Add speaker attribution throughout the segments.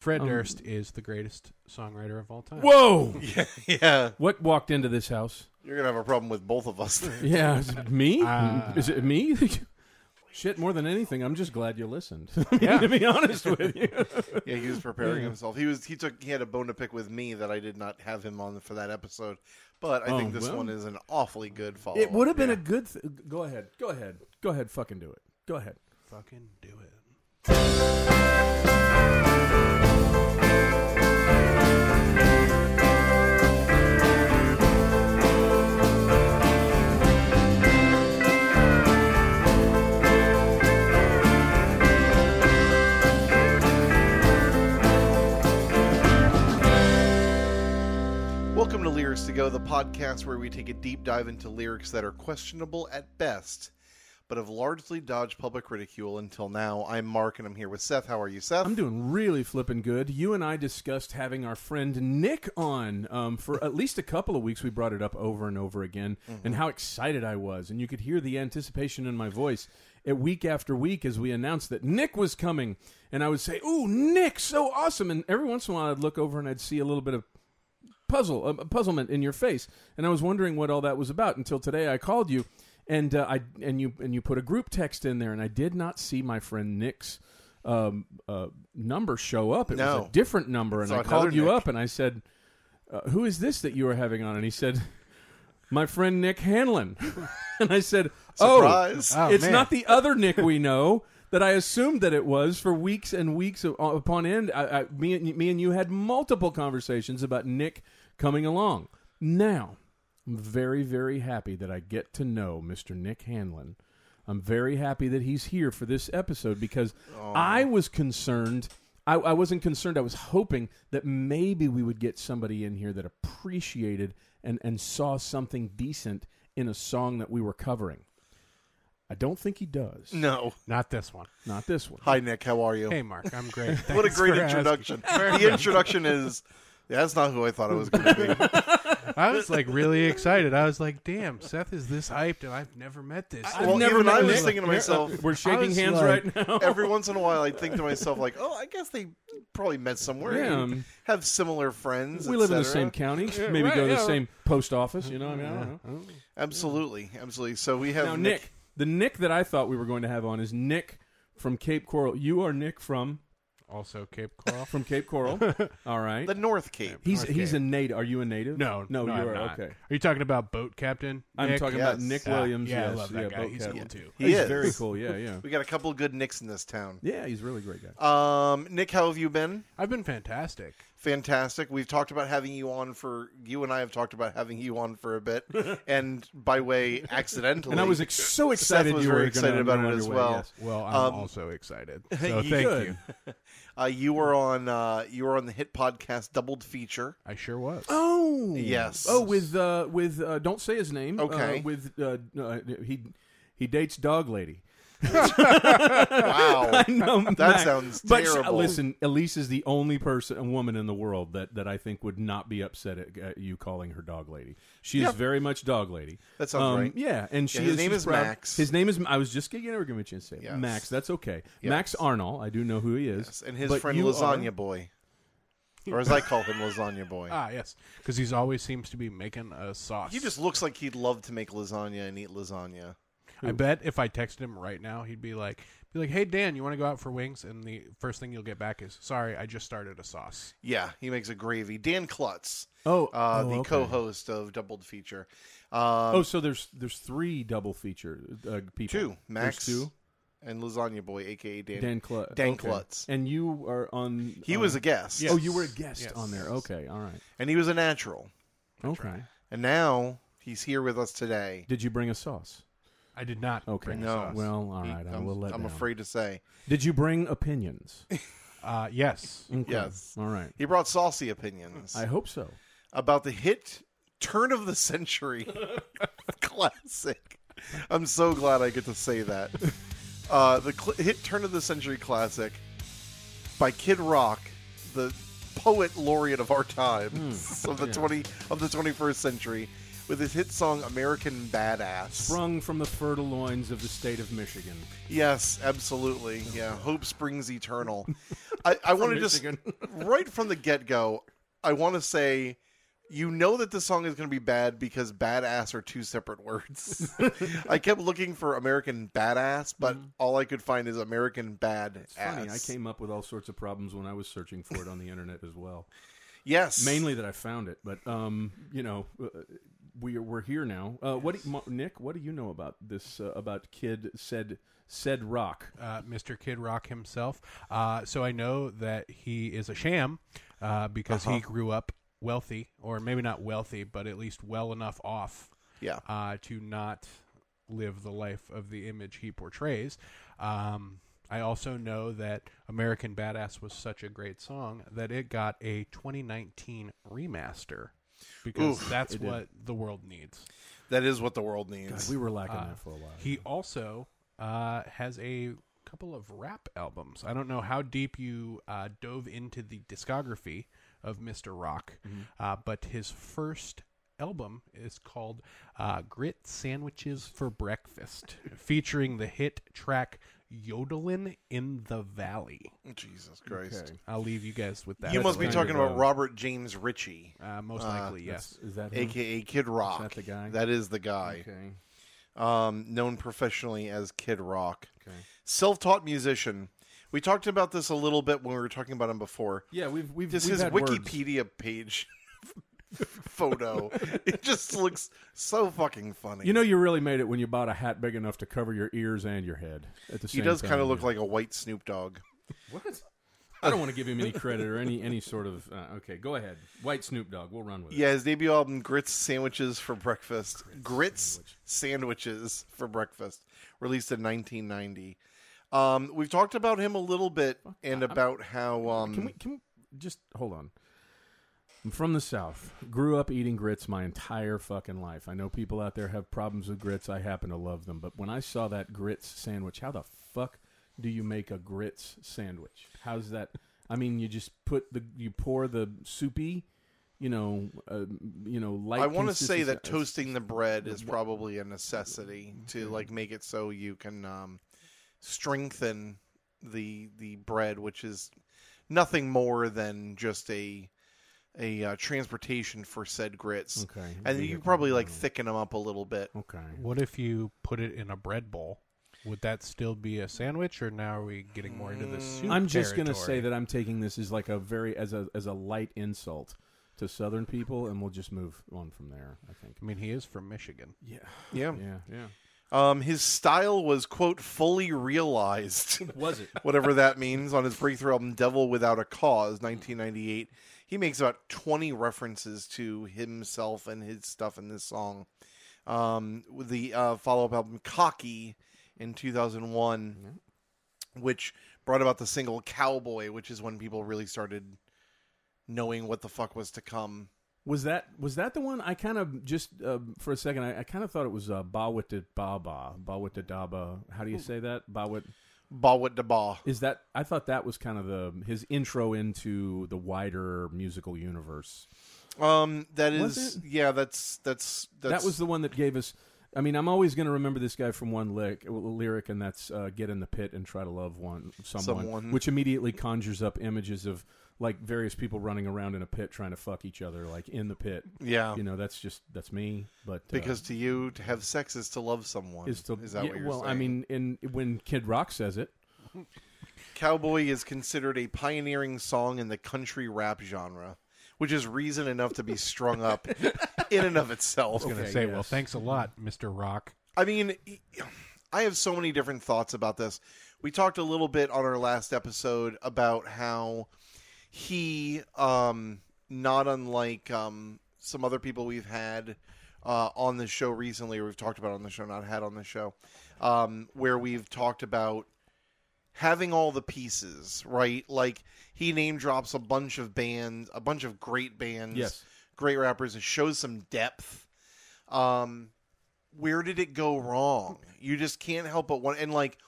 Speaker 1: Fred
Speaker 2: Um,
Speaker 1: Durst is the greatest songwriter of all time.
Speaker 2: Whoa!
Speaker 3: Yeah, yeah.
Speaker 2: what walked into this house?
Speaker 3: You're gonna have a problem with both of us.
Speaker 2: Yeah, is it me?
Speaker 1: Uh.
Speaker 2: is it me? Shit, more than anything, I'm just glad you listened. yeah. to be honest with you.
Speaker 3: yeah, he was preparing himself. He was he took he had a bone to pick with me that I did not have him on for that episode. But I think this
Speaker 2: well.
Speaker 3: one is an awfully good follow.
Speaker 2: It would have been a good. Th- go ahead. Go ahead. Go ahead. Fucking do it. Go ahead.
Speaker 1: Fucking do it.
Speaker 3: Welcome to Lyrics to Go, the podcast where we take a deep dive into lyrics that are questionable at best, but have largely dodged public ridicule until now. I'm Mark, and I'm here with Seth. How are you, Seth?
Speaker 2: I'm doing really flippin' good. You and I discussed having our friend Nick on um, for at least a couple of weeks. We brought it up over and over again, and how excited I was, and you could hear the anticipation in my voice. At week after week, as we announced that Nick was coming, and I would say, "Ooh, Nick, so awesome!" And every once in a while, I'd look over and I'd see a little bit of puzzle, a puzzlement in your face, and I was wondering what all that was about until today. I called you, and uh, I and you and you put a group text in there, and I did not see my friend Nick's um, uh, number show up. It was
Speaker 3: No.
Speaker 2: a different number, and
Speaker 3: Saw
Speaker 2: I called
Speaker 3: another
Speaker 2: you
Speaker 3: Nick.
Speaker 2: up, and I said, uh, "Who is this that you are having on?" And he said, "My friend Nick Hanlon," and I said, "Oh."
Speaker 3: Surprise!
Speaker 1: Oh,
Speaker 2: it's
Speaker 1: man.
Speaker 2: not the other Nick we know that I assumed that it was for weeks and weeks u- upon end. I, I, me, and- me and you had multiple conversations about Nick coming along. Now, I'm very, very happy that I get to know Mr. Nick Hanlon. I'm very happy that he's here for this episode because I was concerned. I, I wasn't concerned. I was hoping that maybe we would get somebody in here that appreciated and, and saw something decent in a song that we were covering. I don't think he does.
Speaker 3: no.
Speaker 1: Not this one.
Speaker 2: Not this one.
Speaker 3: Hi, Nick. How are you?
Speaker 1: Hey, Mark, I'm great.
Speaker 3: what a
Speaker 1: Thanks
Speaker 3: great
Speaker 1: for asking.
Speaker 3: introduction! the introduction is that's not who I thought it was going to be.
Speaker 1: I was like really excited. I was like, "Damn, Seth is this hyped, and I've never met this."
Speaker 2: I've
Speaker 3: well,
Speaker 2: never
Speaker 3: even
Speaker 2: met
Speaker 3: I was
Speaker 2: Nick.
Speaker 3: thinking to myself,
Speaker 2: We're shaking
Speaker 1: was
Speaker 2: hands
Speaker 1: like-
Speaker 2: right now.
Speaker 3: every once in a while I think to myself like, oh, I guess they probably met somewhere,
Speaker 2: Yeah.
Speaker 3: and have similar friends.
Speaker 2: We live in the
Speaker 3: etc..
Speaker 2: same county. Maybe
Speaker 1: right,
Speaker 2: go to the
Speaker 1: yeah.
Speaker 2: same post office. You know, I mean, I don't know.
Speaker 3: Absolutely, absolutely. So we have
Speaker 2: Now, Nick, the Nick that I thought we were going to have on is Nick from Cape Coral. You are Nick from
Speaker 1: also, Cape Coral.
Speaker 2: from Cape Coral. All right.
Speaker 3: the North Cape.
Speaker 2: He's
Speaker 1: Okay.
Speaker 2: he's a native. Are you a native?
Speaker 1: No,
Speaker 2: no,
Speaker 1: I'm
Speaker 2: you are
Speaker 1: not.
Speaker 2: okay.
Speaker 1: Are you talking about boat captain?
Speaker 2: I'm
Speaker 1: Nick?
Speaker 2: talking
Speaker 3: yes.
Speaker 2: about Nick
Speaker 1: Ah,
Speaker 2: Williams.
Speaker 1: yeah, I
Speaker 2: yes,
Speaker 1: love that
Speaker 2: yeah,
Speaker 1: guy.
Speaker 2: boat
Speaker 1: He's
Speaker 2: captain.
Speaker 1: cool, too.
Speaker 3: He
Speaker 2: he's
Speaker 3: is.
Speaker 2: very cool. Yeah, yeah,
Speaker 3: We got a couple good Nicks in this town.
Speaker 2: yeah. He's a really great guy.
Speaker 3: Um, Nick, how have you been?
Speaker 1: I've been fantastic.
Speaker 3: Fantastic. We've talked about having you on for you and I have talked about having you on for a bit, and by way accidentally.
Speaker 2: And I was ex- so
Speaker 3: Seth
Speaker 2: excited.
Speaker 3: was
Speaker 2: you
Speaker 3: very
Speaker 2: were gonna-
Speaker 3: excited about
Speaker 2: you were
Speaker 3: it as
Speaker 2: underway,
Speaker 3: well.
Speaker 2: yes.
Speaker 1: Well, I'm
Speaker 3: Um,
Speaker 1: also excited. So
Speaker 3: you
Speaker 1: thank
Speaker 2: good.
Speaker 1: you.
Speaker 3: uh, you were on uh, you were on the hit podcast doubled feature.
Speaker 1: I sure was.
Speaker 2: Oh
Speaker 3: Yes.
Speaker 2: Oh, with uh, with uh, don't say his name.
Speaker 3: Okay.
Speaker 2: Uh, with uh, uh, he he dates dog lady.
Speaker 3: Wow.
Speaker 2: No, that
Speaker 3: sounds
Speaker 2: but sh-
Speaker 3: terrible.
Speaker 2: listen, Elise is the only person, a woman in the world that, that I think would not be upset at, at you calling her dog lady. She is very much dog lady. Um,
Speaker 3: That sounds right.
Speaker 2: Yeah, and she
Speaker 3: Yeah, his
Speaker 2: is,
Speaker 3: name
Speaker 2: she's
Speaker 3: is
Speaker 2: proud-
Speaker 3: Max.
Speaker 2: His name is. I was just going to give him a chance to say it.
Speaker 3: Yes.
Speaker 2: Max. That's okay. Max Arnold. I do know who he is.
Speaker 3: and his
Speaker 2: But
Speaker 3: friend
Speaker 2: you
Speaker 3: Lasagna
Speaker 2: are-
Speaker 3: Boy. Or as I call him Lasagna Boy.
Speaker 2: Uh,
Speaker 1: Ah, yes, because he's always seems to be making a sauce.
Speaker 3: He just looks like he'd love to make lasagna and eat lasagna.
Speaker 1: I bet if I texted him right now, he'd be like, "Be like, hey Dan, you want to go out for wings?" And the first thing you'll get back is, "Sorry, I just started a sauce."
Speaker 3: Yeah, he makes a gravy. Dan Klutz,
Speaker 2: Oh,
Speaker 3: uh,
Speaker 2: oh,
Speaker 3: the
Speaker 2: okay.
Speaker 3: co-host of Doubled Feature. Um,
Speaker 2: Oh, so there's there's three double feature uh, people.
Speaker 3: two,
Speaker 2: There's
Speaker 3: Max
Speaker 2: two.
Speaker 3: and Lasagna Boy, aka Dan.
Speaker 2: Dan Klutz.
Speaker 3: Dan Klutz.
Speaker 2: And you are on.
Speaker 3: he
Speaker 2: on-
Speaker 3: was a guest.
Speaker 2: Oh, you were a guest
Speaker 1: Yes.
Speaker 2: on there. Okay, all right.
Speaker 3: and he was a natural.
Speaker 2: Okay.
Speaker 3: And now he's here with us today.
Speaker 2: Did you bring a sauce?
Speaker 1: I did not.
Speaker 2: Okay.
Speaker 1: bring a
Speaker 3: No.
Speaker 1: sauce.
Speaker 2: Well, all
Speaker 3: He-
Speaker 2: right. I
Speaker 3: I'm,
Speaker 2: will let.
Speaker 3: I'm
Speaker 2: down.
Speaker 3: afraid to say
Speaker 2: Did you bring opinions?
Speaker 1: Uh, yes.
Speaker 2: Okay.
Speaker 3: Yes.
Speaker 2: All right.
Speaker 3: he brought saucy opinions
Speaker 2: I hope so.
Speaker 3: about the hit turn of the century classic. I'm so glad I get to say that. Uh, the cl- hit turn of the century classic by Kid Rock, the poet laureate of our time of the twenty of the 21st century, with his hit song "American Badass."
Speaker 2: Sprung from the fertile loins of the state of Michigan.
Speaker 3: Yes, absolutely. Yeah, hope springs eternal. I, I
Speaker 2: From
Speaker 3: want to just
Speaker 2: Michigan.
Speaker 3: right from the get go. I want to say, you know that this song is going to be bad because badass are two separate words. I kept looking for American badass, but all I could find is American bad
Speaker 2: Mm-hmm. It's funny. I came up with all sorts of problems when I was searching for it on the internet as well.
Speaker 3: yes
Speaker 2: Mainly that I found it, but um, you know, uh, we are, we're here now. Uh, What do you, Mo- Nick? What do you know about this? Uh, about Kid said said rock.
Speaker 1: uh, Mr. Kid Rock himself. Uh, so I know that he is a sham uh, because he grew up wealthy, or maybe not wealthy, but at least well enough off
Speaker 3: Yeah.
Speaker 1: uh, to not live the life of the image he portrays. Um, I also know that American Badass was such a great song that it got a 2019 remaster because
Speaker 3: Oof,
Speaker 1: that's what the world needs.
Speaker 3: That is what the world needs.
Speaker 2: God, we were lacking
Speaker 1: Uh,
Speaker 2: that for a while.
Speaker 1: He also uh, has a couple of rap albums. I don't know how deep you uh, dove into the discography of Mr. Rock,
Speaker 3: Mm-hmm.
Speaker 1: uh, but his first album is called uh, Grit Sandwiches for Breakfast, featuring the hit track Yodelin in the Valley.
Speaker 3: Jesus Christ.
Speaker 2: Okay.
Speaker 1: I'll leave you guys with that.
Speaker 3: You must be Ah,
Speaker 2: kind
Speaker 3: talking
Speaker 2: of,
Speaker 3: about
Speaker 2: uh,
Speaker 3: Robert James Ritchie,
Speaker 1: Uh, most likely, yes.
Speaker 2: That's- Is that him?
Speaker 3: aka Kid Rock.
Speaker 2: that the guy?
Speaker 3: That is the guy.
Speaker 2: Okay.
Speaker 3: Um, known professionally as Kid Rock.
Speaker 2: Okay.
Speaker 3: Self-taught musician. We talked about this a little bit when we were talking about him before.
Speaker 2: Yeah, we've we've
Speaker 3: Just
Speaker 2: we've
Speaker 3: his
Speaker 2: had words.
Speaker 3: Wikipedia page photo. it just looks so fucking funny.
Speaker 2: You know, you really made it when you bought a hat big enough to cover your ears and your head at the
Speaker 3: he
Speaker 2: same.
Speaker 3: does kind
Speaker 2: time.
Speaker 3: of look like a white Snoop Dogg.
Speaker 2: What? I don't want to give him any credit or any any sort of. Uh, okay, go ahead. White Snoop Dogg. We'll run with it.
Speaker 3: Yeah, his debut album, Grits Sandwiches for Breakfast. Grits Sandwiches for Breakfast, released in 1990. Um, we've talked about him a little bit and about how. Um,
Speaker 2: Can we? Can we just hold on? I'm from the South. Grew up eating grits my entire fucking life. I know people out there have problems with grits. I happen to love them, but when I saw that grits sandwich, how the fuck do you make a grits sandwich? How's that? I mean, you just put the you pour the soupy, you know, uh, you know, light.
Speaker 3: I want to say that
Speaker 2: consistency-
Speaker 3: toasting the Mm-hmm. bread is probably a necessity to like make it so you can um, strengthen the the bread, which is nothing more than just a a uh, transportation for said grits.
Speaker 2: Okay,
Speaker 3: and
Speaker 2: yeah,
Speaker 3: you
Speaker 2: yeah,
Speaker 3: probably like thicken them up a little bit.
Speaker 2: Okay.
Speaker 1: What if you put it in a bread bowl? Would that still be a sandwich, or now are we getting more into
Speaker 3: Mm.
Speaker 1: the soup?
Speaker 2: I'm just going to
Speaker 1: territory?
Speaker 2: say that I'm taking this as like a very as a as a light insult to Southern people, and we'll just move on from there. I think.
Speaker 1: I mean, he is from Michigan.
Speaker 2: Yeah.
Speaker 3: Yeah.
Speaker 2: Yeah. Yeah.
Speaker 3: Um, his style was quote fully realized,
Speaker 2: Was it?
Speaker 3: whatever that means. On his breakthrough album "Devil Without a Cause" (1998), he makes about 20 references to himself and his stuff in this song. Um, with the uh, follow-up album "Cocky" in 2001, which brought about the single "Cowboy," which is when people really started knowing what the fuck was to come.
Speaker 2: Was that was that the one? I kind of just uh, for a second, I, I kind of thought it was uh, Bawita Baba, Bawita Daba. How do you say that? Bawit
Speaker 3: Ba what da ba.
Speaker 2: is that? I thought that was kind of the his intro into the wider musical universe.
Speaker 3: Um, that
Speaker 2: Was
Speaker 3: is,
Speaker 2: it?
Speaker 3: yeah, that's that's that's
Speaker 2: that was the one that gave us. I mean, I'm always going to remember this guy from one lick, uh, lyric, and that's uh, "Get in the pit and try to love one someone,
Speaker 3: Someone.
Speaker 2: which immediately conjures up images of like various people running around in a pit trying to fuck each other, like in the pit.
Speaker 3: yeah.
Speaker 2: You know, that's just that's me. But uh,
Speaker 3: Because to you, to have sex is to love someone.
Speaker 2: is
Speaker 3: Is,
Speaker 2: to,
Speaker 3: that
Speaker 2: yeah,
Speaker 3: what you're
Speaker 2: well,
Speaker 3: saying?
Speaker 2: I mean, in when Kid Rock says it,
Speaker 3: Cowboy is considered a pioneering song in the country rap genre, which is reason enough to be strung up in and of itself.
Speaker 1: going to
Speaker 2: Okay,
Speaker 1: say, well,
Speaker 2: yes.
Speaker 1: thanks a lot, Mr. Rock.
Speaker 3: I mean, e, I have so many different thoughts about this. We talked a little bit on our last episode about how he, um, not unlike um, some other people we've had uh, on the show recently, or we've talked about on the show, not had on the show, um, where we've talked about having all the pieces, right? Like he name drops a bunch of bands, a bunch of great bands,
Speaker 2: Yes.
Speaker 3: great rappers, and shows some depth. Um, where did it go wrong? You just can't help but one and like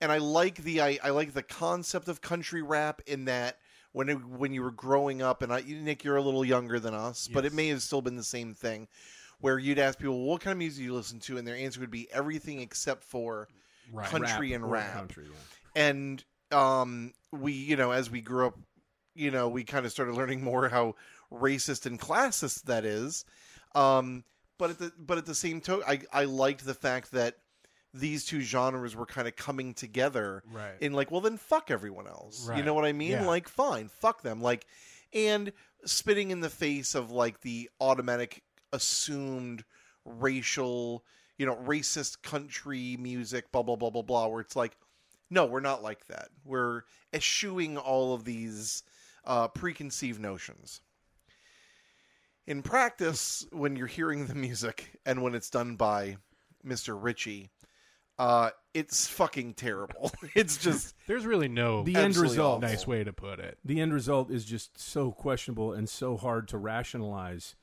Speaker 3: and I like the I, I like the concept of country rap in that when it, when you were growing up and I Nick you're a little younger than us, but it may have still been the same thing where you'd ask people what kind of music you listen to and their answer would be everything except for
Speaker 1: Right.
Speaker 3: country
Speaker 2: rap
Speaker 3: and
Speaker 2: or
Speaker 3: rap.
Speaker 2: country, yeah.
Speaker 3: And um, we, you know, as we grew up, you know, we kind of started learning more how racist and classist that is. Um, but at the but at the same token, I I liked the fact that these two genres were kind of coming together
Speaker 1: Right.
Speaker 3: in like, well, then fuck everyone else. You
Speaker 1: Right.
Speaker 3: know what I mean?
Speaker 1: Yeah.
Speaker 3: Like, fine, fuck them. Like, and spitting in the face of like the automatic assumed racial, you know, racist country music, blah blah blah blah blah, where it's like, no, we're not like that. We're eschewing all of these uh, preconceived notions. In practice, when you're hearing the music and when it's done by Mr. Ritchie, uh, it's fucking terrible. it's just
Speaker 1: There's really no
Speaker 2: The end
Speaker 3: Absolutely
Speaker 2: result.
Speaker 3: awful.
Speaker 1: nice way to put it.
Speaker 2: The end result is just so questionable and so hard to rationalize.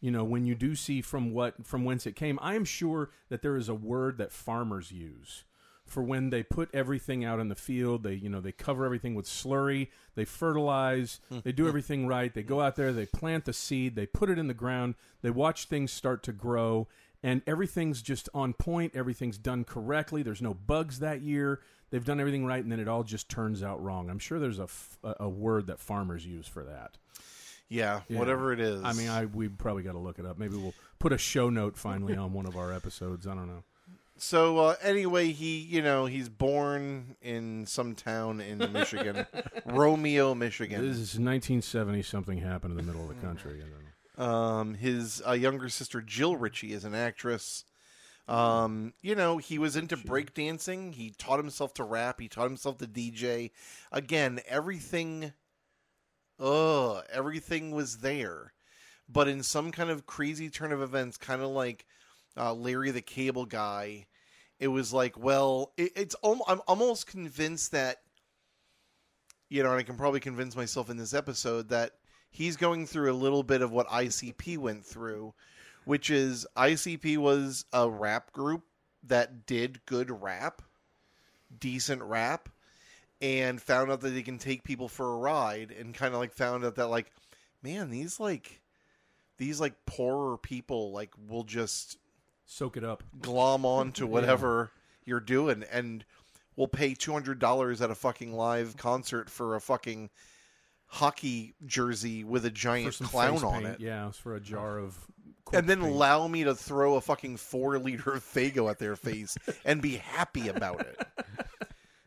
Speaker 2: You know, when you do see from what from whence it came, I am sure that there is a word that farmers use for when they put everything out in the field. They you know they cover everything with slurry. They fertilize. they do everything right. They go out there. They plant the seed. They put it in the ground. They watch things start to grow. And everything's just on point. Everything's done correctly. There's no bugs that year. They've done everything right, and then it all just turns out wrong. I'm sure there's a, f- a- a word that farmers use for that.
Speaker 3: yeah, whatever it is.
Speaker 2: I mean, I we probably got to look it up. Maybe we'll put a show note finally on one of our episodes. I don't know.
Speaker 3: So uh, anyway, he you know he's born in some town in Michigan, Romeo,
Speaker 2: This
Speaker 3: Michigan.
Speaker 2: is 1970. Something happened in the middle of the country. I don't know.
Speaker 3: Um, his uh, younger sister Jill Ritchie is an actress. Um, you know he was into breakdancing. He taught himself to rap. He taught himself to DJ. Again, everything. Ugh, everything was there, but in some kind of crazy turn of events, kind of like uh, Larry the Cable Guy. It was like, well, it, it's alm I'm almost convinced that you know, and I can probably convince myself in this episode that he's going through a little bit of what ICP went through, which is ICP was a rap group that did good rap, decent rap, and found out that they can take people for a ride and kind of like found out that like, man, these like these like poorer people like will just
Speaker 2: Soak it up.
Speaker 3: glom on to whatever you're doing and we'll pay $200 at a fucking live concert for a fucking hockey jersey with a
Speaker 2: For
Speaker 3: giant
Speaker 2: some
Speaker 3: clown
Speaker 2: face
Speaker 3: on
Speaker 2: paint.
Speaker 3: it. Oh.
Speaker 2: Yeah, it's for a jar of.
Speaker 3: And then
Speaker 2: corpse paint.
Speaker 3: allow me to throw a fucking four liter of Fago at their face and be happy about it.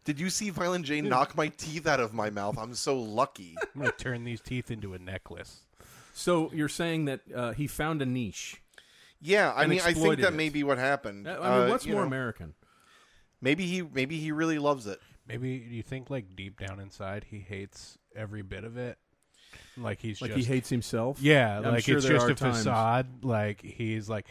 Speaker 3: Did you see Violent J knock my teeth out of my mouth? I'm so lucky.
Speaker 1: I'm gonna turn these teeth into a necklace.
Speaker 2: so you're saying that uh, he found a niche.
Speaker 3: Yeah, I
Speaker 2: And
Speaker 3: mean, I think
Speaker 2: exploited
Speaker 3: that
Speaker 2: it.
Speaker 3: may be what happened.
Speaker 2: I mean,
Speaker 3: Uh,
Speaker 2: what's
Speaker 3: you
Speaker 2: more
Speaker 3: know,
Speaker 2: American?
Speaker 3: maybe he maybe he really loves it.
Speaker 1: Maybe you think like deep down inside he hates every bit of it. Like he's
Speaker 2: Like
Speaker 1: just
Speaker 2: he hates himself.
Speaker 1: Yeah,
Speaker 2: I'm
Speaker 1: like
Speaker 2: sure
Speaker 1: it's
Speaker 2: there
Speaker 1: just
Speaker 2: are
Speaker 1: a
Speaker 2: times.
Speaker 1: facade. Like he's like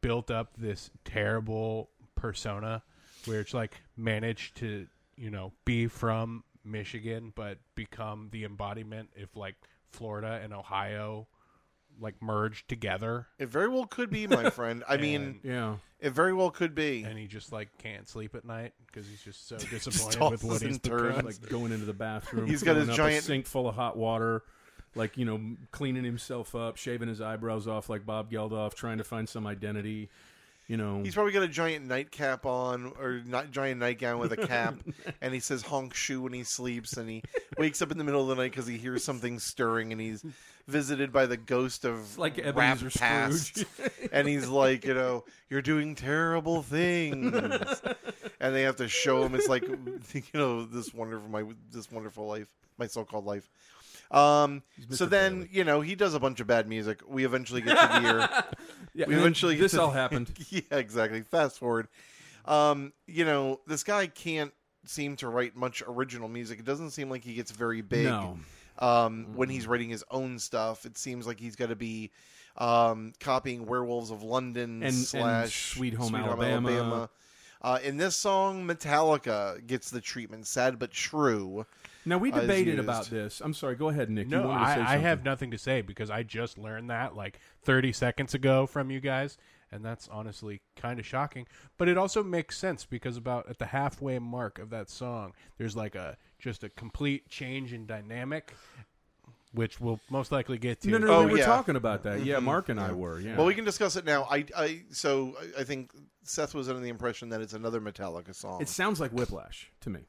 Speaker 1: built up this terrible persona where it's like managed to, you know, be from Michigan but become the embodiment if like Florida and Ohio like merged together
Speaker 3: It very well could be, my friend. I mean,
Speaker 2: Yeah.
Speaker 3: it very well could be.
Speaker 1: and he just like can't sleep at night because he's just so
Speaker 3: Just
Speaker 1: disappointed
Speaker 3: tosses
Speaker 1: with what he's
Speaker 3: and turns.
Speaker 1: become.
Speaker 2: like going into the bathroom.
Speaker 3: He's got his
Speaker 2: filling up
Speaker 3: giant-
Speaker 2: a sink full of hot water, like you know, cleaning himself up, shaving his eyebrows off like Bob Geldof, trying to find some identity. You know,
Speaker 3: He's probably got a giant nightcap on or not giant nightgown with a cap, and he says honk shoe when he sleeps, and he wakes up in the middle of the night because he hears something stirring, and he's visited by the ghost of
Speaker 2: like
Speaker 3: rap
Speaker 2: Ebenezer
Speaker 3: past,
Speaker 2: Scrooge.
Speaker 3: and he's like, you know, you're doing terrible things, and they have to show him it's like, you know, this wonderful my this wonderful life, my so-called life. Um, so
Speaker 2: Mr.
Speaker 3: then
Speaker 2: Bailey.
Speaker 3: you know he does a bunch of bad music. We eventually get to the year
Speaker 2: yeah,
Speaker 3: we
Speaker 2: and
Speaker 3: eventually get
Speaker 2: this
Speaker 3: to
Speaker 2: all
Speaker 3: the-
Speaker 2: happened.
Speaker 3: yeah, exactly. Fast forward. Um, you know, this guy can't seem to write much original music. It doesn't seem like he gets very big.
Speaker 2: No,
Speaker 3: Um, when he's writing his own stuff, it seems like he's got to be um, copying Werewolves of London
Speaker 2: And- and
Speaker 3: slash
Speaker 2: Sweet Home Alabama.
Speaker 3: Uh, in this song, Metallica gets the treatment "Sad but True."
Speaker 2: now we
Speaker 3: Uh, is
Speaker 2: debated
Speaker 3: used.
Speaker 2: about this. I'm sorry. Go ahead, Nick. you
Speaker 1: No,
Speaker 2: wanted to say
Speaker 1: I, I have
Speaker 2: something.
Speaker 1: nothing to say because I just learned that like 30 seconds ago from you guys, and that's honestly kind of shocking. But it also makes sense because about at the halfway mark of that song, there's like a just a complete change in dynamic, which we'll most likely get to.
Speaker 2: No, no, no,
Speaker 3: Oh,
Speaker 2: we were
Speaker 3: yeah. Mm-hmm.
Speaker 2: talking about that. Yeah, Mark and I were. Yeah.
Speaker 3: Well, we can discuss it now. I, I so I- I think Seth was under the impression that it's another Metallica song.
Speaker 2: it sounds like Whiplash to me.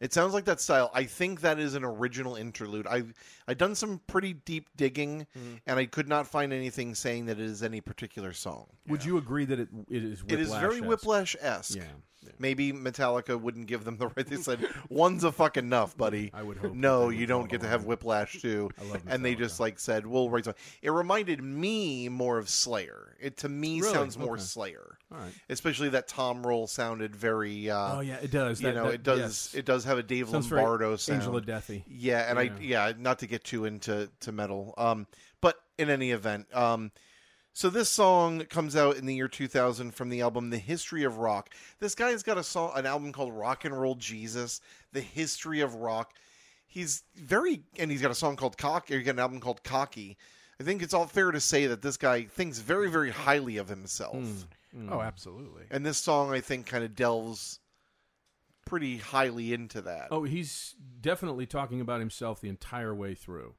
Speaker 3: It sounds like that style. I think that is an original interlude. I I done some pretty deep digging,
Speaker 2: Mm-hmm.
Speaker 3: and I could not find anything saying that it is any particular song.
Speaker 2: Would you agree that it it is
Speaker 3: It
Speaker 2: whiplash?
Speaker 3: is very whiplash esque.
Speaker 2: Yeah, yeah.
Speaker 3: Maybe Metallica wouldn't give them the right. They said one's a fuck enough, buddy.
Speaker 2: I would hope that
Speaker 3: No,
Speaker 2: they
Speaker 3: you
Speaker 2: would
Speaker 3: don't
Speaker 2: follow
Speaker 3: get to have
Speaker 2: along.
Speaker 3: Whiplash too. I
Speaker 2: love
Speaker 3: and they just like said, "We'll write." Something. It reminded me more of Slayer. It to me
Speaker 2: Really?
Speaker 3: sounds more
Speaker 2: Okay.
Speaker 3: Slayer,
Speaker 2: All right.
Speaker 3: especially that Tom roll sounded very. Uh,
Speaker 2: Oh yeah, it does.
Speaker 3: you
Speaker 2: That-
Speaker 3: know,
Speaker 2: that-
Speaker 3: it does.
Speaker 2: yes.
Speaker 3: It does have a Dave
Speaker 2: Sounds very
Speaker 3: Lombardo sound.
Speaker 2: Angela Deathy.
Speaker 3: Yeah, and I yeah, not to get too into to metal. Um, but in any event, um, so this song comes out in the year 2000 from the album The History of Rock. This guy's got a song, an album called Rock and Roll Jesus: The History of Rock. He's very, and he's got a song called Cock. Or he got an album called Cocky. I think it's all fair to say that this guy thinks very, very highly of himself.
Speaker 1: Oh, absolutely.
Speaker 3: And this song, I think, kind of delves pretty highly into that.
Speaker 2: Oh, he's definitely talking about himself the entire way through.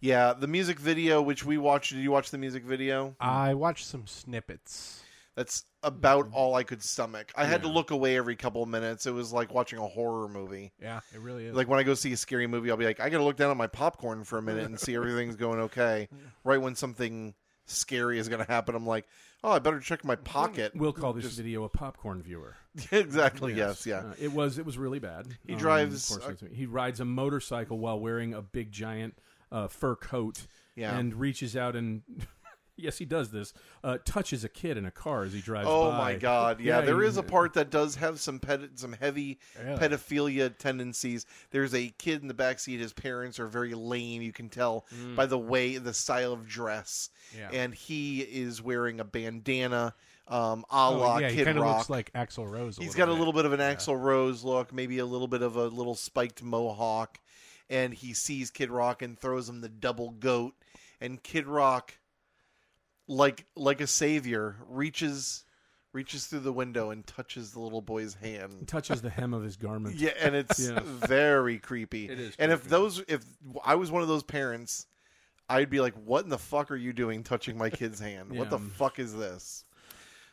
Speaker 3: Yeah, the music video, which we watched. Did you watch the music video?
Speaker 1: I watched some snippets.
Speaker 3: That's about all I could stomach. I had
Speaker 2: Mm-hmm.
Speaker 3: to
Speaker 2: Yeah.
Speaker 3: look away every couple of minutes. It was like watching a horror movie.
Speaker 1: Yeah, it really is.
Speaker 3: Like when I go see a scary movie, I'll be like, I gotta look down at my popcorn for a minute and see everything's going okay. Right when something scary is gonna happen, I'm like, oh, I better check my pocket.
Speaker 2: We'll call this video a popcorn viewer.
Speaker 3: exactly. Yes. yeah.
Speaker 2: Uh, it was it was really bad.
Speaker 3: He
Speaker 2: Um,
Speaker 3: drives-
Speaker 2: of course, that's- he rides a motorcycle while wearing a big giant uh, fur coat.
Speaker 3: Yeah.
Speaker 2: and reaches out and. Yes, he does this. Uh, touches a kid in a car as he drives.
Speaker 3: Oh
Speaker 2: by.
Speaker 3: my god! Yeah, there
Speaker 2: he-
Speaker 3: is a part that does have some ped- some heavy
Speaker 1: Really?
Speaker 3: pedophilia tendencies. There's a kid in the backseat. His parents are very lame. You can tell by the way, the style of dress,
Speaker 1: Mm. Yeah.
Speaker 3: and he is wearing a bandana, um, a
Speaker 1: Oh,
Speaker 3: la
Speaker 1: yeah, he
Speaker 3: Kid
Speaker 1: kind of
Speaker 3: Rock.
Speaker 1: looks like Axl Rose. A
Speaker 3: He's
Speaker 1: little
Speaker 3: got a
Speaker 1: bit.
Speaker 3: little bit of an Axl Rose look, maybe a little bit of a little spiked mohawk, and he sees Kid Rock and throws him the double goat, and Kid Rock, like like a savior, reaches reaches through the window and touches the little boy's hand.
Speaker 2: Touches the hem of his garment.
Speaker 3: Yeah, and it's
Speaker 2: Yeah.
Speaker 3: very creepy.
Speaker 2: It is
Speaker 3: And if
Speaker 2: creepy.
Speaker 3: those, if I was one of those parents, I'd be like, "What in the fuck are you doing, touching my kid's hand? What the
Speaker 2: Yeah.
Speaker 3: fuck is this?"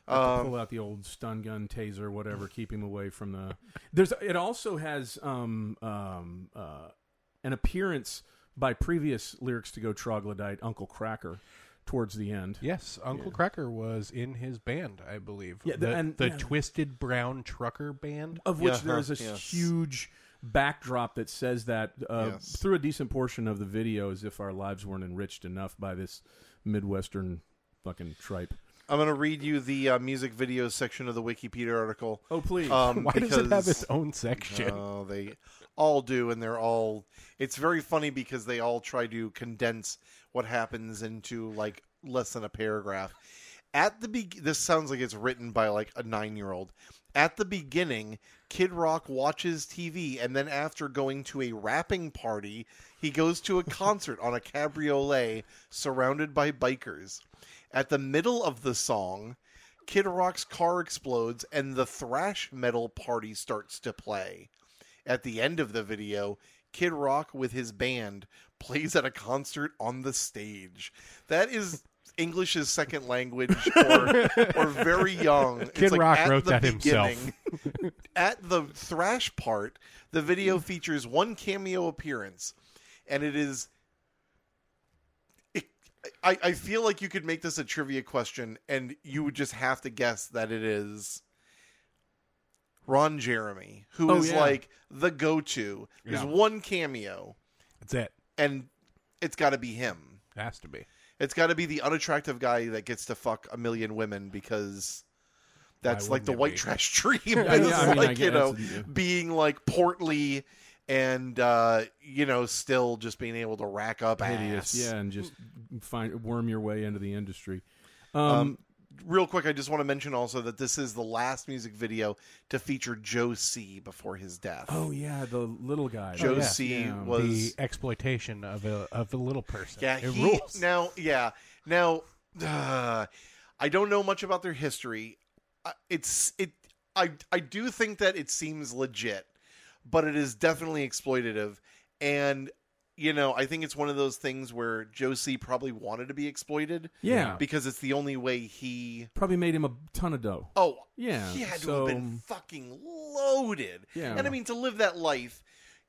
Speaker 2: Have to
Speaker 3: um,
Speaker 2: pull out the old stun gun, taser, whatever, keep him away from the. There's. It also has um um uh an appearance by previous lyrics to go troglodyte Uncle Cracker towards the end.
Speaker 1: Yes, Uncle Cracker was in his band, I believe.
Speaker 2: Yeah,
Speaker 1: the,
Speaker 2: the- and-
Speaker 1: the
Speaker 2: yeah. Oh,
Speaker 1: Twisted Brown Trucker Band.
Speaker 2: Of which
Speaker 3: Yeah,
Speaker 2: there is a
Speaker 3: yes.
Speaker 2: huge backdrop that says that uh,
Speaker 3: Yes.
Speaker 2: through a decent portion of the video, as if our lives weren't enriched enough by this midwestern fucking tripe.
Speaker 3: I'm going to read you the uh, music video section of the Wikipedia article.
Speaker 2: Oh please.
Speaker 3: Um,
Speaker 1: Why
Speaker 3: because,
Speaker 1: does it have its own section?
Speaker 3: Oh, they all do, and they're all. It's very funny because they all try to condense what happens into like less than a paragraph. At the be, this sounds like it's written by like a nine-year-old. At the beginning, Kid Rock watches TV, and then after going to a rapping party, he goes to a concert on a cabriolet surrounded by bikers. At the middle of the song, Kid Rock's car explodes and the thrash metal party starts to play. At the end of the video, Kid Rock with his band plays at a concert on the stage. That is English's second language or, or very young. It's
Speaker 1: Kid
Speaker 3: like
Speaker 1: Rock
Speaker 3: at
Speaker 1: wrote
Speaker 3: the
Speaker 1: that himself.
Speaker 3: beginning, at the thrash part, the video features one cameo appearance, and it is. It, I, I feel like you could make this a trivia question, and you would just have to guess that it is Ron Jeremy, who is
Speaker 2: Oh, yeah.
Speaker 3: like the go to. There's
Speaker 1: Yeah.
Speaker 3: one cameo,
Speaker 1: That's it.
Speaker 3: and it's got to be him.
Speaker 1: Has to be.
Speaker 3: It's got to be the unattractive guy that gets to fuck a million women because that's like
Speaker 1: wouldn't
Speaker 3: the
Speaker 1: it
Speaker 3: white
Speaker 1: be?
Speaker 3: trash dream.
Speaker 2: yeah,
Speaker 3: is
Speaker 2: I mean, I
Speaker 3: like you
Speaker 2: guess,
Speaker 3: know,
Speaker 2: yeah.
Speaker 3: being like portly and uh, you know still just being able to rack up
Speaker 2: hideous.
Speaker 3: ass.
Speaker 2: Yeah, and just find worm your way into the industry. Um,
Speaker 3: Um, Real quick, I just want to mention also that this is the last music video to feature Joe C before his death.
Speaker 2: Oh yeah, the little guy. Oh,
Speaker 3: Joe
Speaker 1: yeah.
Speaker 3: C
Speaker 2: Yeah.
Speaker 3: was
Speaker 1: the exploitation of a of a little person.
Speaker 3: Yeah,
Speaker 1: it
Speaker 3: he,
Speaker 1: rules.
Speaker 3: Now, yeah, now uh, I don't know much about their history. I- It's it. I I do think that it seems legit, but it is definitely exploitative, and you know, I think it's one of those things where Josie probably wanted to be exploited
Speaker 2: Yeah.
Speaker 3: because it's the only way he.
Speaker 2: Probably made him a ton of dough.
Speaker 3: Oh,
Speaker 2: Yeah,
Speaker 3: he had
Speaker 2: so-
Speaker 3: to have been fucking loaded.
Speaker 2: Yeah.
Speaker 3: and I mean to live that life.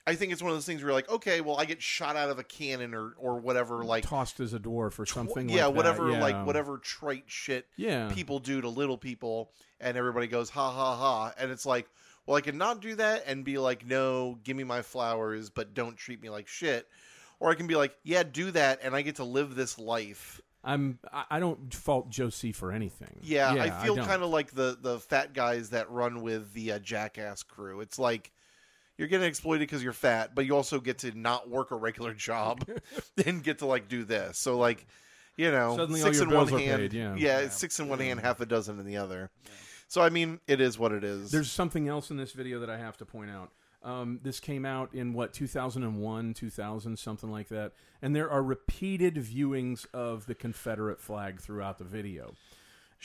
Speaker 3: I think it's one of those things where you're like, okay, well, I get shot out of a cannon or or whatever, like
Speaker 2: Tossed as a dwarf or something. like
Speaker 3: yeah,
Speaker 2: that.
Speaker 3: whatever,
Speaker 2: Yeah.
Speaker 3: like whatever trite shit
Speaker 2: Yeah.
Speaker 3: people do to little people, and everybody goes ha ha ha, and it's like, well, I can not do that and be like, no, give me my flowers, but don't treat me like shit, or I can be like, yeah, do that, and I get to live this life.
Speaker 2: I'm. I I don't fault Josie for anything.
Speaker 3: Yeah, I feel
Speaker 2: don't.
Speaker 3: kind of like the the fat guys that run with the uh, jackass crew. It's like you're getting exploited because you're fat, but you also get to not work a regular job and get to like do this. So like, you know,
Speaker 2: Suddenly all
Speaker 3: six
Speaker 2: your
Speaker 3: in one
Speaker 2: bills are
Speaker 3: hand,
Speaker 2: paid, yeah.
Speaker 3: it's six in one hand, half a dozen in the other. So I mean, it is what it is.
Speaker 2: There's something else in this video that I have to point out. Um, this came out in what 2001, 2000, something like that, and there are repeated viewings of the Confederate flag throughout the video.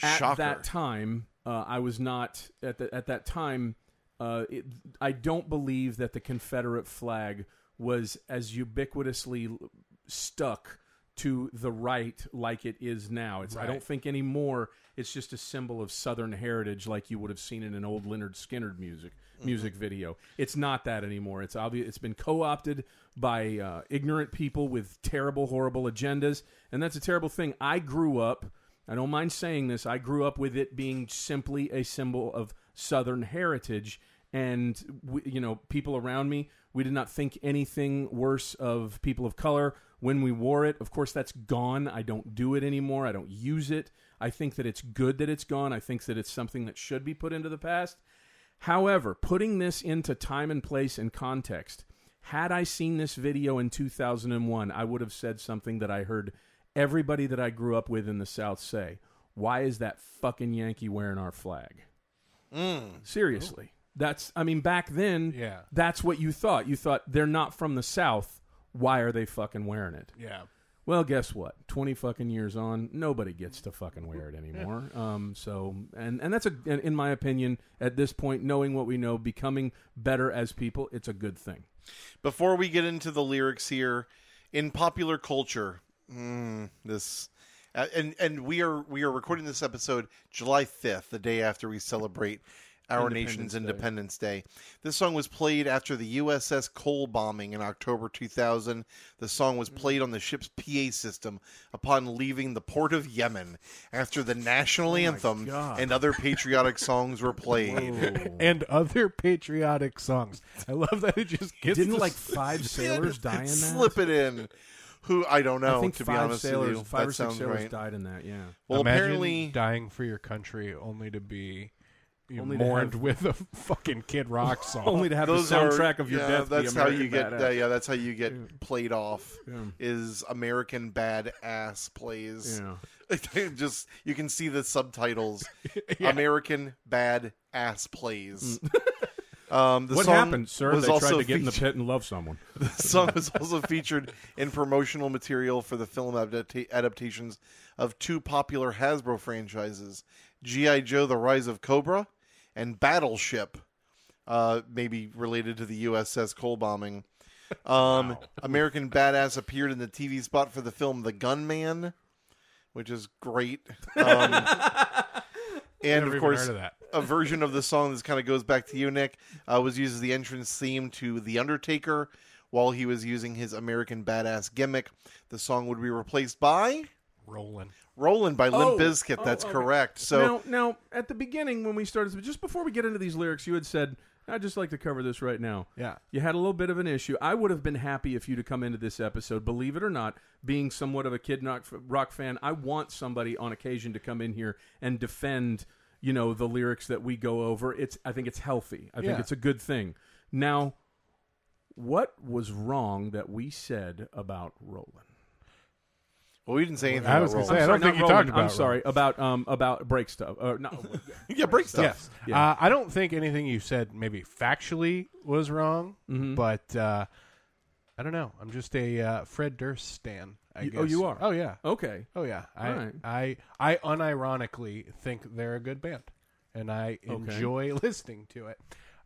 Speaker 2: At
Speaker 3: Shocker.
Speaker 2: that time, uh, I was not at the, at that time. Uh, it, I don't believe that the Confederate flag was as ubiquitously l- stuck to the right like it is now. It's I
Speaker 1: Right.
Speaker 2: don't think anymore it's just a symbol of Southern heritage, like you would have seen in an old Leonard Skinner music music video. It's not that anymore. It's obvious. It's been co opted by uh, ignorant people with terrible, horrible agendas, and that's a terrible thing. I grew up. I don't mind saying this. I grew up with it being simply a symbol of Southern heritage, and we, you know, people around me. We did not think anything worse of people of color when we wore it. Of course, that's gone. I don't do it anymore. I don't use it. I think that it's good that it's gone. I think that it's something that should be put into the past. However, putting this into time and place and context, had I seen this video in 2001, I would have said something that I heard everybody that I grew up with in the South say Why is that fucking Yankee wearing our flag? Seriously. That's, I mean, back then,
Speaker 1: Yeah.
Speaker 2: that's what you thought. You thought they're not from the South. Why are they fucking wearing it?
Speaker 1: Yeah.
Speaker 2: Well, guess what? Twenty fucking years on, nobody gets to fucking wear it anymore. Um, so, and and that's a, in in my opinion, at this point, knowing what we know, becoming better as people, it's a good thing.
Speaker 3: Before we get into the lyrics here, in popular culture, mm, this uh, and and we are we are recording this episode July fifth, the day after we celebrate our nation's Independence Day. This song was played after the USS Cole bombing in October 2000. The song was played on the ship's PA system upon leaving the port of Yemen after the national anthem
Speaker 2: God.
Speaker 3: and other patriotic songs were played.
Speaker 2: Oh.
Speaker 1: And other patriotic songs. I love that it just gets
Speaker 2: Didn't
Speaker 1: to-
Speaker 2: like five sailors die in that?
Speaker 3: Slip it in. Who I don't know.
Speaker 2: I think
Speaker 3: to
Speaker 2: five
Speaker 3: be honest
Speaker 2: sailors,
Speaker 3: with you,
Speaker 2: five
Speaker 3: that
Speaker 2: or six
Speaker 3: sounds
Speaker 2: sailors
Speaker 3: right.
Speaker 2: died in that. Yeah.
Speaker 3: Well,
Speaker 1: Imagine
Speaker 3: apparently,
Speaker 1: dying for your country only to be you
Speaker 2: Only to
Speaker 1: mourned
Speaker 2: have-
Speaker 1: with a fucking Kid Rock song.
Speaker 2: Only to have
Speaker 3: those
Speaker 2: the soundtrack
Speaker 3: are,
Speaker 2: of your
Speaker 3: yeah,
Speaker 2: death.
Speaker 3: That's
Speaker 2: be
Speaker 3: how
Speaker 2: American
Speaker 3: you get.
Speaker 2: Badass.
Speaker 3: yeah, that's how you get played off.
Speaker 2: Yeah.
Speaker 3: Is American badass plays.
Speaker 2: Yeah.
Speaker 3: Just you can see the subtitles. American bad ass plays. Um, the
Speaker 2: Mm. What
Speaker 3: song
Speaker 2: happened, sir?
Speaker 3: Was
Speaker 2: They
Speaker 3: also
Speaker 2: tried to get in the
Speaker 3: featured-
Speaker 2: pit and love someone.
Speaker 3: the song was also featured in promotional material for the film adapta- adaptations of two popular Hasbro franchises, G.I. Joe: The Rise of Cobra and Battleship, uh, maybe related to the USS Cole bombing. Um, American Badass appeared in the TV spot for the film The Gunman, which is great. Um, and
Speaker 1: Never
Speaker 3: of
Speaker 1: even
Speaker 3: course,
Speaker 1: heard of that.
Speaker 3: a version of the song that kind of goes back to you, Nick, uh, was used as the entrance theme to The Undertaker while he was using his American Badass gimmick. The song would be replaced by
Speaker 1: rolling.
Speaker 3: Roland by Limp
Speaker 2: Oh,
Speaker 3: Bizkit. That's
Speaker 2: okay.
Speaker 3: correct. So,
Speaker 2: now, now at the beginning when we started, just before we get into these lyrics, you had said, "I'd just like to cover this right now."
Speaker 1: Yeah.
Speaker 2: you had a little bit of an issue. I would have been happy if you'd have come into this episode. Believe it or not, being somewhat of a Kid Rock, rock fan, I want somebody on occasion to come in here and defend, you know, the lyrics that we go over. It's I think it's healthy. I think
Speaker 1: Yeah.
Speaker 2: it's a good thing. Now, what was wrong that we said about Roland?
Speaker 3: well, we didn't say anything
Speaker 1: I
Speaker 3: about
Speaker 1: was gonna
Speaker 3: Roland.
Speaker 1: say, I don't
Speaker 2: Sorry,
Speaker 1: think
Speaker 2: not
Speaker 1: you
Speaker 2: Roland.
Speaker 1: talked about
Speaker 2: I'm sorry about um about break stuff. Uh, not,
Speaker 3: yeah, break stuff.
Speaker 1: Yes. Uh, I don't think anything you said maybe factually was wrong,
Speaker 2: Mm-hmm.
Speaker 1: but uh, I don't know. I'm just a uh, Fred Durst stan. I
Speaker 2: You-
Speaker 1: guess.
Speaker 2: oh, you are?
Speaker 1: Oh yeah.
Speaker 2: okay.
Speaker 1: Oh yeah. I
Speaker 2: All right.
Speaker 1: I I unironically think they're a good band, and I enjoy listening to it.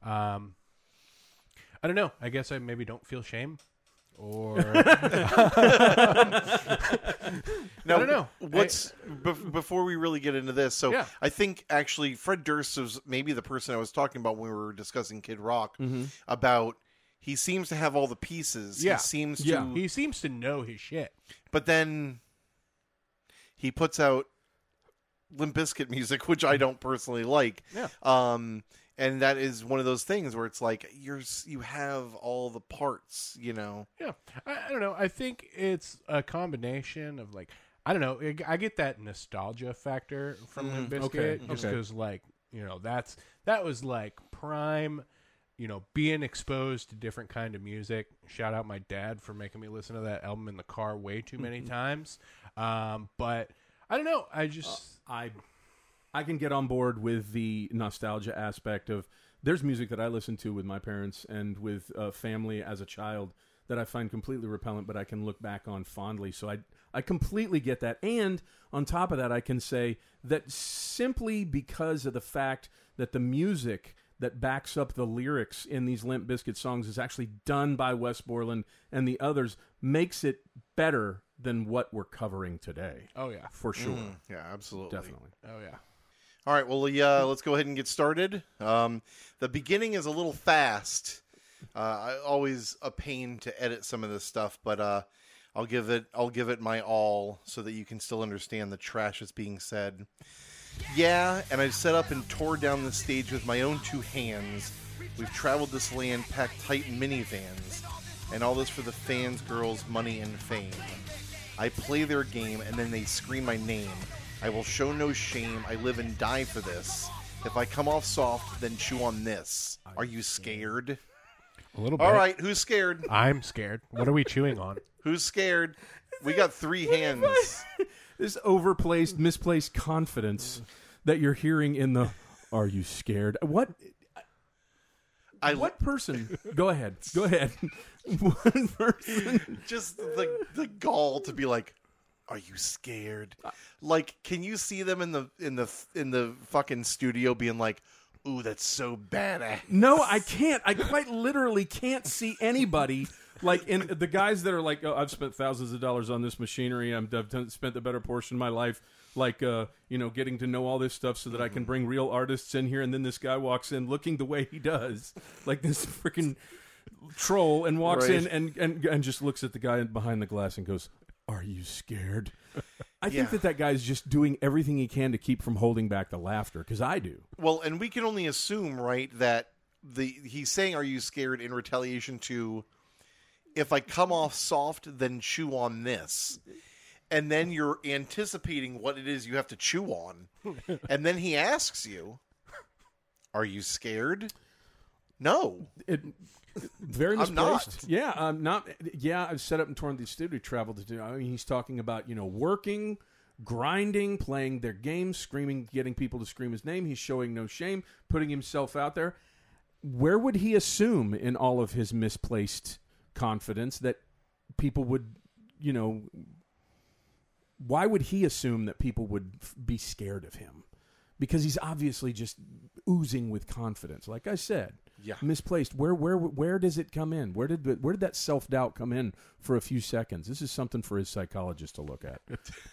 Speaker 1: Um, I don't know. I guess I maybe don't feel shame or
Speaker 3: Now,
Speaker 1: I don't know.
Speaker 3: What's bef- before we really get into this? So
Speaker 1: Yeah.
Speaker 3: I think actually Fred Durst was maybe the person I was talking about when we were discussing Kid Rock about he seems to have all the pieces.
Speaker 1: Mm-hmm. Yeah.
Speaker 3: He seems
Speaker 2: Yeah.
Speaker 3: to,
Speaker 1: he seems to know his shit.
Speaker 3: but then he puts out Limp Bizkit music, which I don't personally like.
Speaker 1: Yeah.
Speaker 3: Um, and that is one of those things where it's like you're s- you have all the parts, you know.
Speaker 1: Yeah, I, I don't know. I think it's a combination of like I don't know. I- I get that nostalgia factor from Limp Bizkit
Speaker 2: okay,
Speaker 1: just
Speaker 2: okay.
Speaker 1: because like you know that's that was like prime. You know, being exposed to different kind of music. Shout out my dad for making me listen to that album in the car way too many times. Um, but I don't know. I just
Speaker 2: I I can get on board with the nostalgia aspect of there's music that I listened to with my parents and with uh, family as a child that I find completely repellent, but I can look back on fondly. So I I completely get that, and on top of that, I can say that simply because of the fact that the music that backs up the lyrics in these Limp Bizkit songs is actually done by Wes Borland and the others makes it better than what we're covering today,
Speaker 1: oh yeah,
Speaker 2: for sure,
Speaker 3: Yeah, absolutely.
Speaker 2: definitely.
Speaker 1: oh yeah.
Speaker 3: All right, well, yeah, let's go ahead and get started. Um, the beginning is a little fast. Uh, I always a pain to edit some of this stuff, but uh, I'll give it I'll give it my all so that you can still understand the trash that's being said. Yeah, and I've set up and tore down the stage with my own two hands. We've traveled this land packed tight in minivans, and all this for the fans, girls, money, and fame. I play their game, and then they scream my name. I will show no shame. I live and die for this. If I come off soft, then chew on this. Are you scared?
Speaker 1: A little bit.
Speaker 3: All right, who's scared?
Speaker 1: I'm scared. What are we chewing on?
Speaker 3: Who's scared? We got three hands.
Speaker 2: this overplaced, misplaced confidence that you're hearing in the "Are you scared?" What
Speaker 3: I
Speaker 2: what person? Go ahead, go ahead. One person.
Speaker 3: just the the gall to be like, "Are you scared?" Like, can you see them in the in the in the fucking studio being like, "Ooh, that's so badass."
Speaker 2: No, I can't. I quite literally can't see anybody. Like in the guys that are like, oh, I've spent thousands of dollars on this machinery. I'm, I've done, spent the better portion of my life, like uh, you know, getting to know all this stuff so that I can bring real artists in here. And then this guy walks in looking the way he does, like this freaking troll, and walks
Speaker 3: Right.
Speaker 2: in and, and and just looks at the guy behind the glass and goes, "Are you scared?" I
Speaker 3: Yeah.
Speaker 2: think that that guy's just doing everything he can to keep from holding back the laughter because I do.
Speaker 3: Well, and we can only assume, right, that the he's saying, "Are you scared?" in retaliation to, "If I come off soft, then chew on this." And then you're anticipating what it is you have to chew on, and then he asks you, "Are you scared?" No.
Speaker 2: It very
Speaker 3: I'm
Speaker 2: misplaced.
Speaker 3: not.
Speaker 2: Yeah, I'm not. Yeah, I've set up and torn the studio travel to do. I mean, he's talking about you know working, grinding, playing their game, screaming, getting people to scream his name. He's showing no shame, putting himself out there. Where would he assume in all of his misplaced confidence that people would, you know, why would he assume that people would f- be scared of him? Because he's obviously just oozing with confidence. Like I said,
Speaker 3: Yeah.
Speaker 2: misplaced. Where where where does it come in? Where did the- where did that self doubt come in for a few seconds? This is something for his psychologist to look at.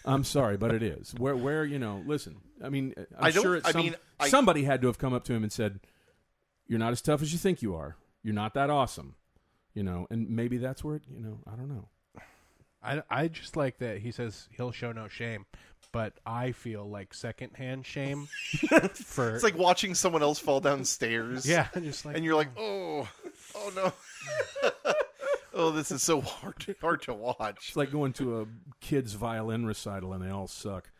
Speaker 2: I'm sorry, but it is. Where where you know? Listen, I mean, uh, I'm
Speaker 3: I don't-
Speaker 2: sure it's
Speaker 3: I
Speaker 2: some,
Speaker 3: mean, I-
Speaker 2: somebody had to have come up to him and said, "You're not as tough as you think you are. You're not that awesome." You know, and maybe that's where it. You know, I don't know.
Speaker 1: I, I just like that he says he'll show no shame, but I feel like secondhand shame for
Speaker 3: It's like watching someone else fall downstairs.
Speaker 1: yeah, just like
Speaker 3: And you're like, oh, oh no. oh, this is so hard to, hard to watch.
Speaker 2: It's like going to a kid's violin recital and they all suck.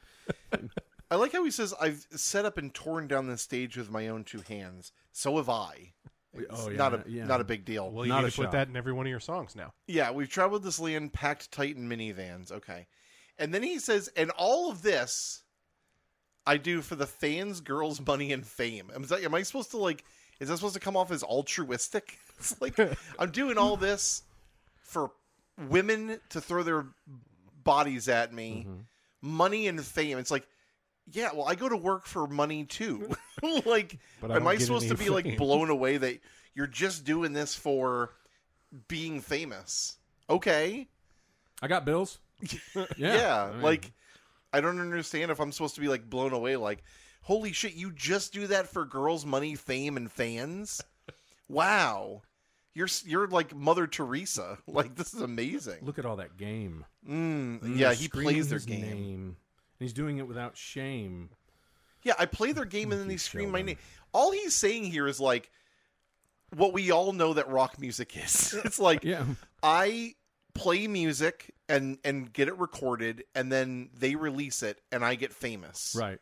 Speaker 3: I like how he says, I've set up and torn down the stage with my own two hands. So have I.
Speaker 2: Oh, yeah,
Speaker 3: not a
Speaker 2: yeah.
Speaker 3: not a big deal.
Speaker 1: well, you
Speaker 2: Not
Speaker 1: need
Speaker 2: a
Speaker 1: to put
Speaker 2: shock.
Speaker 1: that in every one of your songs now.
Speaker 3: yeah, we've traveled this land packed tight in minivans. Okay. And then he says, and all of this I do for the fans, girls, money, and fame. Am I, am I supposed to like, is that supposed to come off as altruistic? It's like, I'm doing all this for women to throw their bodies at me,
Speaker 1: Mm-hmm.
Speaker 3: money and fame. It's like, yeah, well, I go to work for money too. like,
Speaker 1: But I
Speaker 3: am
Speaker 1: don't
Speaker 3: I
Speaker 1: get
Speaker 3: supposed to
Speaker 1: any
Speaker 3: be like
Speaker 1: fame.
Speaker 3: blown away that you're just doing this for being famous? okay.
Speaker 2: I got bills. yeah,
Speaker 3: Yeah.
Speaker 2: I mean,
Speaker 3: like, I don't understand if I'm supposed to be like blown away, like, holy shit, you just do that for girls' money, fame, and fans? Wow. You're, s- you're like Mother Teresa. Like, this is amazing.
Speaker 2: look at all that game.
Speaker 3: Mm, yeah, he
Speaker 2: Screaming
Speaker 3: plays their
Speaker 2: his
Speaker 3: game.
Speaker 2: name. and he's doing it without shame.
Speaker 3: Yeah, I play their game and then they scream my
Speaker 2: children.
Speaker 3: name. All he's saying here is like what we all know that rock music is. It's like
Speaker 2: Yeah,
Speaker 3: I play music and and get it recorded and then they release it and I get famous.
Speaker 2: right.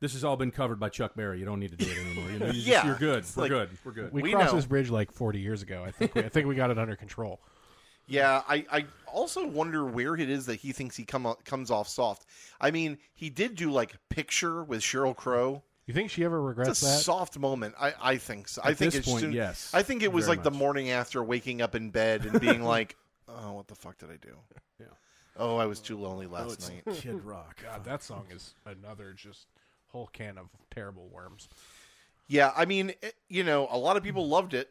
Speaker 2: This has all been covered by Chuck Berry. You don't need to do it anymore. You know, you just,
Speaker 3: Yeah,
Speaker 2: you're good.
Speaker 3: it's
Speaker 2: We're
Speaker 3: like-
Speaker 2: good. We're good.
Speaker 1: We,
Speaker 3: We
Speaker 1: crossed
Speaker 3: know.
Speaker 1: this bridge like 40 years ago. I think we, I think we got it under control.
Speaker 3: Yeah, I, I also wonder where it is that he thinks he come o- comes off soft. I mean, he did do like picture with Cheryl Crow.
Speaker 1: You think she ever regrets
Speaker 3: It's a
Speaker 1: that?
Speaker 3: soft moment. I, I think so. I think
Speaker 2: this
Speaker 3: it's
Speaker 2: point,
Speaker 3: soon-
Speaker 2: yes,
Speaker 3: I think it was
Speaker 2: very
Speaker 3: like the
Speaker 2: much.
Speaker 3: morning after waking up in bed and being like, "Oh, what the fuck did I do?"
Speaker 2: Yeah.
Speaker 3: Oh, I was too lonely last night.
Speaker 2: Kid Rock.
Speaker 1: God, that song is another just whole can of terrible worms.
Speaker 3: Yeah, I mean, it, you know, a lot of people loved it.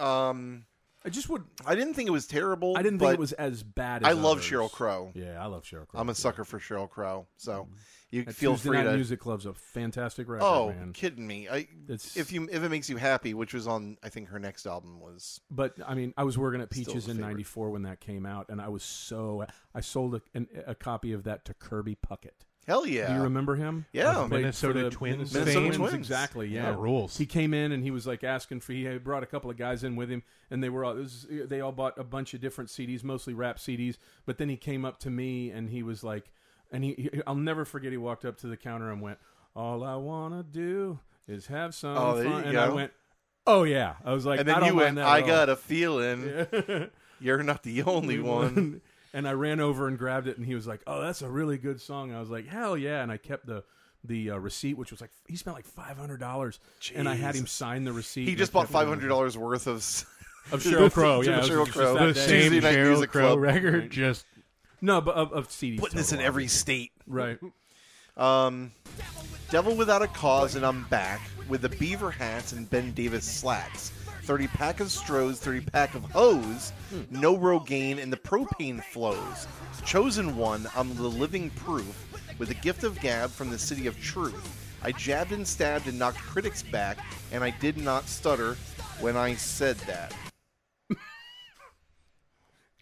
Speaker 3: Um,
Speaker 2: I just would.
Speaker 3: I didn't think it was terrible.
Speaker 2: I didn't
Speaker 3: but
Speaker 2: think it was as bad. as
Speaker 3: I love
Speaker 2: others.
Speaker 3: Cheryl Crow.
Speaker 2: Yeah, I love Cheryl Crow.
Speaker 3: I'm a sucker for Cheryl Crow, so you
Speaker 2: That
Speaker 3: feel
Speaker 2: Tuesday
Speaker 3: free
Speaker 2: Night
Speaker 3: to.
Speaker 2: Music Club's a fantastic record.
Speaker 3: oh,
Speaker 2: man.
Speaker 3: kidding me! I
Speaker 2: It's-
Speaker 3: if you if it makes you happy, which was on, I think her next album was.
Speaker 2: But I mean, I was working at
Speaker 3: Still
Speaker 2: Peaches
Speaker 3: the
Speaker 2: in
Speaker 3: favorite.
Speaker 2: '94 when that came out, and I was so I sold a, an, a copy of that to Kirby Puckett.
Speaker 3: Hell
Speaker 2: Do you
Speaker 3: yeah!
Speaker 2: remember him?
Speaker 3: Yeah. um,
Speaker 2: He played for
Speaker 1: Minnesota
Speaker 2: the
Speaker 1: Twins
Speaker 2: Minnesota
Speaker 3: Minnesota
Speaker 2: Twins,
Speaker 3: Twins.
Speaker 2: exactly. Yeah,
Speaker 1: Yeah, rules.
Speaker 2: He came in and he was like asking for. He had brought a couple of guys in with him, and they were all it was, they all bought a bunch of different CDs, mostly rap CDs. But then he came up to me and he was like, and he, he I'll never forget. He walked up to the counter and went, "All I wanna do is have some
Speaker 3: Oh, there
Speaker 2: fun."
Speaker 3: you
Speaker 2: and I
Speaker 3: go.
Speaker 2: went, "Oh yeah." I was like,
Speaker 3: and
Speaker 2: I
Speaker 3: then
Speaker 2: don't
Speaker 3: you
Speaker 2: mind
Speaker 3: went,
Speaker 2: that
Speaker 3: "I
Speaker 2: at all."
Speaker 3: got a feeling you're not the only
Speaker 2: We
Speaker 3: one."
Speaker 2: won. And I ran over and grabbed it, and he was like, "Oh, that's a really good song." I was like, "Hell yeah!" And I kept the the uh, receipt, which was like he spent like five hundred dollars, and I had him sign the receipt.
Speaker 3: He
Speaker 2: and I
Speaker 3: just bought
Speaker 2: kept it
Speaker 3: five hundred dollars worth of. s-
Speaker 2: of Cheryl Crow.
Speaker 3: to
Speaker 2: Yeah, it was
Speaker 3: Sheryl
Speaker 2: just
Speaker 3: Crow.
Speaker 2: that
Speaker 1: The
Speaker 2: day.
Speaker 1: same
Speaker 3: Tuesday Night
Speaker 1: Cheryl
Speaker 3: Music
Speaker 1: Crow
Speaker 3: Club.
Speaker 1: record, just
Speaker 2: No, but of, of CDs.
Speaker 3: Putting this in
Speaker 2: total,
Speaker 3: every state.
Speaker 2: right.
Speaker 3: Um, Devil Without a Cause, and I'm back with the beaver hats and Ben Davis slacks. 30 pack of strohs, 30 pack of hose, no Rogaine, and the propane flows. Chosen one, I'm the living proof with the gift of gab from the city of truth. I jabbed and stabbed and knocked critics back, and I did not stutter when I said that.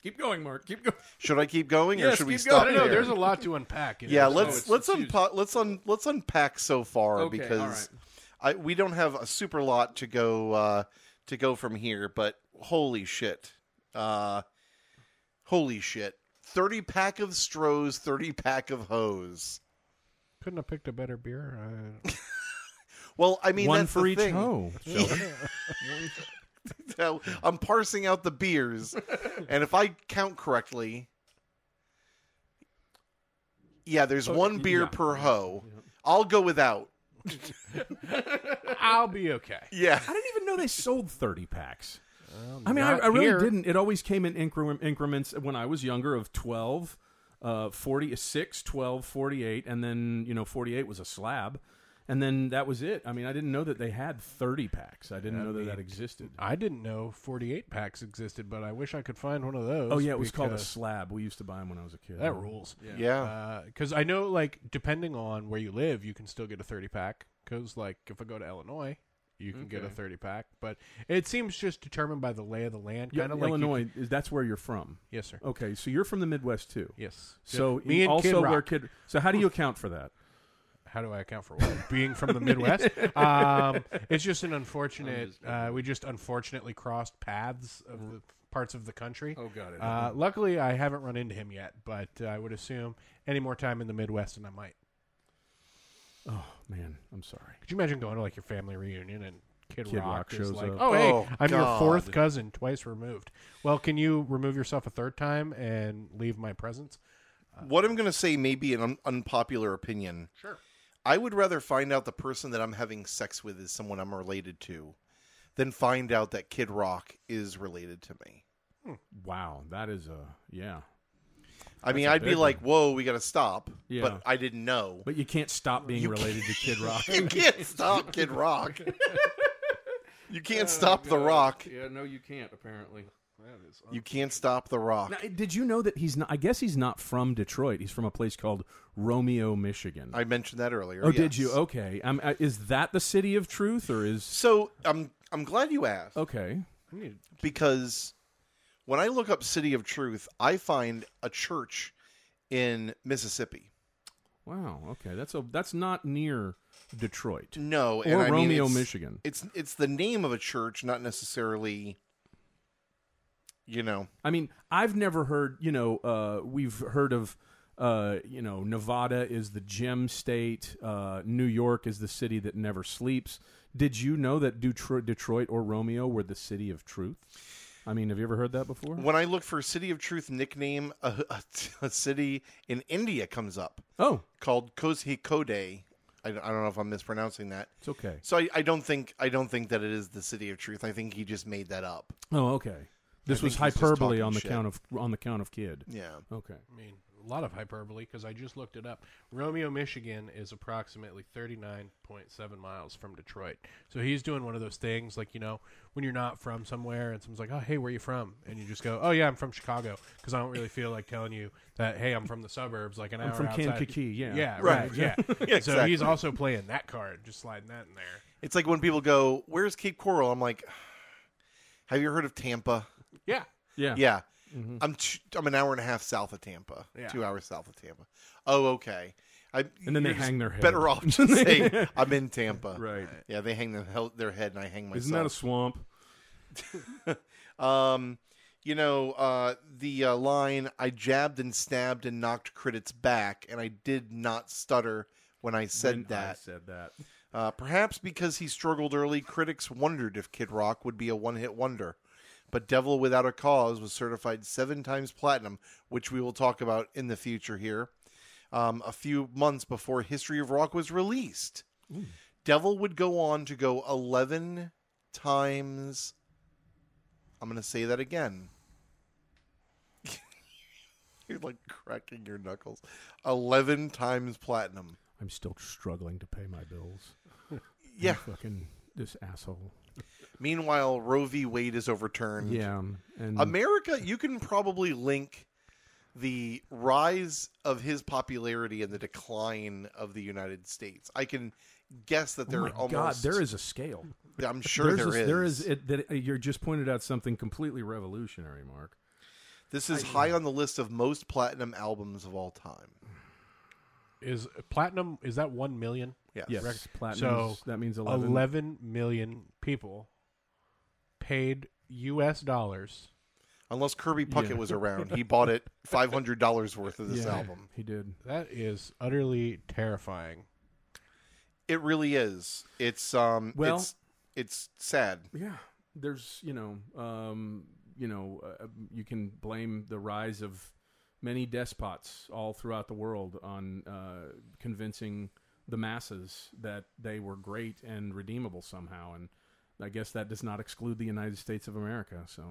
Speaker 2: Keep going, Mark. Keep going.
Speaker 3: Should I keep going, or
Speaker 2: Yes,
Speaker 3: should we
Speaker 2: keep
Speaker 3: stop
Speaker 1: I don't
Speaker 2: going.
Speaker 1: know.
Speaker 3: there?
Speaker 1: There's a lot to unpack. in
Speaker 3: Yeah,
Speaker 1: it, so
Speaker 3: let's
Speaker 1: it's-
Speaker 3: let's
Speaker 2: confusing.
Speaker 3: unpack let's un let's unpack so far
Speaker 2: Okay,
Speaker 3: because I we don't have a super lot to go uh to go from here, but holy shit. Uh holy shit. 30 pack of strohs, 30 pack of hose.
Speaker 1: couldn't have picked a better beer. I-
Speaker 3: Well, I mean
Speaker 2: One
Speaker 3: that's
Speaker 2: for
Speaker 3: the
Speaker 2: each
Speaker 3: thing.
Speaker 2: hoe.
Speaker 3: So, I'm parsing out the beers. and if I count correctly, yeah, there's one beer
Speaker 2: Oh, yeah.
Speaker 3: per hoe. I'll go without.
Speaker 1: I'll be okay.
Speaker 3: Yeah.
Speaker 2: I didn't even know they sold thirty packs. I mean, I, I really didn't. It always came in incre- increments when I was younger of 12, uh, 46, 12, 48, and then, you know, 48 was a slab. And then that was it. I mean, I didn't know that they had 30 packs. I didn't know that that existed.
Speaker 1: I didn't know 48 packs existed, but I wish I could find one of those.
Speaker 2: Oh, yeah, it was called a
Speaker 1: because
Speaker 2: slab. We used to buy them when I was a kid.
Speaker 1: That rules.
Speaker 3: Yeah.
Speaker 1: because I know like depending on where you live, you can still get a thirty pack. Because like if I go to Illinois, you can get a
Speaker 2: Okay.
Speaker 1: thirty pack, but it seems just determined by the lay of the land.
Speaker 2: Yeah,
Speaker 1: Kind of like you
Speaker 2: Illinois,
Speaker 1: can-
Speaker 2: is- that's where you're from.
Speaker 1: yes, sir.
Speaker 2: Okay, so you're from the Midwest, too.
Speaker 1: Yes.
Speaker 2: So
Speaker 1: me and
Speaker 2: also
Speaker 1: Kid Rock.
Speaker 2: where kid. So how do you account for that?
Speaker 1: How do I account for what? being from the Midwest? um, it's just an unfortunate. uh, we just unfortunately crossed paths of the parts of the country.
Speaker 2: got it.
Speaker 1: Uh, luckily, I haven't run into him yet, but uh, I would assume any more time in the Midwest, and I might.
Speaker 2: oh man, I'm sorry.
Speaker 1: Could you imagine going to like your family reunion and Kid,
Speaker 2: Kid
Speaker 1: Rock,
Speaker 2: Rock
Speaker 1: is
Speaker 2: shows
Speaker 1: like,
Speaker 2: up.
Speaker 1: "Oh, hey,
Speaker 3: Oh,
Speaker 1: I'm your
Speaker 3: God.
Speaker 1: fourth cousin, twice removed. Well, can you remove yourself a third time and leave my presence?"
Speaker 3: What I'm going to say may be an un- unpopular opinion.
Speaker 1: Sure.
Speaker 3: I would rather find out the person that I'm having sex with is someone I'm related to than find out that Kid Rock is related to me.
Speaker 2: Wow, that is a yeah.
Speaker 3: I mean,
Speaker 2: a
Speaker 3: I'd be
Speaker 2: big
Speaker 3: like, whoa, we got to stop.
Speaker 2: Yeah.
Speaker 3: But I didn't know.
Speaker 2: But you can't stop being
Speaker 3: You
Speaker 2: related to Kid Rock.
Speaker 3: you can't stop Kid Rock. you can't stop The Rock.
Speaker 2: Oh, Yeah, no, you can't. Apparently,
Speaker 1: that is.
Speaker 3: You can't stop the rock.
Speaker 2: Now, eh, did you know that he's not? I guess he's not from Detroit. He's from a place called Romeo, Michigan.
Speaker 3: I mentioned that earlier.
Speaker 2: oh, did you?
Speaker 3: yes.
Speaker 2: Okay. Um, uh, is that the city of truth, or is
Speaker 3: So I'm I'm glad you asked
Speaker 2: okay?
Speaker 1: I need
Speaker 3: because when I look up City of Truth, I find a church in Mississippi.
Speaker 2: Wow. Okay. That's a that's not near Detroit
Speaker 3: No,
Speaker 2: or
Speaker 3: and I mean,
Speaker 2: Romeo,
Speaker 3: it's-
Speaker 2: Michigan.
Speaker 3: It's it's the name of a church, not necessarily. You know,
Speaker 2: I mean, I've never heard. You know, uh, we've heard of. Uh, you know, Nevada is the gem state. Uh, New York is the city that never sleeps. Did you know that Detro- Detroit or Romeo were the city of truth? I mean, have you ever heard that before?
Speaker 3: when I look for City of Truth nickname, a, a, a city in India comes up
Speaker 2: Oh,
Speaker 3: called Kozhikode. I, don't- I don't know if I'm mispronouncing that.
Speaker 2: it's okay.
Speaker 3: So I, I don't think I don't think that it is the City of Truth. I think he just made that up.
Speaker 2: Oh, okay. This was
Speaker 3: think he's just
Speaker 2: hyperbole
Speaker 3: talking
Speaker 2: on the
Speaker 3: shit.
Speaker 2: count of on the count of kid.
Speaker 3: Yeah.
Speaker 2: Okay.
Speaker 1: I mean, a lot of hyperbole because I just looked it up. Romeo, Michigan is approximately 39.7 miles from Detroit. So he's doing one of those things like, you know, when you're not from somewhere and someone's like, oh, hey, where are you from? And you just go, oh, yeah, I'm from Chicago because I don't really feel like telling you that, hey, I'm from the suburbs, like an hour
Speaker 2: from
Speaker 1: outside.
Speaker 2: Kankakee, yeah.
Speaker 1: Yeah,
Speaker 3: Right,
Speaker 1: right. Yeah. So
Speaker 3: exactly.
Speaker 1: he's also playing that card, just sliding that in there.
Speaker 3: It's like when people go, "Where's Cape Coral?" I'm like, "Have you heard of Tampa?"
Speaker 1: Yeah.
Speaker 2: Yeah. Mm-hmm.
Speaker 3: Yeah, I'm t- I'm an hour and a half south of Tampa,
Speaker 1: Yeah.
Speaker 3: two hours south of Tampa. Oh, okay. I,
Speaker 2: And then they
Speaker 3: you're just
Speaker 2: hang their head.
Speaker 3: Better off just saying I'm in Tampa.
Speaker 2: Right.
Speaker 3: Yeah, they hang their hel- their head, and I hang myself.
Speaker 2: Isn't that a swamp?
Speaker 3: Um, you know, uh, the uh, line I jabbed and stabbed and knocked critics back, and I did not stutter when I said
Speaker 2: When I
Speaker 3: that.
Speaker 2: said that.
Speaker 3: Uh, perhaps because he struggled early, critics wondered if Kid Rock would be a one hit wonder. But Devil Without a Cause was certified seven times platinum, which we will talk about in the future here, um, a few months before History of Rock was released. Devil would go on to go 11 times. I'm going to say that again. You're like cracking your knuckles. 11 times platinum.
Speaker 2: I'm still struggling to pay my bills.
Speaker 3: Yeah.
Speaker 2: Fucking this asshole.
Speaker 3: Meanwhile, Roe v. Wade is overturned.
Speaker 2: Yeah. um, And
Speaker 3: America, you can probably link the rise of his popularity and the decline of the United States. I can guess that
Speaker 2: oh
Speaker 3: there
Speaker 2: my
Speaker 3: are almost.
Speaker 2: God, there is a scale.
Speaker 3: I'm sure
Speaker 2: There's
Speaker 3: there
Speaker 2: a-
Speaker 3: is.
Speaker 2: There is it, that uh, you just pointed out something completely revolutionary, Mark.
Speaker 3: This is high on the list of most platinum albums of all time.
Speaker 1: Is platinum, is that 1 million?
Speaker 3: Yes.
Speaker 2: Yes.
Speaker 1: Correct.
Speaker 2: Platinum.
Speaker 1: So,
Speaker 2: that means 11.
Speaker 1: 11 million people paid US dollars.
Speaker 3: Unless Kirby Puckett
Speaker 2: Yeah.
Speaker 3: was around, he bought it five hundred dollars worth of this
Speaker 2: Yeah,
Speaker 3: album.
Speaker 2: He did.
Speaker 1: That is utterly terrifying.
Speaker 3: It really is. It's um.
Speaker 2: Well-
Speaker 3: it's, it's sad.
Speaker 2: Yeah, there's you know, um, you know, uh, you can blame the rise of many despots all throughout the world on uh, convincing the masses that they were great and redeemable somehow, and I guess that does not exclude the United States of America. So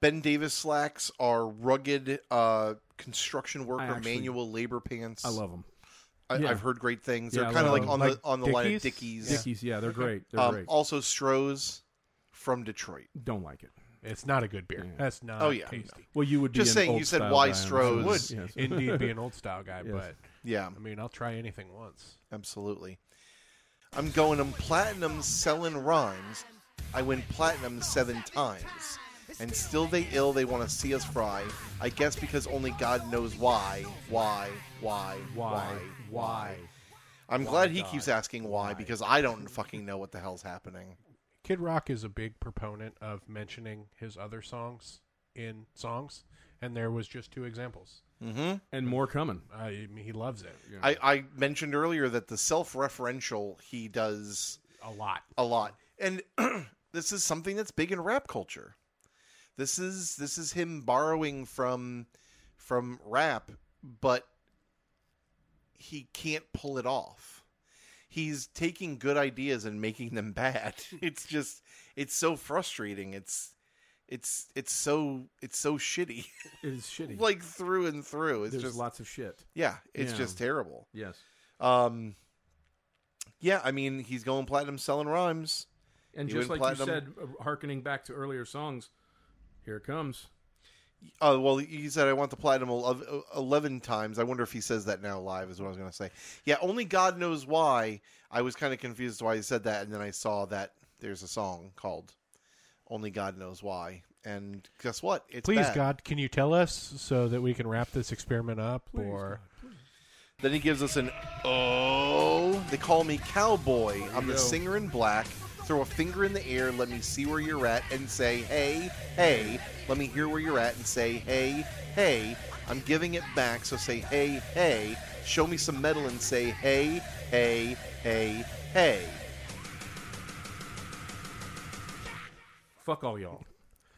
Speaker 3: Ben Davis slacks are rugged uh, construction worker
Speaker 2: actually-
Speaker 3: manual labor pants.
Speaker 2: I love them.
Speaker 3: I,
Speaker 2: yeah.
Speaker 3: I've heard great things.
Speaker 2: Yeah,
Speaker 3: They're
Speaker 2: I
Speaker 3: kind
Speaker 2: love
Speaker 3: of like
Speaker 2: them.
Speaker 3: on
Speaker 1: Like
Speaker 3: the on the line of
Speaker 1: Dickies?
Speaker 3: Dickies.
Speaker 2: Dickies, yeah, they're great. They're
Speaker 3: Um,
Speaker 2: great.
Speaker 3: also Stroh's from Detroit.
Speaker 2: Don't like it.
Speaker 1: It's not a good beer.
Speaker 2: Yeah.
Speaker 1: That's not
Speaker 3: Oh, yeah.
Speaker 1: tasty.
Speaker 2: Well, you would be
Speaker 3: Just
Speaker 2: an
Speaker 3: saying, you
Speaker 2: old
Speaker 3: said
Speaker 2: style
Speaker 3: why
Speaker 2: guy, I'm sure.
Speaker 3: Stroh's?
Speaker 1: Would
Speaker 2: Yes.
Speaker 1: indeed be an old style guy,
Speaker 2: Yes.
Speaker 1: but
Speaker 3: Yeah,
Speaker 1: I mean, I'll try anything once.
Speaker 3: absolutely. I'm going them platinum selling rhymes. I win platinum seven times. And still they ill, they want to see us fry. I guess because only God knows why, why, why, why, why. I'm glad he keeps asking why because I don't fucking know what the hell's happening.
Speaker 1: Kid Rock is a big proponent of mentioning his other songs in songs, and there was just two examples.
Speaker 2: And more coming.
Speaker 1: I mean, he loves it
Speaker 3: I, I mentioned earlier that the self-referential he does
Speaker 1: a lot.
Speaker 3: a lot, and this is something that's big in rap culture. This is this is him borrowing from from rap, but he can't pull it off. He's taking good ideas and making them bad. It's just it's so frustrating. It's it's it's so it's so shitty,
Speaker 2: It is shitty.
Speaker 3: like through and through. It's
Speaker 2: There's
Speaker 3: just
Speaker 2: lots of shit.
Speaker 3: yeah, it's
Speaker 2: Yeah.
Speaker 3: just terrible.
Speaker 2: Yes.
Speaker 3: Um, yeah, I mean, he's going platinum selling rhymes.
Speaker 2: And
Speaker 3: You
Speaker 2: just like
Speaker 3: win
Speaker 2: you
Speaker 3: platinum.
Speaker 2: said, uh, hearkening back to earlier songs, Here it comes.
Speaker 3: Uh, well, he said, I want the platinum ele- 11 times. I wonder if he says that now live, is what I was going to say. Yeah, only God knows why. I was kind of confused why he said that. And then I saw that there's a song called Only God Knows Why. And guess what? It's
Speaker 1: Please,
Speaker 3: bad.
Speaker 1: God, can you tell us so that we can wrap this experiment up? or
Speaker 3: Then he gives us an oh. They call me cowboy. I'm the singer in black. Throw a finger in the air. Let me see where you're at and say hey, hey. Let me hear where you're at and say hey, hey. I'm giving it back, so say hey, hey. Show me some metal and say hey, hey, hey, hey.
Speaker 2: Fuck all y'all.
Speaker 3: Oh,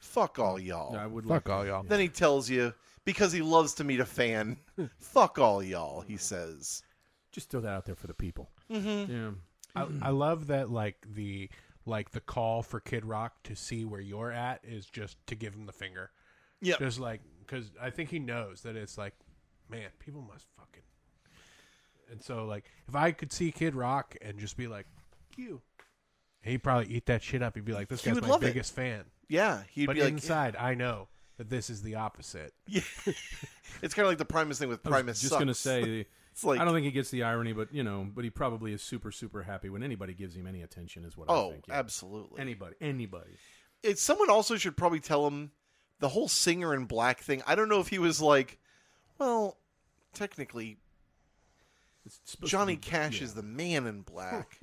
Speaker 3: Fuck all y'all.
Speaker 2: I would
Speaker 1: fuck
Speaker 2: like
Speaker 1: all y'all.
Speaker 3: Then he tells you because he loves to meet a fan. Fuck all y'all. He says.
Speaker 2: just throw that out there for the people. Mm-hmm. Yeah.
Speaker 1: I, I love that like the like the call for Kid Rock to see where you're at is just to give him the finger.
Speaker 3: Yep.
Speaker 1: Just like because I think he knows that it's like, man, people must fucking. And so like, if I could see Kid Rock and just be like, you, he'd probably eat that shit up. He'd be like, this
Speaker 3: He
Speaker 1: guy's
Speaker 3: would
Speaker 1: my
Speaker 3: love it.
Speaker 1: biggest fan.
Speaker 3: Yeah, he'd
Speaker 1: but
Speaker 3: be like,
Speaker 1: inside, I know that this is the opposite.
Speaker 3: Yeah, it's kind of like the Primus thing with
Speaker 2: I was
Speaker 3: Primus.
Speaker 2: just
Speaker 3: sucks.
Speaker 2: gonna say,
Speaker 3: it's like,
Speaker 2: I don't think he gets the irony, but you know, but he probably is super, super happy when anybody gives him any attention. Is what I
Speaker 3: oh,
Speaker 2: think. yeah.
Speaker 3: absolutely.
Speaker 2: Anybody, anybody.
Speaker 3: It's someone also should probably tell him the whole singer in black thing. I don't know if he was like, well, technically
Speaker 2: It's supposed to
Speaker 3: Johnny
Speaker 2: be-
Speaker 3: Cash
Speaker 2: yeah.
Speaker 3: is the man in black.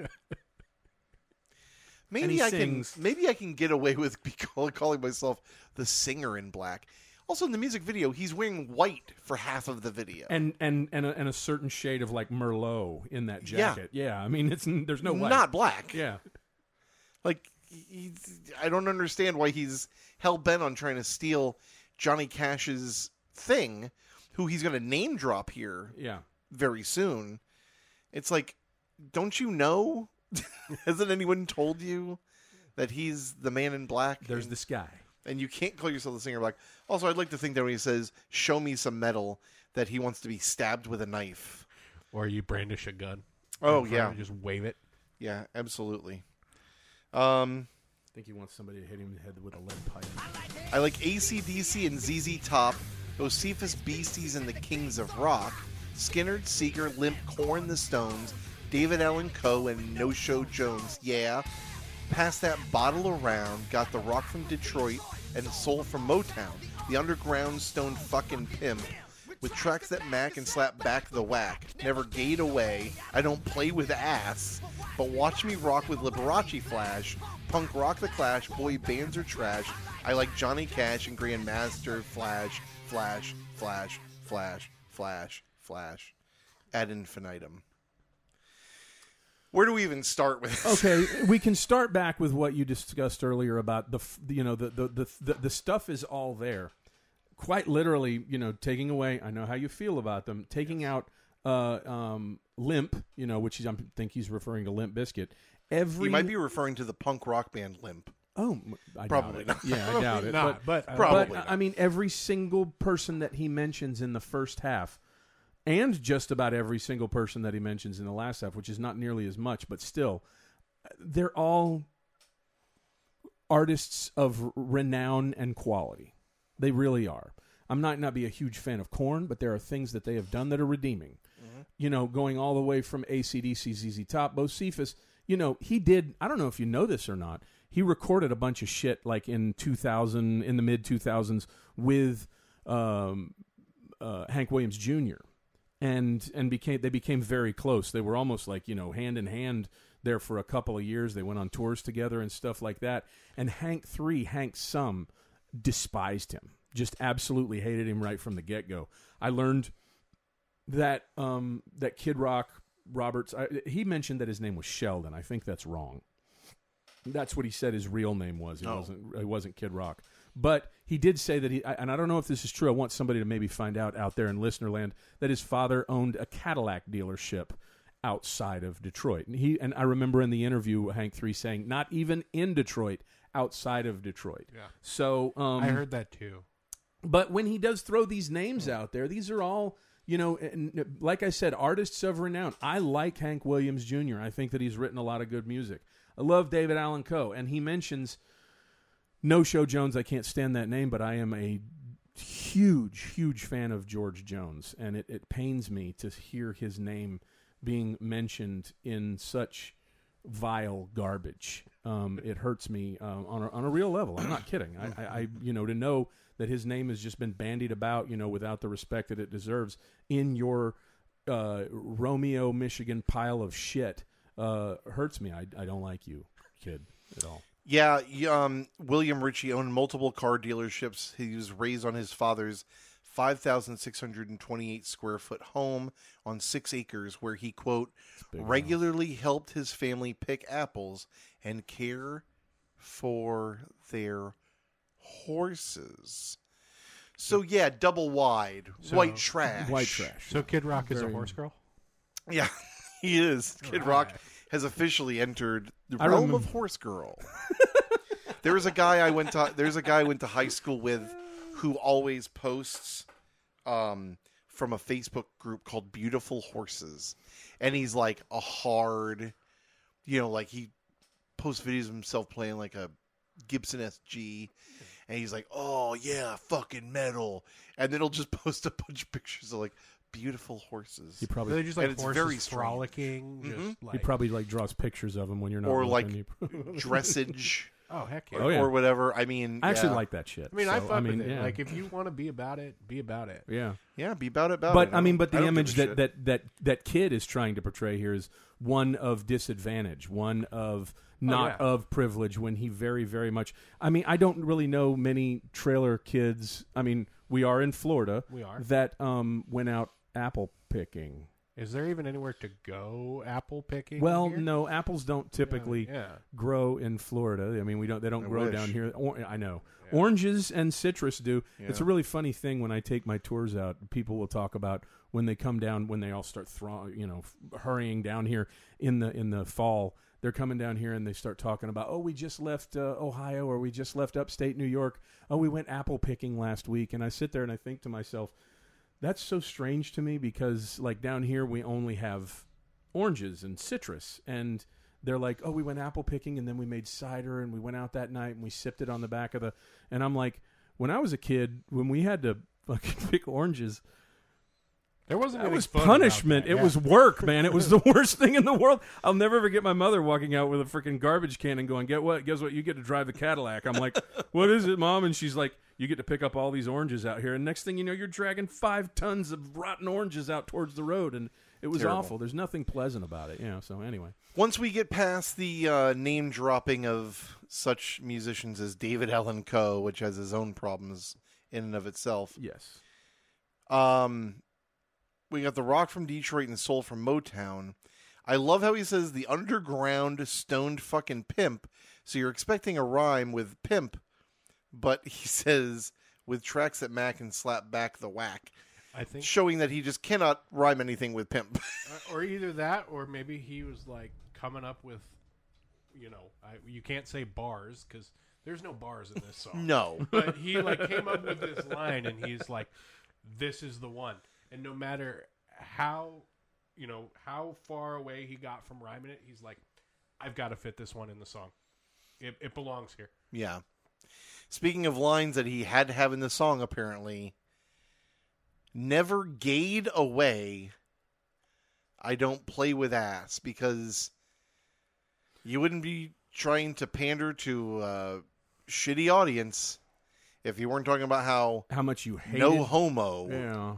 Speaker 3: Maybe
Speaker 2: he
Speaker 3: I
Speaker 2: sings.
Speaker 3: can maybe I can get away with be call, calling myself the singer in black. Also, in the music video, he's wearing white for half of the video.
Speaker 2: and and and a, and a certain shade of like Merlot in that
Speaker 3: Yeah.
Speaker 2: jacket. Yeah, I mean, it's n- there's no way.
Speaker 3: Not black.
Speaker 2: yeah.
Speaker 3: Like, he, I don't understand why he's hell bent on trying to steal Johnny Cash's thing, who he's going to name drop here
Speaker 2: Yeah.
Speaker 3: very soon. It's like, don't you know? Hasn't anyone told you that he's the man in black?
Speaker 2: There's
Speaker 3: and,
Speaker 2: this guy.
Speaker 3: and you can't call yourself the singer in black. Also, I'd like to think that when he says "show me some metal," that he wants to be stabbed with a knife.
Speaker 1: Or you brandish a gun.
Speaker 3: Oh
Speaker 1: And
Speaker 3: yeah,
Speaker 1: probably just wave it.
Speaker 3: yeah, absolutely. Um,
Speaker 2: I think he wants somebody to hit him in the head with a lead pipe.
Speaker 3: I like ACDC and ZZ Top, Josephus Beasties and the Kings of Rock, Skinner, Seeger, Limp, Corn, The Stones, David Allen Coe, and No Show Jones. Yeah. Pass that bottle around, got the rock from Detroit and soul from Motown, the underground stone fucking pimp. With tracks that mac and slap back the whack. Never gate away. I don't play with ass. But watch me rock with Liberace Flash, punk rock the clash, boy bands are trash. I like Johnny Cash and Grandmaster Flash, Flash, Flash, Flash, Flash, Flash, ad infinitum. Where do we even start with? this?
Speaker 2: Okay, we can start back with what you discussed earlier about the f- you know the the the, the, the stuff is all there. Quite literally, you know, taking away. I know how you feel about them. Taking out uh, um, limp, you know, which he's, I think he's referring to limp biscuit. Every
Speaker 3: You might be referring to the punk rock band Limp.
Speaker 2: Oh, m- I
Speaker 3: Probably
Speaker 2: doubt It. Yeah, I doubt it.
Speaker 1: Not,
Speaker 2: but,
Speaker 1: but, I
Speaker 3: Probably.
Speaker 2: but,
Speaker 3: not.
Speaker 2: I mean, every single person that he mentions in the first half, and just about every single person that he mentions in the last half, which is not nearly as much, but still, they're all artists of renown and quality. They really are. I might not be a huge fan of Korn, but there are things that they have done that are redeeming.
Speaker 3: Mm-hmm.
Speaker 2: You know, going all the way from ACDC, ZZ Top, Bo Cephas. You know, he did. I don't know if you know this or not. He recorded a bunch of shit like in 2000, in the mid 2000s, with um, uh, Hank Williams Jr. and and became they became very close. They were almost like you know hand in hand there for a couple of years. They went on tours together and stuff like that. And Hank Three, Hank Sum, despised him, just absolutely hated him right from the get go. I learned that um, that Kid Rock Roberts, I, he mentioned that his name was Sheldon. I think that's wrong. That's what he said his real name was. It
Speaker 3: Oh.
Speaker 2: wasn't. It wasn't Kid Rock. But he did say that he, I- and I don't know if this is true. I want somebody to maybe find out out there in listener land that his father owned a Cadillac dealership outside of Detroit. And he and I remember in the interview Hank Three saying, "Not even in Detroit, outside of Detroit."
Speaker 1: Yeah.
Speaker 2: So um,
Speaker 3: Mm-hmm.
Speaker 1: I heard that too.
Speaker 2: but when he does throw these names out there, these are all you know. and- and Like I said, artists of renown. I like Hank Williams Jr. I think that he's written a lot of good music. I love David Allen Coe, and he mentions No Show Jones, I can't stand that name, but I am a huge, huge fan of George Jones, and it, it pains me to hear his name being mentioned in such vile garbage. Um, it hurts me um, on a, on a real level. I'm not kidding. I, I, I you know to know that his name has just been bandied about, you know, without the respect that it deserves in your uh, Romeo, Michigan pile of shit uh, hurts me. I, I don't like you, kid, at all.
Speaker 3: Yeah, y- um, William Ritchie owned multiple car dealerships. He was raised on his father's 5,628 square foot home on six acres, where he, quote,
Speaker 2: big now.
Speaker 3: regularly helped his family pick apples and care for their horses. So, yeah, double wide,
Speaker 1: So-
Speaker 3: white trash.
Speaker 2: White trash.
Speaker 1: So Kid Rock is a
Speaker 2: Very-
Speaker 1: horse girl.
Speaker 3: Yeah, he is. Kid Rock
Speaker 1: Right.
Speaker 3: has officially entered the
Speaker 2: I
Speaker 3: realm of
Speaker 2: remember-
Speaker 3: horse girl. there was a guy I went to. There's a guy I went to high school with, who always posts, um, from a Facebook group called Beautiful Horses, and he's like a hard, you know, like he posts videos of himself playing like a Gibson SG. And he's like, "Oh yeah, fucking metal," and then he'll just post a bunch of pictures of like beautiful horses.
Speaker 2: He
Speaker 1: Are they
Speaker 2: probably
Speaker 1: just
Speaker 3: And
Speaker 1: like
Speaker 3: it's
Speaker 1: horses
Speaker 3: very strange.
Speaker 1: frolicking? Just
Speaker 2: he
Speaker 1: like,
Speaker 2: probably like draws pictures of him when you're not
Speaker 3: Or,
Speaker 2: looking.
Speaker 3: like,
Speaker 2: He probably-
Speaker 3: dressage
Speaker 1: oh heck yeah!
Speaker 2: Oh, yeah.
Speaker 3: or whatever. I mean,
Speaker 2: I actually
Speaker 3: yeah.
Speaker 2: like that shit.
Speaker 1: I mean,
Speaker 2: so,
Speaker 1: I fuck
Speaker 2: mean,
Speaker 1: with it.
Speaker 2: yeah.
Speaker 1: Like if you want to be about it, be about it.
Speaker 2: yeah.
Speaker 3: yeah, be about it, about it.
Speaker 2: But I mean, but the
Speaker 3: don't
Speaker 2: image
Speaker 3: give
Speaker 2: that,
Speaker 3: a
Speaker 2: that that that kid is trying to portray here is one of disadvantage, one of not
Speaker 1: Oh, yeah.
Speaker 2: of privilege. When he very very much, I mean, I don't really know many trailer kids. I mean, we are in Florida.
Speaker 1: We are.
Speaker 2: that um went out apple picking.
Speaker 1: Is there even anywhere to go apple picking?
Speaker 2: Well,
Speaker 1: here?
Speaker 2: no, apples don't typically
Speaker 1: Yeah.
Speaker 2: grow in Florida. I mean, we don't they don't
Speaker 3: I
Speaker 2: grow
Speaker 3: wish.
Speaker 2: down here. Or, I know oranges and citrus do. It's a really funny thing when I take my tours out. People will talk about when they come down when they all start throw you know f- hurrying down here in the in the fall. They're coming down here and they start talking about, oh, we just left uh, Ohio or we just left upstate New York. Oh, we went apple picking last week. And I sit there and I think to myself, that's so strange to me because like down here we only have oranges and citrus and they're like oh we went apple picking and then we made cider and we went out that night and we sipped it on the back of the and i'm like when i was a kid when we had to fucking pick oranges
Speaker 1: There wasn't.
Speaker 2: that
Speaker 1: any
Speaker 2: was
Speaker 1: fun about
Speaker 2: punishment
Speaker 1: that,
Speaker 2: it
Speaker 1: yeah.
Speaker 2: was work man it was the worst thing in the world i'll never forget my mother walking out with a freaking garbage can and going get what guess what you get to drive the cadillac i'm like what is it mom and she's like you get to pick up all these oranges out here and next thing you know you're dragging five tons of rotten oranges out towards the road and it was
Speaker 3: Terrible.
Speaker 2: awful there's nothing pleasant about it you know so anyway
Speaker 3: shit. Once we get past the uh, name dropping of such musicians as David Allen Coe, which has his own problems in and of itself,
Speaker 2: yes
Speaker 3: um, we got the rock from Detroit and soul from Motown. I love how he says the underground stoned fucking pimp. So you're expecting a rhyme with pimp, but he says with tracks at Mac and slap back the whack.
Speaker 1: I think, uh,
Speaker 3: showing that he just cannot rhyme anything with pimp.
Speaker 1: or either that, or maybe he was like coming up with, you know, I, you can't say bars because there's no bars in this song.
Speaker 3: no.
Speaker 1: but he like came up with this line and he's like this is the one and no matter how you know how far away he got from rhyming it he's like i've got to fit this one in the song it, it belongs here
Speaker 3: Yeah. Speaking of lines that he had to have in the song, apparently, never gade away. I don't play with ass because you wouldn't be trying to pander to a shitty audience if you weren't talking about how
Speaker 2: how much you hated
Speaker 3: no homo.
Speaker 2: yeah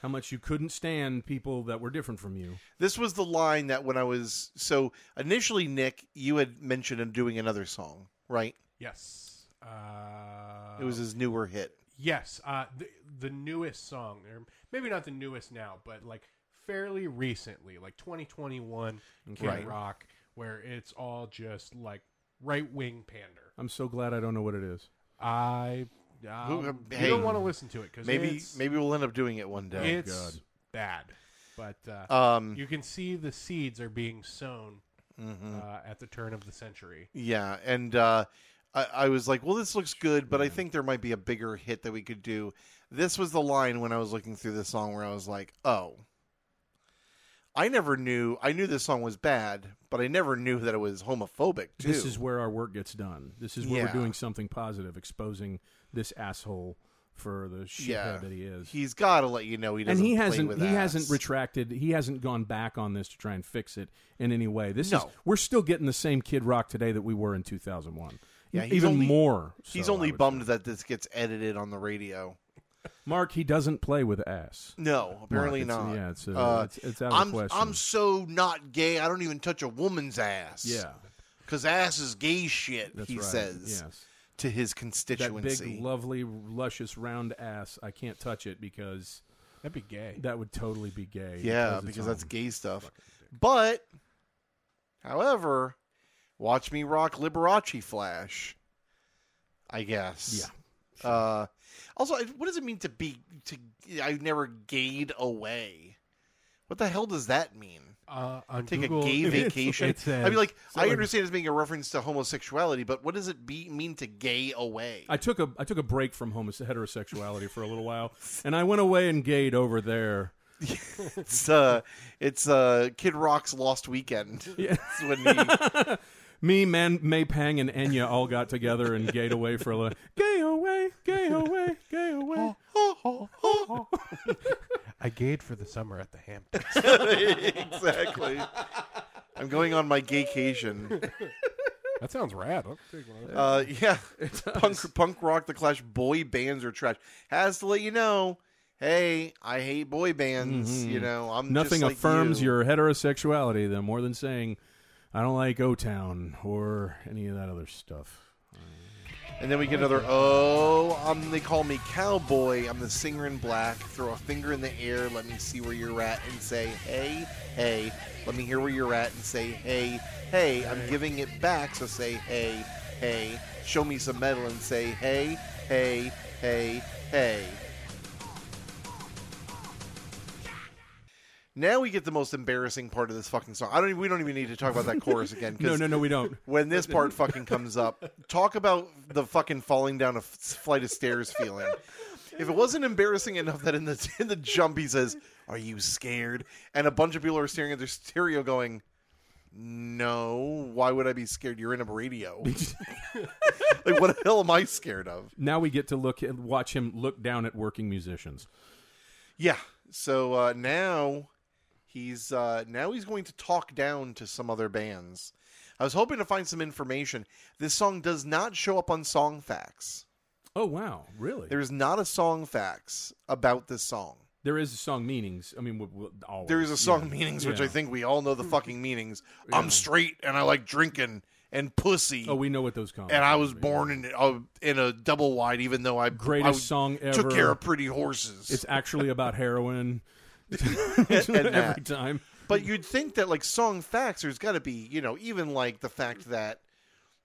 Speaker 2: how much you couldn't stand people that were different from you
Speaker 3: This was the line that when I was so initially, Nick, you had mentioned him doing another song, right?
Speaker 1: yes uh,
Speaker 3: It was his newer hit.
Speaker 1: yes uh, the, the newest song or maybe not the newest now but like fairly recently like 2021 kid
Speaker 3: Right.
Speaker 1: rock where it's all just like right wing pander
Speaker 2: i'm so glad i don't know what it is
Speaker 1: I
Speaker 3: Who-
Speaker 1: um,
Speaker 3: hey,
Speaker 1: you don't want to listen to it because
Speaker 3: Maybe
Speaker 1: it's,
Speaker 3: maybe we'll end up doing it one day.
Speaker 1: it's
Speaker 2: God.
Speaker 1: bad. But uh,
Speaker 3: um,
Speaker 1: you can see the seeds are being sown
Speaker 3: mhm.
Speaker 1: uh, at the turn of the century.
Speaker 3: yeah, and uh, I, I was like, well, this looks good, but I think there might be a bigger hit that we could do. This was the line when I was looking through this song where I was like, oh, I never knew. I knew this song was bad, but I never knew that it was homophobic too.
Speaker 2: This is where our work gets done. This is where
Speaker 3: Yeah.
Speaker 2: we're doing something positive, exposing this asshole for the shithead
Speaker 3: yeah,
Speaker 2: that he is.
Speaker 3: He's got to let you know he doesn't.
Speaker 2: and he
Speaker 3: play
Speaker 2: hasn't
Speaker 3: with
Speaker 2: he
Speaker 3: ass.
Speaker 2: hasn't retracted he hasn't gone back on this to try and fix it in any way this is
Speaker 3: No.
Speaker 2: we're still getting the same kid rock today that we were in 2001
Speaker 3: Yeah, he's
Speaker 2: E- even
Speaker 3: only-
Speaker 2: more
Speaker 3: He's
Speaker 2: so, I
Speaker 3: only
Speaker 2: would
Speaker 3: bummed that this gets edited on the radio.
Speaker 2: say. mark he doesn't play with ass
Speaker 3: No, apparently
Speaker 2: Mark, it's-
Speaker 3: not.
Speaker 2: yeah, it's, uh,
Speaker 3: Uh,
Speaker 2: it's it's out of
Speaker 3: I'm
Speaker 2: the question
Speaker 3: I'm so not gay. I don't even touch a woman's ass.
Speaker 2: yeah
Speaker 3: because ass is gay shit.
Speaker 2: that's
Speaker 3: he
Speaker 2: right.
Speaker 3: says
Speaker 2: yes
Speaker 3: to his
Speaker 2: that
Speaker 3: constituency.
Speaker 2: big lovely luscious round ass i can't touch it because
Speaker 1: That'd be gay.
Speaker 2: that would totally be gay
Speaker 3: Yeah,
Speaker 2: it's
Speaker 3: because that's
Speaker 2: on-
Speaker 3: gay stuff. But, however, watch me rock Liberace Flash. I guess. Yeah. Uh, also, I- what does it mean to be to? I never gayed away. What the hell does that mean?
Speaker 1: Uh, on
Speaker 3: Take
Speaker 1: Google,
Speaker 3: a gay
Speaker 1: it-
Speaker 3: vacation.
Speaker 1: it says-
Speaker 3: I mean, like
Speaker 1: so
Speaker 3: I
Speaker 1: it-
Speaker 3: understand it's being a reference to homosexuality, but what does it be mean to gay away?
Speaker 2: I took a I took a break from homo heterosexuality for a little while, and I went away and gayed over there.
Speaker 3: It's uh, it's uh, Kid Rock's Lost Weekend.
Speaker 2: Yeah.
Speaker 3: It's when he,
Speaker 2: Me, Man, May Pang, and Enya all got together and gayed away for a little. Gay away, gay away, gay
Speaker 3: Oh,
Speaker 2: away.
Speaker 1: I gayed for the summer at the Hamptons.
Speaker 3: exactly. I'm going on my gaycation.
Speaker 1: that sounds rad. I'll take one of those.
Speaker 3: Uh, yeah, punk punk rock, the Clash, boy bands are trash. Has to let you know. Hey, I hate boy bands. You know, I'm
Speaker 2: Mm-hmm. Nothing
Speaker 3: just like
Speaker 2: affirms
Speaker 3: you.
Speaker 2: your heterosexuality then more than saying, "I don't like O Town" or any of that other stuff.
Speaker 3: And then we get another. Oh, um, they call me cowboy. I'm the singer in black. Throw a finger in the air. Let me see where you're at, and say, hey, hey. Let me hear where you're at, and say, hey, hey. I'm giving it back, so say, hey, hey. Show me some metal, and say, hey, hey, hey, hey. Now we get the most embarrassing part of this fucking song. I don't. even- We don't even need to talk about that chorus again. 'cause
Speaker 2: No, no, no, we don't.
Speaker 3: when this part fucking comes up. Talk about the fucking falling down a f- flight of stairs feeling. If it wasn't embarrassing enough that in the in the jump he says, "Are you scared?" and a bunch of people are staring at their stereo going, "No, why would I be scared? You're in a radio. like what the hell am I scared of?"
Speaker 2: Now we get to look at, watch him look down at working musicians.
Speaker 3: Yeah. So uh, now he's uh, now he's going to talk down to some other bands. I was hoping to find some information. This song does not show up on Song Facts.
Speaker 2: Oh wow, really?
Speaker 3: There is not a song facts about this song.
Speaker 2: there is song meanings. I mean, w- w- always.
Speaker 3: There is a song
Speaker 2: yeah.
Speaker 3: meanings, which
Speaker 2: Yeah.
Speaker 3: I think we all know the fucking meanings. I'm straight and I like drinking and pussy.
Speaker 2: Oh, we know what those come.
Speaker 3: and I was born in a, in a double wide, even though I
Speaker 2: Greatest
Speaker 3: I
Speaker 2: song ever.
Speaker 3: Took care of pretty horses.
Speaker 2: It's actually about heroin.
Speaker 3: that.
Speaker 2: Every time.
Speaker 3: but you'd think that like song facts, there's got to be you know even like the fact that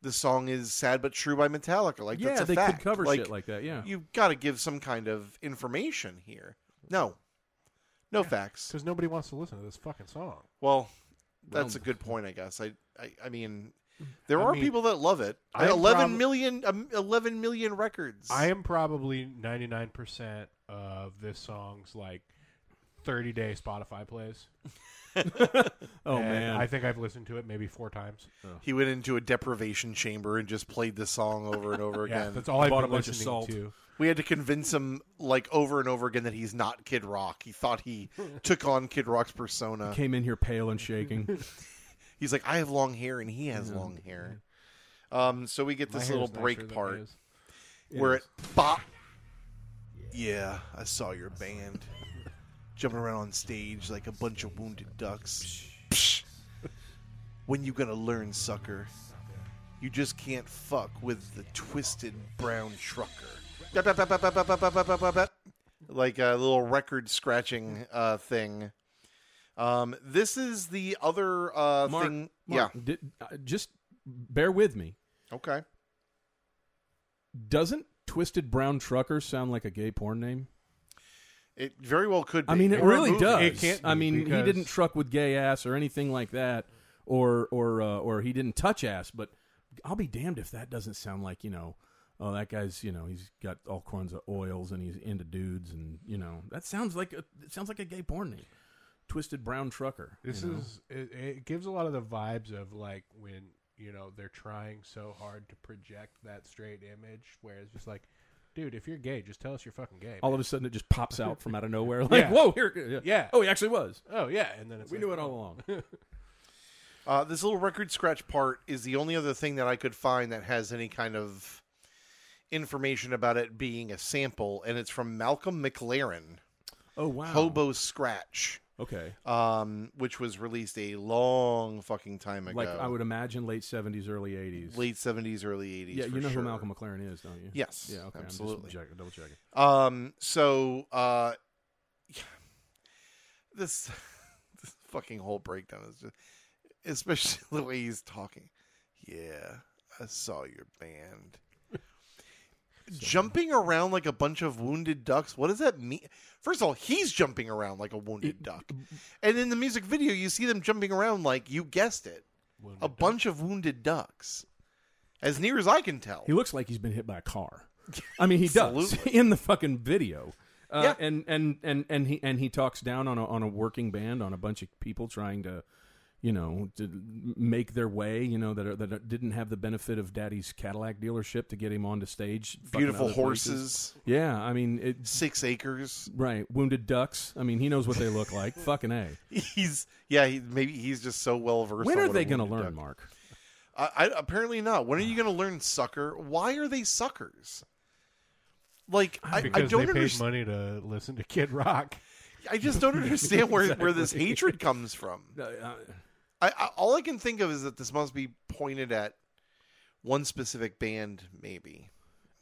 Speaker 3: the song is "Sad but True" by Metallica. Like that's
Speaker 2: Yeah,
Speaker 3: a
Speaker 2: they
Speaker 3: fact.
Speaker 2: could cover shit like that. Yeah.
Speaker 3: You've got to give some kind of information here. No, no facts.
Speaker 1: Because nobody wants to listen to this fucking song.
Speaker 3: Well,
Speaker 2: Well-
Speaker 3: that's a good point, I guess. I, I, I mean, there
Speaker 1: I
Speaker 3: are
Speaker 1: mean,
Speaker 3: people that love it.
Speaker 1: I'm
Speaker 3: Eleven
Speaker 1: prob-
Speaker 3: million, um, eleven million records.
Speaker 1: I am probably 99% of this song's like 30 day Spotify plays.
Speaker 2: oh
Speaker 1: And
Speaker 2: man.
Speaker 1: I think I've listened to it maybe four times.
Speaker 3: He went into a deprivation chamber and just played this song over and over
Speaker 1: Yeah,
Speaker 3: again.
Speaker 1: that's all I've
Speaker 2: Bought
Speaker 1: been
Speaker 2: a bunch of
Speaker 1: listening
Speaker 2: salt.
Speaker 1: to.
Speaker 3: we had to convince him, like over and over again, that he's not Kid Rock. He thought he took on Kid Rock's persona.
Speaker 2: Came in here pale and shaking.
Speaker 3: He's like, I have long hair and he has long hair. Um, so we get
Speaker 1: Mm-hmm. My
Speaker 3: this
Speaker 1: hair's
Speaker 3: little
Speaker 1: not
Speaker 3: break
Speaker 1: sure that
Speaker 3: part
Speaker 1: is.
Speaker 3: where it bop. Yeah, I saw your band jumping around on stage like a bunch of wounded ducks. Psh. When you gonna learn, sucker? You just can't fuck with the twisted brown trucker. Bap, bap, bap, bap, bap, bap, bap, bap, bap, bap, bap. Like a little record scratching uh, thing. Um, this is the other uh,
Speaker 2: Mark,
Speaker 3: thing.
Speaker 2: Mark, did, uh, just bear with me.
Speaker 3: Yeah. Okay.
Speaker 2: Doesn't Twisted Brown Trucker sound like a gay porn name?
Speaker 3: It very well could. Be.
Speaker 2: I mean, it
Speaker 1: Or a
Speaker 2: really
Speaker 1: movie.
Speaker 2: does.
Speaker 1: It can't
Speaker 2: I
Speaker 1: be,
Speaker 2: mean,
Speaker 1: because-
Speaker 2: he didn't truck with gay ass or anything like that, or or uh, or he didn't touch ass. But I'll be damned if that doesn't sound like you know, oh that guy's you know he's got all kinds of oils and he's into dudes and you know that sounds like a it sounds like a gay porn name. twisted brown trucker. you
Speaker 1: This
Speaker 2: know?
Speaker 1: is it, it gives a lot of the vibes of like when you know they're trying so hard to project that straight image, where it's just like, dude, if you're gay, just tell us you're fucking gay.
Speaker 2: all
Speaker 1: man.
Speaker 2: of a sudden it just pops out from out of nowhere. Like,
Speaker 1: Yeah.
Speaker 2: whoa, here, yeah.
Speaker 1: Yeah.
Speaker 2: Oh, he actually was.
Speaker 1: oh yeah, and then it's
Speaker 2: We
Speaker 1: like,
Speaker 2: knew it all along.
Speaker 3: Uh, this little record scratch part is the only other thing that I could find that has any kind of information about it being a sample, and it's from Malcolm McLaren,
Speaker 2: Oh wow.
Speaker 3: Hobo Scratch,
Speaker 2: Okay.
Speaker 3: um, which was released a long fucking time ago.
Speaker 2: Like I would imagine late seventies, early eighties.
Speaker 3: late 70s, early 80s.
Speaker 2: Yeah,
Speaker 3: for
Speaker 2: you know
Speaker 3: sure.
Speaker 2: who Malcolm McLaren is, don't you?
Speaker 3: Yes.
Speaker 2: Yeah. Okay. I'm
Speaker 3: Absolutely.
Speaker 2: just check- double checking.
Speaker 3: Um. So, uh, this, this fucking whole breakdown is just, especially the way he's talking. Yeah, I saw your band jumping around like a bunch of wounded ducks. What does that mean? First of all, he's jumping around like a wounded duck, and in the music video, you see them jumping around like you guessed it,
Speaker 1: Wounded
Speaker 3: a bunch of wounded ducks. As near as I can tell,
Speaker 2: He looks like he's been hit by a car. I mean, he does
Speaker 3: Absolutely.
Speaker 2: in the fucking video. Uh,
Speaker 3: Yeah.
Speaker 2: and, and and and he and he talks down on a on a working band on a bunch of people trying to, you know, to make their way. You know that are, that didn't have the benefit of Daddy's Cadillac dealership to get him onto stage. fucking
Speaker 3: beautiful
Speaker 2: other places.
Speaker 3: horses,
Speaker 2: Yeah, I mean, it's
Speaker 3: six acres.
Speaker 2: right. Wounded ducks. I mean, he knows what they look like. fucking a.
Speaker 3: he's yeah he, maybe he's just so well versed
Speaker 2: When
Speaker 3: on
Speaker 2: are
Speaker 3: what
Speaker 2: they
Speaker 3: a
Speaker 2: going to
Speaker 3: wounded
Speaker 2: learn,
Speaker 3: duck-
Speaker 2: Mark?
Speaker 3: I, I apparently not when are you going to learn sucker why are they suckers like i, I
Speaker 1: because
Speaker 3: don't
Speaker 1: they paid
Speaker 3: understand
Speaker 1: money to listen to Kid Rock.
Speaker 3: i just don't understand where, where this hatred comes from
Speaker 2: Uh,
Speaker 3: I, I all i can think of is that this must be pointed at one specific band maybe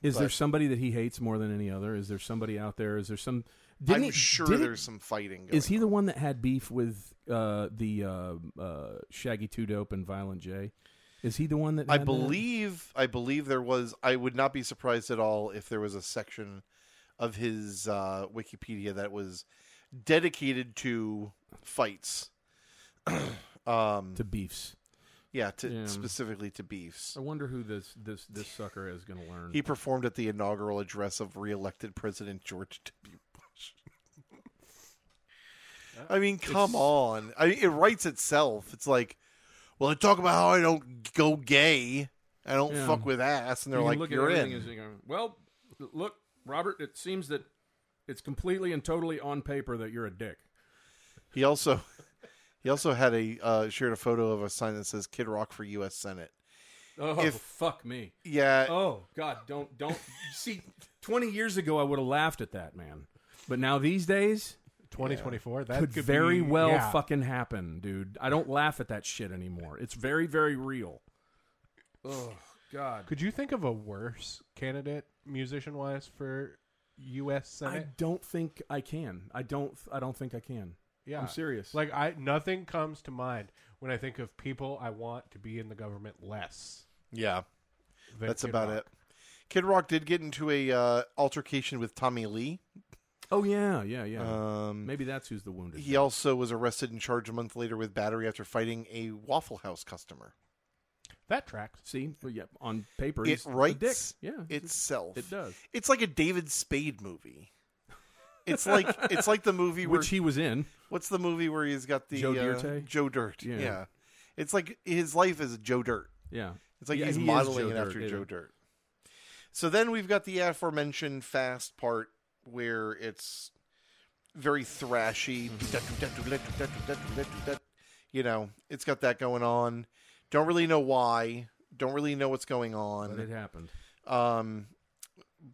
Speaker 2: Is there
Speaker 3: But-
Speaker 2: somebody that he hates more than any other? Is there somebody out there? Is there some? Didn't
Speaker 3: i'm
Speaker 2: he-
Speaker 3: sure
Speaker 2: didn't-
Speaker 3: there's some fighting going
Speaker 2: Is he the one that had beef with uh, the uh, uh, Shaggy Two Dope and Violent J? Is he the one that
Speaker 3: I
Speaker 2: had that?
Speaker 3: believe I believe there was I would not be surprised at all if there was a section of his uh, Wikipedia that was dedicated to fights. um
Speaker 2: to beefs?
Speaker 3: yeah, to
Speaker 2: Yeah.
Speaker 3: specifically to beefs.
Speaker 2: I wonder who this this this sucker is going to learn.
Speaker 3: He performed at the inaugural address of reelected President George W. Bush. I mean, come on. I, it writes itself. It's like, well, I talk about how I don't go gay. I don't
Speaker 2: Yeah.
Speaker 3: fuck with ass. And they're like, you're in.
Speaker 2: well, look, Robert. It seems that it's completely and totally on paper that you're a dick.
Speaker 3: He also he also had a uh, shared a photo of a sign that says "Kid Rock for U.S. Senate."
Speaker 2: Oh
Speaker 3: If-
Speaker 2: fuck me.
Speaker 3: Yeah,
Speaker 2: Oh God, don't don't see. Twenty years ago, I would have laughed at that man, but now these days,
Speaker 1: Twenty twenty four. That
Speaker 2: could,
Speaker 1: could
Speaker 2: very
Speaker 1: be-
Speaker 2: well
Speaker 1: yeah.
Speaker 2: fucking happen, dude. I don't laugh at that shit anymore. It's very very real. Oh God,
Speaker 1: Could you think of a worse candidate musician wise for U.S.
Speaker 2: I
Speaker 1: Senate?
Speaker 2: don't think I can. I don't. I don't think I can.
Speaker 1: yeah,
Speaker 2: I'm serious.
Speaker 1: Like I, nothing comes to mind when I think of people I want to be in the government less.
Speaker 3: yeah,
Speaker 1: than
Speaker 3: that's
Speaker 1: Kid
Speaker 3: about
Speaker 1: Rock.
Speaker 3: it. Kid Rock did get into a uh, altercation with Tommy Lee.
Speaker 2: oh yeah, yeah, yeah.
Speaker 3: Um,
Speaker 2: Maybe that's who's the wounded.
Speaker 3: he also was arrested and charged a month later with battery after fighting a Waffle House customer
Speaker 1: That tracks.
Speaker 2: See, well, yeah, on paper,
Speaker 3: It
Speaker 2: he's a
Speaker 3: writes
Speaker 2: dick. Yeah,
Speaker 3: itself.
Speaker 2: it does.
Speaker 3: It's like a David Spade movie. It's like it's like the movie where
Speaker 2: Which he was in.
Speaker 3: what's the movie where he's got the
Speaker 2: Joe
Speaker 3: uh,
Speaker 2: Dirt?
Speaker 3: Joe Dirt.
Speaker 2: Yeah.
Speaker 3: Yeah. it's like his life is Joe Dirt.
Speaker 2: Yeah.
Speaker 3: It's like
Speaker 2: Yeah,
Speaker 3: he's
Speaker 2: he is
Speaker 3: modeling
Speaker 2: Joe
Speaker 3: it
Speaker 2: Dirt,
Speaker 3: after
Speaker 2: yeah.
Speaker 3: Joe Dirt. So then we've got the aforementioned fast part where it's very thrashy. You know, it's got that going on. Don't really know why. Don't really know what's going
Speaker 2: But it
Speaker 3: on.
Speaker 2: happened.
Speaker 3: Um,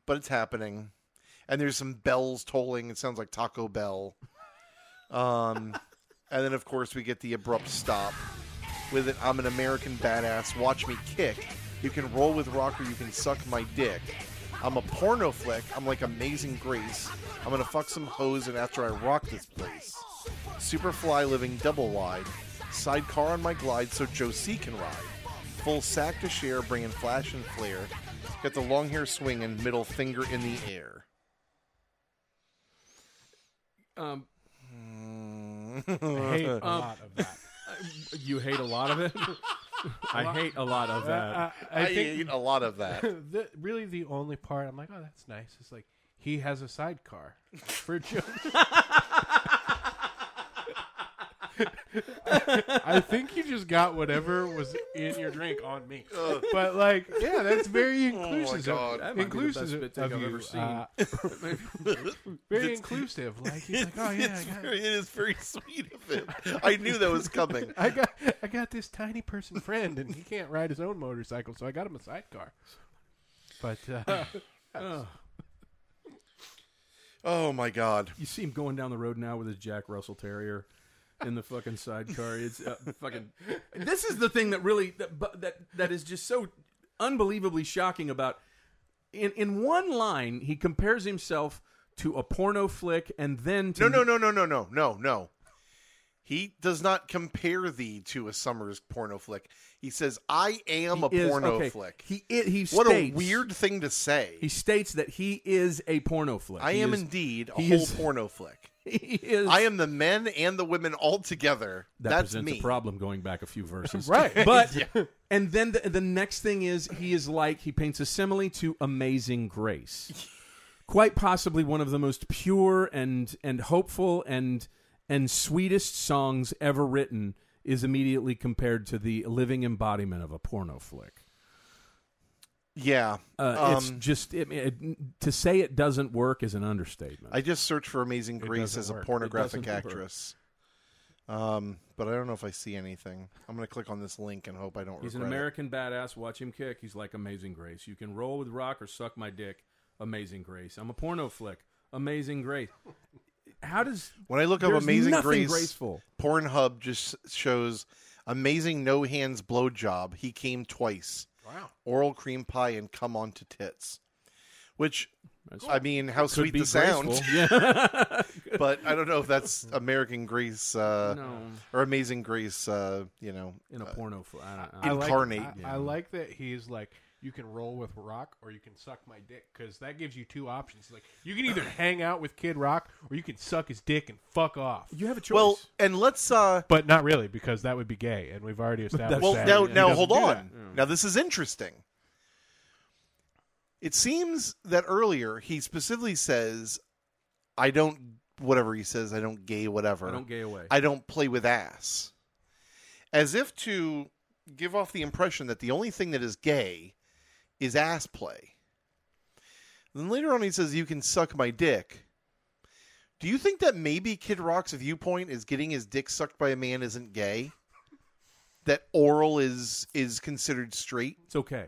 Speaker 3: but it's happening. And there's some bells tolling. It sounds like Taco Bell. Um, and then, of course, we get the abrupt stop with it. I'm an American badass. Watch me kick. You can roll with rock or you can suck my dick. I'm a porno flick. I'm like Amazing Grace. I'm gonna fuck some hoes and after I rock this place. Superfly living double wide. Sidecar on my glide so Josie can ride. Full sack to share, bringing flash and flare. Got the long hair swinging, middle finger in the air.
Speaker 2: Um,
Speaker 1: I hate a lot of that.
Speaker 2: you hate a lot of it. I hate a lot of that.
Speaker 1: Uh, I,
Speaker 3: I,
Speaker 1: think
Speaker 3: ate a lot of that.
Speaker 1: the, really the only part I'm like, oh, that's nice. It's like he has a sidecar for Joe. I think you just got whatever was in your drink on me. But like, yeah, that's very inclusive.
Speaker 3: God.
Speaker 2: That might be the
Speaker 1: Oh inclusive
Speaker 2: best bit take
Speaker 1: of
Speaker 2: I've
Speaker 1: you.
Speaker 2: ever seen.
Speaker 1: uh, very inclusive. Like he's like, oh yeah, I
Speaker 3: It's
Speaker 1: got,
Speaker 3: very, it is very sweet of him. I knew that was coming.
Speaker 1: I got, I got this tiny person friend, and he can't ride his own motorcycle, so I got him a sidecar. But uh,
Speaker 3: Oh my god.
Speaker 2: You see him going down the road now with his Jack Russell Terrier in the fucking sidecar. It's uh, fucking. This is the thing that really that bu- that that is just so unbelievably shocking about. In in one line, he compares himself to a porno flick, and then to
Speaker 3: No, no, no, no, no, no, no, no. He does not compare thee to a Summers porno flick. He says, "I am a
Speaker 2: He is-
Speaker 3: porno
Speaker 2: okay,
Speaker 3: flick."
Speaker 2: He it, he
Speaker 3: what a
Speaker 2: states-
Speaker 3: weird thing to say.
Speaker 2: He states that he is a porno flick.
Speaker 3: I
Speaker 2: He
Speaker 3: am
Speaker 2: is-
Speaker 3: indeed a
Speaker 2: he
Speaker 3: whole
Speaker 2: is-
Speaker 3: porno flick.
Speaker 2: He is.
Speaker 3: I am the men and the women all together.
Speaker 2: that
Speaker 3: That's
Speaker 2: presents
Speaker 3: me.
Speaker 2: a problem going back a few verses.
Speaker 1: Right.
Speaker 2: But and then the, the next thing is he is like he paints a simile to Amazing Grace. Quite possibly one of the most pure and and hopeful and and sweetest songs ever written is immediately compared to the living embodiment of a porno flick.
Speaker 3: Yeah.
Speaker 2: Uh, it's
Speaker 3: Um,
Speaker 2: just it, it- to say it doesn't work is an understatement.
Speaker 3: I just searched for Amazing Grace
Speaker 1: doesn't
Speaker 3: as a
Speaker 1: work. It
Speaker 3: pornographic
Speaker 2: doesn't work.
Speaker 3: actress. Um, but I don't know if I see anything. I'm gonna click on this link and hope I don't.
Speaker 2: He's an
Speaker 3: regret it.
Speaker 2: American badass. Watch him kick. He's like Amazing Grace. You can roll with rock or suck my dick. Amazing Grace. I'm a porno flick. Amazing Grace. How does
Speaker 3: When I look up
Speaker 2: There's
Speaker 3: Amazing
Speaker 2: nothing
Speaker 3: Grace,
Speaker 2: graceful.
Speaker 3: Pornhub just shows amazing no hands blowjob. He came twice.
Speaker 1: wow,
Speaker 3: Oral cream pie and come on to tits. Which I mean, how
Speaker 2: could
Speaker 3: sweet
Speaker 2: be
Speaker 3: the sound,
Speaker 2: graceful? Yeah.
Speaker 3: but I don't know if that's American Grace uh,
Speaker 2: No.
Speaker 3: or Amazing Grace. Uh, you know,
Speaker 2: In a porno flick. I don't, I
Speaker 1: I
Speaker 2: don't-
Speaker 1: like,
Speaker 3: Incarnate.
Speaker 1: I, I like that he's like. You can roll with Rock, or you can suck my dick, because that gives you two options. Like you can either hang out with Kid Rock, or you can suck his dick and fuck off.
Speaker 2: you have a choice.
Speaker 3: well, and let's uh,
Speaker 1: But not really, because that would be gay, and we've already established
Speaker 3: Well,
Speaker 1: that.
Speaker 3: now,
Speaker 1: He
Speaker 3: now
Speaker 1: doesn't
Speaker 3: hold
Speaker 1: do
Speaker 3: on.
Speaker 1: that.
Speaker 3: Now this is interesting. It seems that earlier he specifically says, "I don't whatever he says. I don't gay whatever.
Speaker 2: I don't gay away.
Speaker 3: I don't play with ass." As if to give off the impression that the only thing that is gay is ass play. Then later on he says, "You can suck my dick." Do you think that maybe Kid Rock's viewpoint is getting his dick sucked by a man isn't gay? that oral is is considered straight
Speaker 2: it's okay.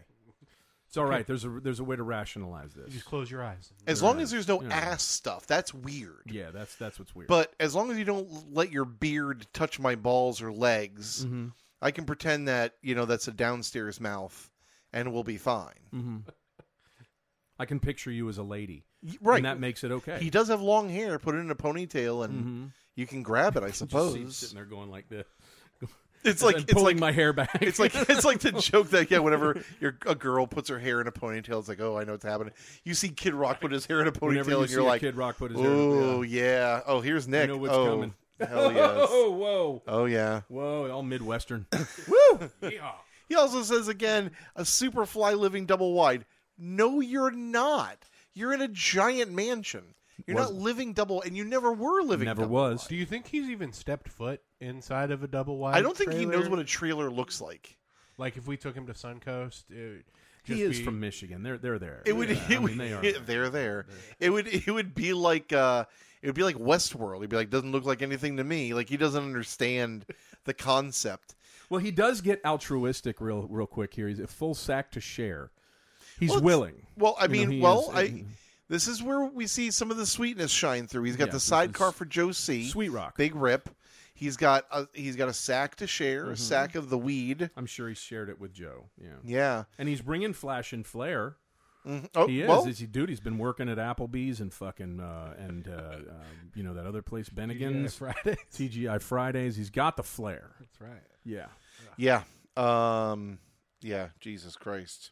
Speaker 2: It's all right. There's a there's a way to rationalize
Speaker 1: You
Speaker 2: this.
Speaker 1: just close your eyes.
Speaker 3: as long as there's no
Speaker 2: Yeah.
Speaker 3: ass stuff that's weird
Speaker 2: Yeah, that's that's what's weird.
Speaker 3: but as long as you don't let your beard touch my balls or legs
Speaker 2: Mhm.
Speaker 3: i can pretend that you know that's a downstairs mouth and we'll be fine
Speaker 2: Mm. I can picture you as a lady,
Speaker 3: Y- right
Speaker 2: And that makes it okay.
Speaker 3: he does have long hair put it in a ponytail and you can grab it i
Speaker 2: Mm-hmm. Just see him sitting
Speaker 3: suppose
Speaker 2: there going like this,
Speaker 3: it's like
Speaker 2: and
Speaker 3: it's
Speaker 2: pulling
Speaker 3: like
Speaker 2: my hair back.
Speaker 3: it's like it's like the joke that yeah, whenever your a girl puts her hair in a ponytail, it's like oh, I know what's happening. You see Kid Rock put his hair in a ponytail,
Speaker 2: whenever you
Speaker 3: and
Speaker 2: see
Speaker 3: you're
Speaker 2: a
Speaker 3: like,
Speaker 2: Kid Rock put his hair. in a- yeah.
Speaker 3: Oh yeah. Oh, here's Nick.
Speaker 2: know what's
Speaker 3: oh,
Speaker 2: coming.
Speaker 3: Hell yes.
Speaker 2: Oh, whoa.
Speaker 3: oh yeah.
Speaker 2: Whoa, all Midwestern.
Speaker 1: Yeehaw.
Speaker 3: He also says again, a super fly living double wide. No, you're not. You're in a giant mansion. You're not living double, and you never were living.
Speaker 2: Never
Speaker 3: double
Speaker 2: was.
Speaker 1: Do you think he's even stepped foot inside of a double wide?
Speaker 3: wide. I don't think he knows
Speaker 1: trailer?
Speaker 3: what a trailer looks like.
Speaker 1: Like if we took him to Suncoast, it would just
Speaker 2: He is
Speaker 1: be-
Speaker 2: from Michigan. They're they're there.
Speaker 3: It would.
Speaker 2: Yeah, I
Speaker 3: it would
Speaker 2: mean, they are.
Speaker 3: they're there. It would. It would be like. Uh, it would be like Westworld. He'd be like, doesn't look like anything to me. Like he doesn't understand the concept.
Speaker 2: Well, he does get altruistic real real quick here. He's a full sack to share. He's
Speaker 3: Well, it's-
Speaker 2: willing.
Speaker 3: Well, I
Speaker 2: You know,
Speaker 3: mean,
Speaker 2: he
Speaker 3: well,
Speaker 2: is-
Speaker 3: I. This is where we see some of the sweetness shine through. He's got
Speaker 2: Yeah,
Speaker 3: the
Speaker 2: this
Speaker 3: sidecar
Speaker 2: is
Speaker 3: for Joe C.
Speaker 2: Sweet Rock.
Speaker 3: Big rip. He's got a he's got a sack to share,
Speaker 2: Mm-hmm.
Speaker 3: a sack of the weed.
Speaker 2: I'm sure he shared it with Joe. Yeah.
Speaker 3: Yeah.
Speaker 2: And he's bringing flash and flair.
Speaker 3: Mhm. Oh,
Speaker 2: He is.
Speaker 3: well,
Speaker 2: Is he, dude, he's been working at Applebee's and fucking uh, and uh, uh, you know that other place,
Speaker 1: Yeah,
Speaker 2: Bennigan's,
Speaker 1: Friday.
Speaker 2: TGI Fridays. He's got the flair.
Speaker 1: That's right.
Speaker 2: Yeah.
Speaker 3: yeah. Um yeah, Jesus Christ.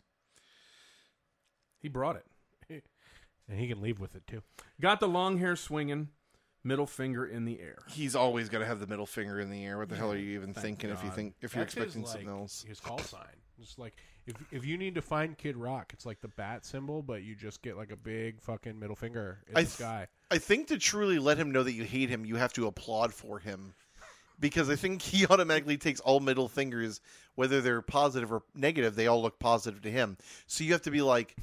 Speaker 2: He brought it.
Speaker 1: And he can leave with it too.
Speaker 2: Got the long hair swinging, middle finger in the air.
Speaker 3: He's always got to have the middle finger in the air. What the hell are you even thinking if you
Speaker 2: God.
Speaker 3: think if you're
Speaker 1: That's
Speaker 3: expecting
Speaker 1: his,
Speaker 3: something
Speaker 1: like,
Speaker 3: else?
Speaker 1: His call sign. It's like if if you need to find Kid Rock, it's like the bat symbol, but you just get like a big fucking middle finger in
Speaker 3: I
Speaker 1: the
Speaker 3: th-
Speaker 1: sky.
Speaker 3: I think to truly let him know that you hate him, you have to applaud for him because I think he automatically takes all middle fingers, whether they're positive or negative. They all look positive to him. So you have to be like,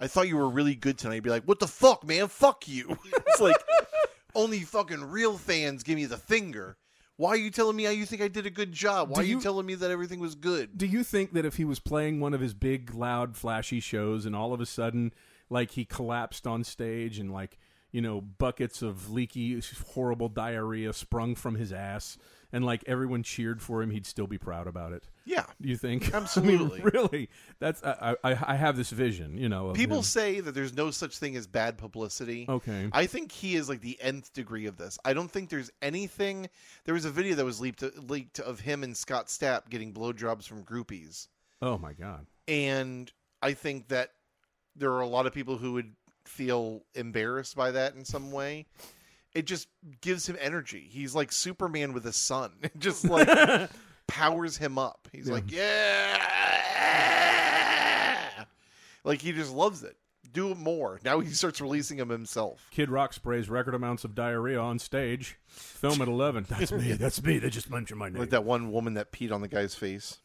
Speaker 3: "I thought you were really good tonight." You'd be like, "What the fuck, man? Fuck you!" it's like only fucking real fans give me the finger. Why are you telling me how you think I did a good job? Why
Speaker 2: Do
Speaker 3: are you
Speaker 2: you-
Speaker 3: telling me that everything was good?
Speaker 2: Do you think that if he was playing one of his big, loud, flashy shows, and all of a sudden, like he collapsed on stage, and like you know, buckets of leaky, horrible diarrhea sprung from his ass, and like everyone cheered for him, he'd still be proud about it?
Speaker 3: Yeah.
Speaker 2: Do you think? I mean,
Speaker 3: Absolutely.
Speaker 2: really? That's I, I. I have this vision. You know, of
Speaker 3: People
Speaker 2: him.
Speaker 3: say that there's no such thing as bad publicity.
Speaker 2: Okay.
Speaker 3: I think he is like the nth degree of this. I don't think there's anything. There was a video that was leaked, leaked of him and Scott Stapp getting blowjobs from groupies,
Speaker 2: oh my god.
Speaker 3: and I think that there are a lot of people who would feel embarrassed by that in some way. It just gives him energy. He's like Superman with a sun. It just like powers him up. He's like, yeah, like he just loves it. Do more. Now he starts releasing him himself.
Speaker 2: Kid Rock sprays record amounts of diarrhea on stage. Film at eleven. That's me. That's me. They just mentioned my name.
Speaker 3: Like that one woman that peed on the guy's face.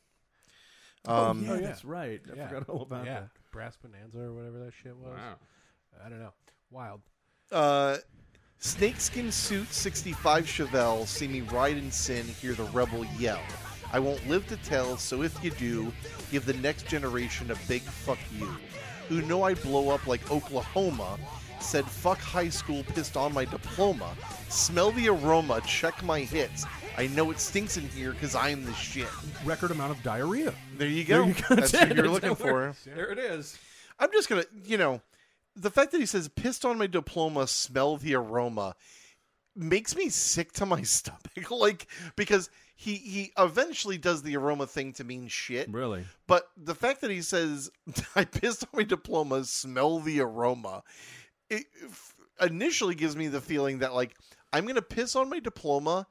Speaker 2: oh,
Speaker 3: Um,
Speaker 2: yeah,
Speaker 1: yeah.
Speaker 2: that's right. I
Speaker 1: Yeah.
Speaker 2: forgot all about
Speaker 1: yeah,
Speaker 2: that.
Speaker 1: Brass Bonanza or whatever that shit was. I don't know. Wild.
Speaker 3: uh, snakeskin suit, 65 Chevelle. See me ride in sin. Hear the rebel yell. I won't live to tell. So if you do, give the next generation a big fuck you. Who know I blow up like Oklahoma? Said fuck high school, pissed on my diploma. Smell the aroma, check my hits. I know it stinks in here because I'm the shit.
Speaker 2: Record amount of diarrhea.
Speaker 3: There you go. That's what you're looking for.
Speaker 2: There it is.
Speaker 3: I'm just gonna, you know, the fact that he says "pissed on my diploma, smell the aroma," makes me sick to my stomach. like because he he eventually does the aroma thing to mean shit,
Speaker 2: Really?
Speaker 3: but the fact that he says "I pissed on my diploma, smell the aroma," it f- initially gives me the feeling that like I'm gonna piss on my diploma,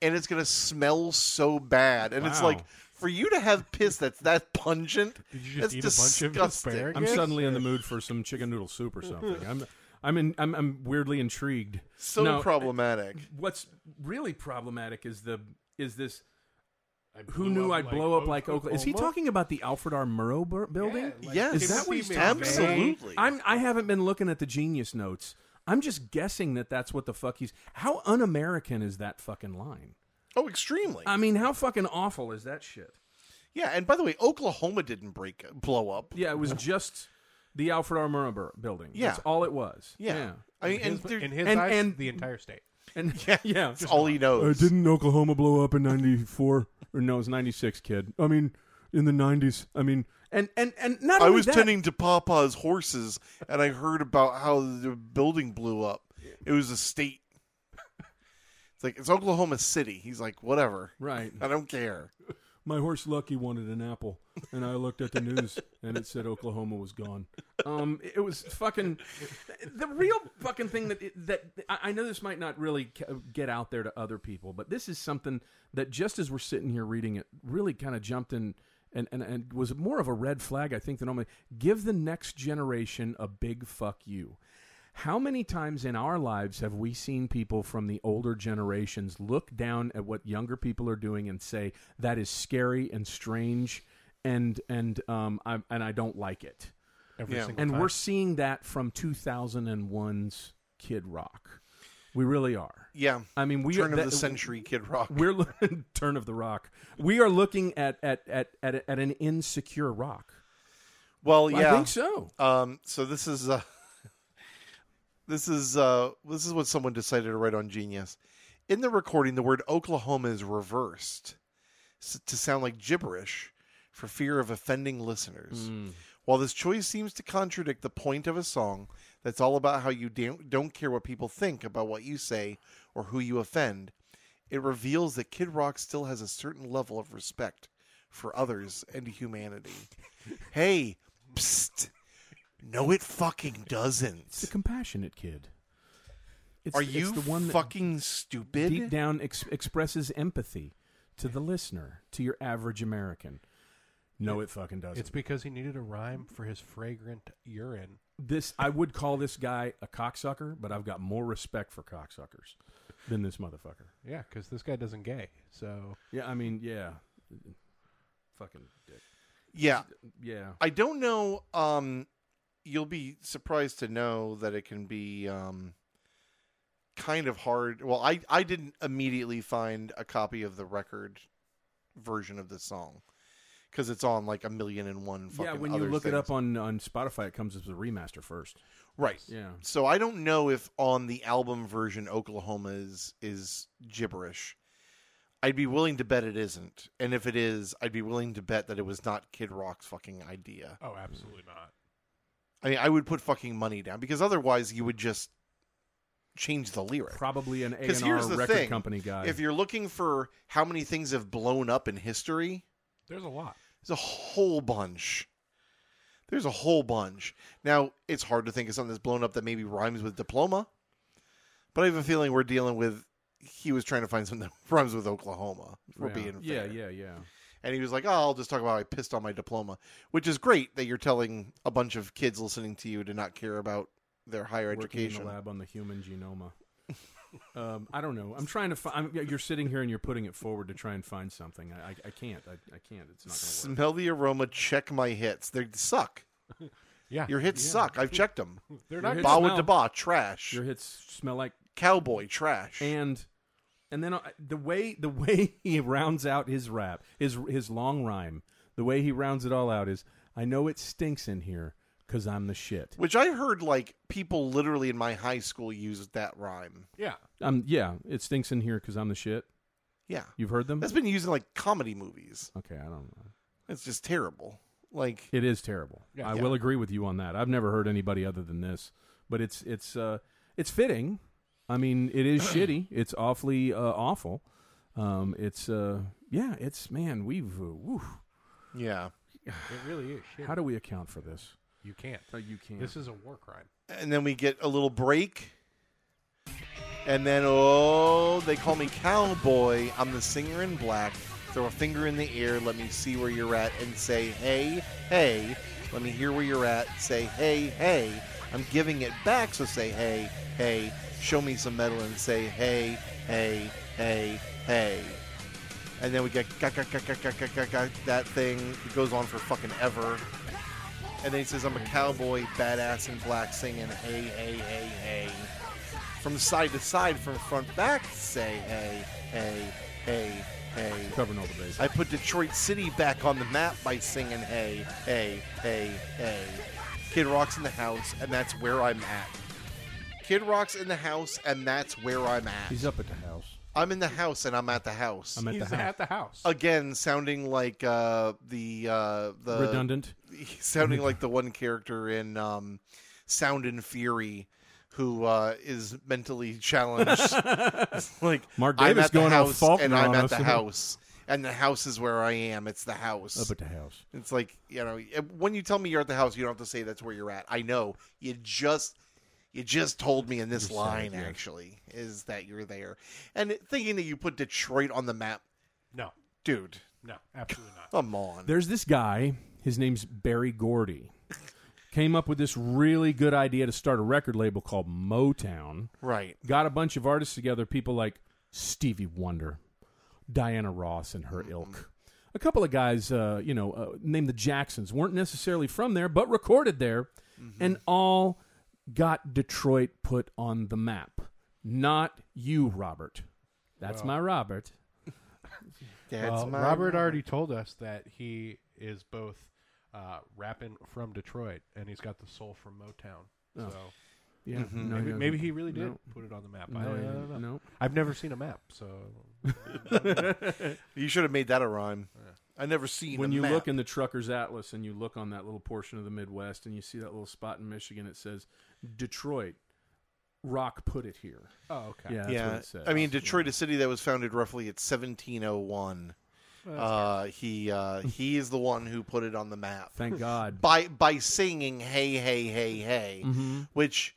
Speaker 3: and it's gonna smell so bad, and it's
Speaker 2: Wow.
Speaker 3: like. For you to have piss that's that pungent,
Speaker 1: Did you just
Speaker 3: that's
Speaker 1: eat a bunch of
Speaker 3: disgusting.
Speaker 1: asparagus?
Speaker 2: I'm suddenly in the mood for some chicken noodle soup or something. I'm I'm in, I'm, I'm weirdly intrigued.
Speaker 3: so
Speaker 2: Now,
Speaker 3: problematic.
Speaker 2: What's really problematic is the is this who knew I'd blow up like Oklahoma? Is he talking about the Alfred R. Murrow bur- building?
Speaker 1: like-
Speaker 3: Yes.
Speaker 2: Is that what he's talking about?
Speaker 3: Absolutely.
Speaker 2: I'm I haven't been looking at the genius notes. I'm just guessing that that's what the fuck he's. How un-American is that fucking line?
Speaker 3: Oh, extremely.
Speaker 2: I mean, how fucking awful is that shit?
Speaker 3: yeah, and by the way, Oklahoma didn't break blow up.
Speaker 2: Yeah, it was just the Alfred R. Murrow bur- building.
Speaker 3: Yeah.
Speaker 2: That's all it was.
Speaker 3: Yeah. I mean, and
Speaker 1: His,
Speaker 3: there-
Speaker 1: in his
Speaker 2: and-
Speaker 1: eyes,
Speaker 2: and-
Speaker 1: the entire state.
Speaker 2: And yeah, yeah.
Speaker 3: that's all he knows.
Speaker 2: didn't Oklahoma blow up in '94? or no, it was '96, kid. I mean, in the '90s. I mean, and and and not
Speaker 3: I
Speaker 2: only
Speaker 3: was
Speaker 2: that,
Speaker 3: tending to Papa's horses, and I heard about how the building blew up. It was a state. It's like it's Oklahoma City. He's like, whatever.
Speaker 2: Right.
Speaker 3: I don't care.
Speaker 2: My horse Lucky wanted an apple, and I looked at the news, and it said Oklahoma was gone. Um, it was fucking the real fucking thing that that I I know this might not really ca- get out there to other people, but this is something that just as we're sitting here reading it, really kind of jumped in. And, and, and was more of a red flag, I think, than normally. Give the next generation a big fuck you. How many times in our lives have we seen people from the older generations look down at what younger people are doing and say that is scary and strange, and and um I and I don't like it.
Speaker 1: Every
Speaker 3: Yeah.
Speaker 1: single
Speaker 2: And
Speaker 1: time.
Speaker 2: we're seeing that from 2001's Kid Rock. We really are.
Speaker 3: Yeah.
Speaker 2: I mean, we are,
Speaker 3: Turn of
Speaker 2: that-
Speaker 3: the century, Kid Rock.
Speaker 2: We're lo- turn of the rock. We are looking at at at at, at an insecure rock.
Speaker 3: Well,
Speaker 2: I
Speaker 3: yeah.
Speaker 2: think so.
Speaker 3: Um, so this is uh, this is uh, this is what someone decided to write on Genius. In the recording, the word Oklahoma is reversed s- to sound like gibberish for fear of offending listeners. While this choice seems to contradict the point of a song that's all about how you da- don't care what people think about what you say or who you offend, it reveals that Kid Rock still has a certain level of respect for others and humanity. hey, psst. No, it fucking
Speaker 2: The
Speaker 3: doesn't.
Speaker 2: compassionate kid. It's,
Speaker 3: Are
Speaker 2: it's
Speaker 3: you
Speaker 2: the one that
Speaker 3: fucking stupid?
Speaker 2: deep down ex- expresses empathy to the listener, to your average American? No, it fucking doesn't.
Speaker 1: It's because he needed a rhyme for his fragrant urine.
Speaker 2: this I would call this guy a cocksucker, but I've got more respect for cocksuckers than this motherfucker.
Speaker 1: Yeah, because this guy doesn't gay. So
Speaker 2: Yeah, I mean, yeah, fucking dick.
Speaker 3: Yeah,
Speaker 2: Yeah,
Speaker 3: I don't know. Um, you'll be surprised to know that it can be um, kind of hard. Well, I I didn't immediately find a copy of the record version of this song because it's on like a million and one. Fucking
Speaker 2: yeah. When you
Speaker 3: other
Speaker 2: look it up on
Speaker 3: things.
Speaker 2: on Spotify, it comes as a remaster first.
Speaker 3: right?
Speaker 2: Yeah,
Speaker 3: So I don't know if on the album version Oklahoma is is gibberish. I'd be willing to bet it isn't, and if it is, I'd be willing to bet that it was not Kid Rock's fucking idea.
Speaker 1: oh, absolutely not.
Speaker 3: I mean, I would put fucking money down because otherwise you would just change the lyric.
Speaker 2: probably an A
Speaker 3: 'Cause
Speaker 2: and R
Speaker 3: here's the
Speaker 2: record
Speaker 3: thing,
Speaker 2: company guy.
Speaker 3: If you're looking for how many things have blown up in history,
Speaker 1: There's a lot.
Speaker 3: there's a whole bunch. There's a whole bunch. Now, it's hard to think of something that's blown up that maybe rhymes with diploma, but I have a feeling we're dealing with he was trying to find something that rhymes with Oklahoma. If we're
Speaker 2: yeah.
Speaker 3: being
Speaker 2: yeah,
Speaker 3: fair.
Speaker 2: yeah, yeah.
Speaker 3: And he was like, "Oh, I'll just talk about how I pissed on my diploma," which is great that you're telling a bunch of kids listening to you to not care about their higher
Speaker 2: Working in
Speaker 3: education.
Speaker 2: the lab on the human genoma. um, I don't know. I'm trying to. Fi- I'm, yeah, you're sitting here and you're putting it forward to try and find something. I, I, I can't. I, I can't. It's not going to work.
Speaker 3: Smell the aroma. Check my hits. They suck.
Speaker 1: Yeah,
Speaker 3: Your hits
Speaker 1: yeah.
Speaker 3: suck. I've checked them.
Speaker 1: They're
Speaker 2: Your
Speaker 1: not.
Speaker 2: hits-
Speaker 1: good.
Speaker 3: Ba
Speaker 2: smell.
Speaker 3: with ba trash.
Speaker 2: Your hits smell like
Speaker 3: Cowboy trash.
Speaker 2: and and then I the way the way he rounds out his rap his his long rhyme the way he rounds it all out is I know it stinks in here because I'm the shit
Speaker 3: Which I heard like people literally in my high school used that rhyme.
Speaker 1: Yeah,
Speaker 2: um yeah it stinks in here because I'm the shit
Speaker 3: Yeah,
Speaker 2: you've heard them
Speaker 3: that's been used in like comedy movies.
Speaker 2: okay I don't know
Speaker 3: It's just terrible. Like
Speaker 2: it is terrible
Speaker 1: Yeah.
Speaker 2: I
Speaker 3: Yeah.
Speaker 2: will agree with you on that I've never heard anybody other than this but it's it's uh it's fitting I mean it is shitty it's awfully uh, awful um it's uh yeah it's man we've uh, whew,
Speaker 3: yeah,
Speaker 1: it really is. Shit.
Speaker 2: how do we account for this
Speaker 1: you can't?
Speaker 2: you can't
Speaker 1: This is a war crime.
Speaker 3: and then we get a little break. And then, oh, they call me cowboy. I'm the singer in black. Throw a finger in the air. Let me see where you're at and say, hey, hey. Let me hear where you're at. Say, hey, hey. I'm giving it back. So say, hey, hey. Show me some metal and say, hey, hey, hey, hey. And then we get got, got, got, got, got, got, got, got, that thing. It goes on for fucking ever. And then he says, I'm a cowboy, badass in black, singing, hey, hey, hey, hey. From side to side, from front back, say, hey, hey, hey, hey.
Speaker 2: covering all the bases.
Speaker 3: I put Detroit City back on the map by singing, hey, hey, hey, hey. Kid Rock's in the house, and that's where I'm at. Kid Rock's in the house, and that's where I'm at.
Speaker 2: He's up at the house.
Speaker 3: I'm in the house, and I'm at the house.
Speaker 2: I'm at
Speaker 1: He's
Speaker 2: the house.
Speaker 1: at the house.
Speaker 3: Again, sounding like uh, the uh, the
Speaker 2: Redundant.
Speaker 3: he's sounding like the one character in um, Sound and Fury who uh, is mentally challenged. It's like
Speaker 2: Mark
Speaker 3: I'm
Speaker 2: Davis
Speaker 3: at the
Speaker 2: going off
Speaker 3: house
Speaker 2: Faulkner
Speaker 3: and I'm
Speaker 2: on
Speaker 3: at
Speaker 2: us.
Speaker 3: the house, and the house is where I am. It's the
Speaker 2: Up
Speaker 3: house.
Speaker 2: at the house.
Speaker 3: It's like you know when you tell me you're at the house, you don't have to say that's where you're at. I know you just. You just told me in this
Speaker 2: said it,
Speaker 3: line,
Speaker 2: yeah.
Speaker 3: actually, is that you're there. And thinking that you put Detroit on the map,
Speaker 1: no,
Speaker 3: dude,
Speaker 1: no, absolutely not.
Speaker 3: come on.
Speaker 2: There's this guy. His name's Barry Gordy. Came up with this really good idea to start a record label called Motown.
Speaker 3: Right.
Speaker 2: Got a bunch of artists together, people like Stevie Wonder, Diana Ross, and
Speaker 1: Mm-hmm.
Speaker 2: her ilk. A couple of guys, uh, you know, uh, named the Jacksons, weren't necessarily from there, but recorded there,
Speaker 1: Mm-hmm.
Speaker 2: and all got Detroit put on the map. Not you, Robert. That's my Robert.
Speaker 3: That's
Speaker 2: Uh,
Speaker 1: Well,
Speaker 3: my-
Speaker 1: Robert already told us that he is both uh, rapping from Detroit and he's got the soul from Motown.
Speaker 2: Oh.
Speaker 1: So
Speaker 2: Yeah, no,
Speaker 1: Mm-hmm. maybe,
Speaker 2: no,
Speaker 1: maybe he really did
Speaker 2: No.
Speaker 1: put it on the map.
Speaker 2: No,
Speaker 1: I, I
Speaker 2: yeah,
Speaker 1: don't know.
Speaker 2: no.
Speaker 1: I've never seen a map, so
Speaker 3: You should have made that a rhyme. I never seen
Speaker 2: When
Speaker 3: a
Speaker 2: you
Speaker 3: map.
Speaker 2: look in the Trucker's Atlas and you look on that little portion of the Midwest and you see that little spot in Michigan, it says Detroit. Rock put it here.
Speaker 1: oh okay.
Speaker 2: Yeah, that's
Speaker 3: yeah,
Speaker 2: what it says.
Speaker 3: I mean Detroit, a city that was founded roughly at 1701. Uh, he uh, he is the one who put it on the map
Speaker 2: Thank God.
Speaker 3: by by singing "Hey Hey Hey Hey,"
Speaker 2: Mm.
Speaker 3: which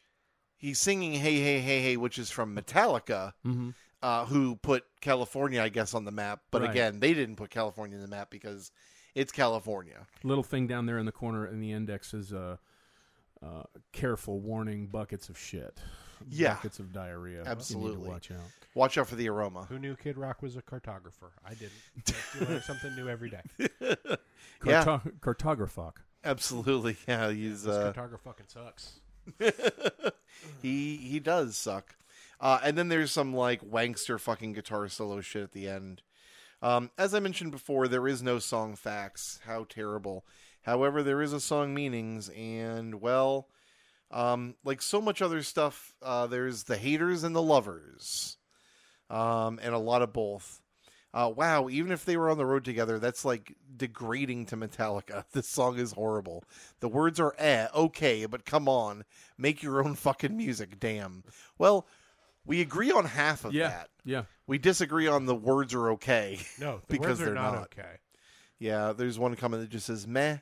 Speaker 3: he's singing "Hey Hey Hey Hey," which is from Metallica, uh, who put California, I guess, on the map. But
Speaker 2: Right.
Speaker 3: again, they didn't put California on the map because it's California.
Speaker 2: little thing down there in the corner in the index is uh, uh, careful warning buckets of shit.
Speaker 3: Yeah.
Speaker 2: Buckets of diarrhea. You need to
Speaker 3: Absolutely.
Speaker 2: watch out.
Speaker 3: Watch out for the aroma.
Speaker 1: Who knew Kid Rock was a cartographer? I didn't. But you learn something new every day.
Speaker 3: Yeah.
Speaker 2: Carto- Cartographoc.
Speaker 3: Absolutely. Yeah, he's
Speaker 1: This
Speaker 3: uh,
Speaker 1: cartographer fucking sucks.
Speaker 3: he he does suck. Uh, and then there's some like wankster fucking guitar solo shit at the end. Um, as I mentioned before, there is no song facts. How terrible. However, there is a song meanings, and well, um, like so much other stuff, uh, there's the haters and the lovers, um, and a lot of both. Uh, wow, even if they were on the road together, that's like degrading to Metallica. This song is horrible. The words are eh, okay, but come on, make your own fucking music, damn. Well, we agree on half of
Speaker 2: Yeah.
Speaker 3: that.
Speaker 2: Yeah.
Speaker 3: We disagree on the words are okay.
Speaker 1: No, the
Speaker 3: Because
Speaker 1: words are
Speaker 3: they're
Speaker 1: not,
Speaker 3: not.
Speaker 1: okay.
Speaker 3: Yeah, there's one comment that just says meh.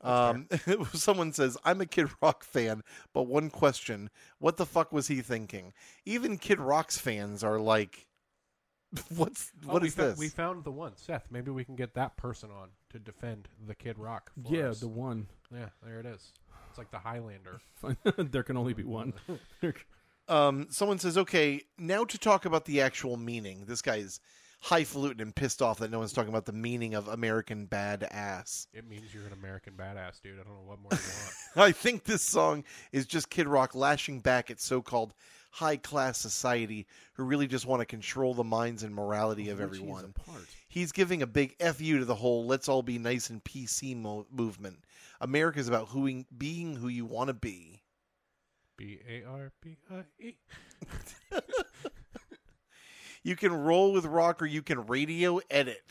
Speaker 3: Um, someone says, I'm a Kid Rock fan, but one question what the fuck was he thinking? Even Kid Rock's fans are like, what's
Speaker 1: Oh,
Speaker 3: what
Speaker 1: we
Speaker 3: is
Speaker 1: fo-
Speaker 3: this?
Speaker 1: We found the one, Seth. Maybe we can get that person on to defend the Kid Rock. For
Speaker 2: Yeah,
Speaker 1: us.
Speaker 2: the one.
Speaker 1: yeah. There it is. It's like the Highlander.
Speaker 2: there can only be one.
Speaker 3: um, someone says, okay, now to talk about the actual meaning. This guy is highfalutin and pissed off that no one's talking about the meaning of American badass.
Speaker 1: It means you're an American badass, dude. I don't know what more you want.
Speaker 3: I think this song is just Kid Rock lashing back at so called high class society who really just want to control the minds and morality of everyone. He's giving a big F you to the whole let's all be nice and PC mo- movement. America's about whoing, being who you want to be.
Speaker 1: B A R B I E.
Speaker 3: You can roll with rock or you can radio edit.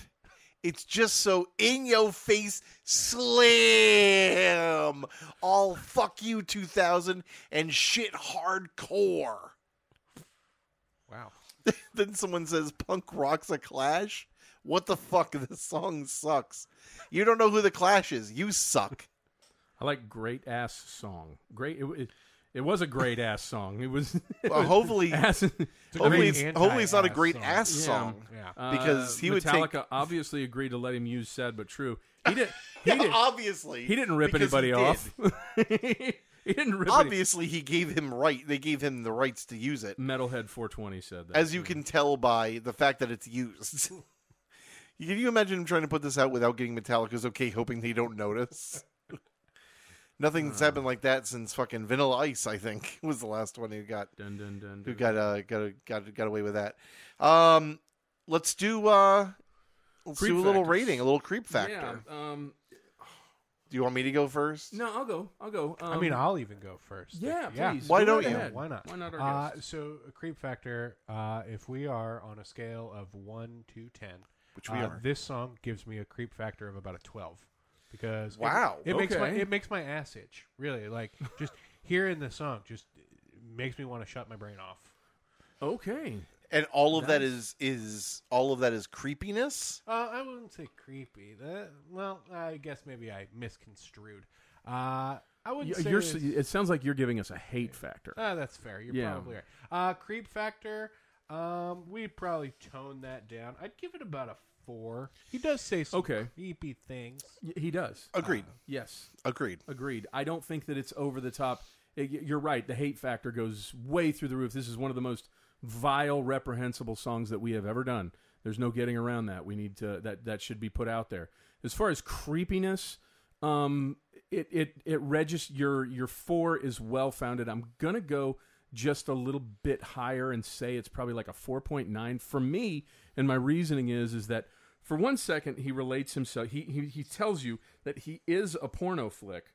Speaker 3: It's just so in your face slam. All fuck you 2000 and shit hardcore.
Speaker 1: Wow.
Speaker 3: then someone says punk rock's a clash what the fuck this song sucks you don't know who the clash is you suck
Speaker 2: I like great ass song. Great. It, it, it was a great ass song. It was. it
Speaker 3: well,
Speaker 2: was
Speaker 3: hopefully
Speaker 2: ass-
Speaker 3: hopefully
Speaker 1: great
Speaker 3: it's, hopefully it's not a
Speaker 1: anti-ass
Speaker 3: great
Speaker 1: song.
Speaker 3: ass
Speaker 2: Yeah.
Speaker 3: song
Speaker 1: Yeah.
Speaker 2: Uh,
Speaker 3: Because he would take-
Speaker 2: Metallica obviously agreed to let him use "Sad but True." He did. He
Speaker 3: Oh,
Speaker 2: did.
Speaker 3: obviously
Speaker 2: He didn't rip
Speaker 3: because
Speaker 2: anybody
Speaker 3: he
Speaker 2: off.
Speaker 3: did.
Speaker 2: he didn't rip. Any,
Speaker 3: obviously he gave him right they gave him the rights to use it
Speaker 2: Metalhead 420 said that.
Speaker 3: as you can tell by the fact that it's used can you imagine him trying to put this out without getting metallica's okay hoping they don't notice
Speaker 2: Hmm.
Speaker 3: nothing's happened like that since fucking vanilla ice i think was the last one he got
Speaker 2: Dun, dun, dun,
Speaker 3: who
Speaker 2: dun.
Speaker 3: got uh got got got away with that. Um, let's do uh, let's
Speaker 2: Creep
Speaker 3: do a little
Speaker 2: factors.
Speaker 3: rating, a little creep factor.
Speaker 2: Yeah. Um.
Speaker 3: Do you want me to go first?
Speaker 2: No, I'll go. I'll go. Um,
Speaker 1: I mean, I'll even go first.
Speaker 2: yeah,
Speaker 1: If- yeah.
Speaker 2: please.
Speaker 3: Why
Speaker 2: Go
Speaker 3: don't
Speaker 2: right
Speaker 3: you?
Speaker 2: ahead.
Speaker 1: Why not?
Speaker 2: Why not our
Speaker 1: Uh,
Speaker 2: guest?
Speaker 1: so, a creep factor. Uh, if we are on a scale of one to ten,
Speaker 3: Which we
Speaker 1: uh,
Speaker 3: are.
Speaker 1: this song gives me a creep factor of about a twelve because it-
Speaker 3: Wow.
Speaker 1: it, makes my
Speaker 2: Okay.
Speaker 1: it makes my ass itch. Really, like just hearing the song just makes me want to shut my brain off.
Speaker 2: Uh, Okay.
Speaker 3: And all of that is is all of that is creepiness.
Speaker 1: Uh, I wouldn't say creepy. That well, I guess maybe I misconstrued. Uh, I
Speaker 2: You-
Speaker 1: wouldn't say
Speaker 2: You're,
Speaker 1: it's-
Speaker 2: it sounds like you're giving us a hate factor.
Speaker 3: Uh,
Speaker 1: Ah, that's fair. You're
Speaker 2: Yeah.
Speaker 1: probably right. Uh, creep factor. Um, we probably tone that down. I'd give it about a four. He does say some
Speaker 2: Okay.
Speaker 1: creepy things.
Speaker 2: Y- He does. Uh,
Speaker 3: Agreed.
Speaker 2: Yes,
Speaker 3: Agreed.
Speaker 2: agreed. I don't think that it's over the top. Y- y- You're right. The hate factor goes way through the roof. This is one of the most vile, reprehensible songs that we have ever done. There's no getting around that. We need to that that should be put out there. As far as creepiness, um, it it it regis your your four is well founded. I'm gonna go just a little bit higher and say it's probably like a 4.9 for me. And my reasoning is is that for one second he relates himself. He he, he tells you that he is a porno flick.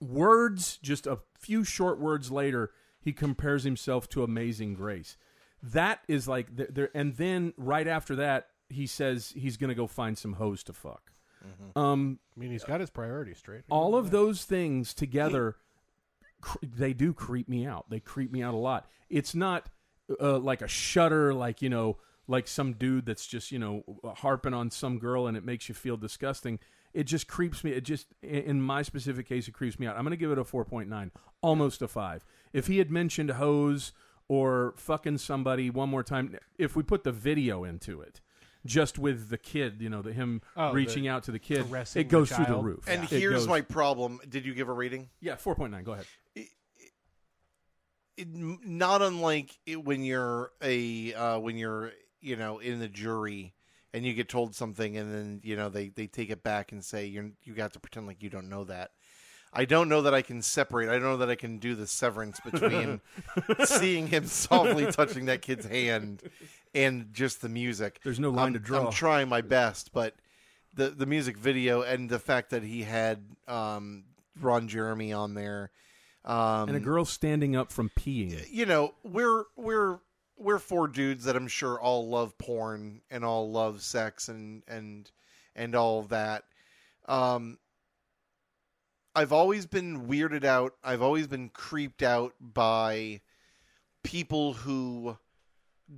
Speaker 2: Words, just a few short words later, he compares himself to Amazing Grace. That is like th- there, and then right after that, he says he's gonna go find some hoes to fuck. Um,
Speaker 1: I mean, he's got his priorities straight.
Speaker 2: all of those things together cr- they do creep me out they creep me out a lot it's not uh, like a shudder like you know like some dude that's just you know harping on some girl and it makes you feel disgusting it just creeps me it just i- in my specific case it creeps me out i'm going to give it a 4.9 almost a 5 if he had mentioned hose or fucking somebody one more time if we put the video into it just with the kid, you know, the him
Speaker 1: Oh, the
Speaker 2: reaching out to the kid,
Speaker 1: caressing
Speaker 2: it goes
Speaker 1: the
Speaker 2: through the
Speaker 1: child.
Speaker 2: roof.
Speaker 3: And
Speaker 2: It
Speaker 3: here's
Speaker 2: goes-
Speaker 3: my problem. Did you give a rating?
Speaker 2: yeah, four point nine. Go ahead.
Speaker 3: It, not unlike it when you're a uh, when you're you know in the jury and you get told something and then you know they they take it back and say you you got to pretend like you don't know that. I don't know that I can separate. I don't know that I can do the severance between seeing him softly touching that kid's hand and just the music.
Speaker 2: There's no line
Speaker 3: I'm,
Speaker 2: to draw.
Speaker 3: I'm trying my best, but the the music video and the fact that he had um, Ron Jeremy on there. Um,
Speaker 2: and a girl standing up from peeing.
Speaker 3: you know we're we're we're four dudes that I'm sure all love porn and all love sex and and and all of that. Um, I've always been weirded out. I've always been creeped out by people who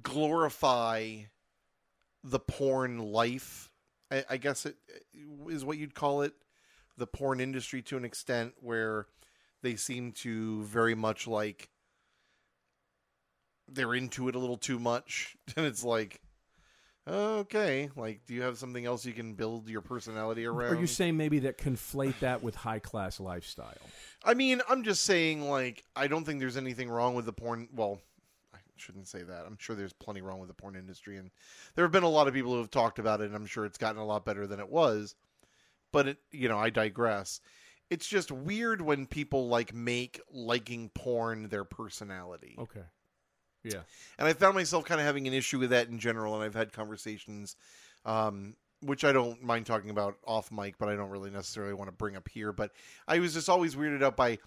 Speaker 3: glorify the porn life. I, I guess it is what you'd call it, the porn industry to an extent where they seem to very much like they're into it a little too much and it's like okay like do you have something else you can build your personality around
Speaker 2: Are you saying maybe that conflate that with high class lifestyle?
Speaker 3: I mean, I'm just saying, like, I don't think there's anything wrong with the porn. Well, I shouldn't say that. I'm sure there's plenty wrong with the porn industry, and there have been a lot of people who have talked about it, and I'm sure it's gotten a lot better than it was. But it, you know, I digress. It's just weird when people like make liking porn their personality.
Speaker 2: Okay. Yeah.
Speaker 3: And I found myself kind of having an issue with that in general, and I've had conversations, um, which I don't mind talking about off mic, but I don't really necessarily want to bring up here. But I was just always weirded out by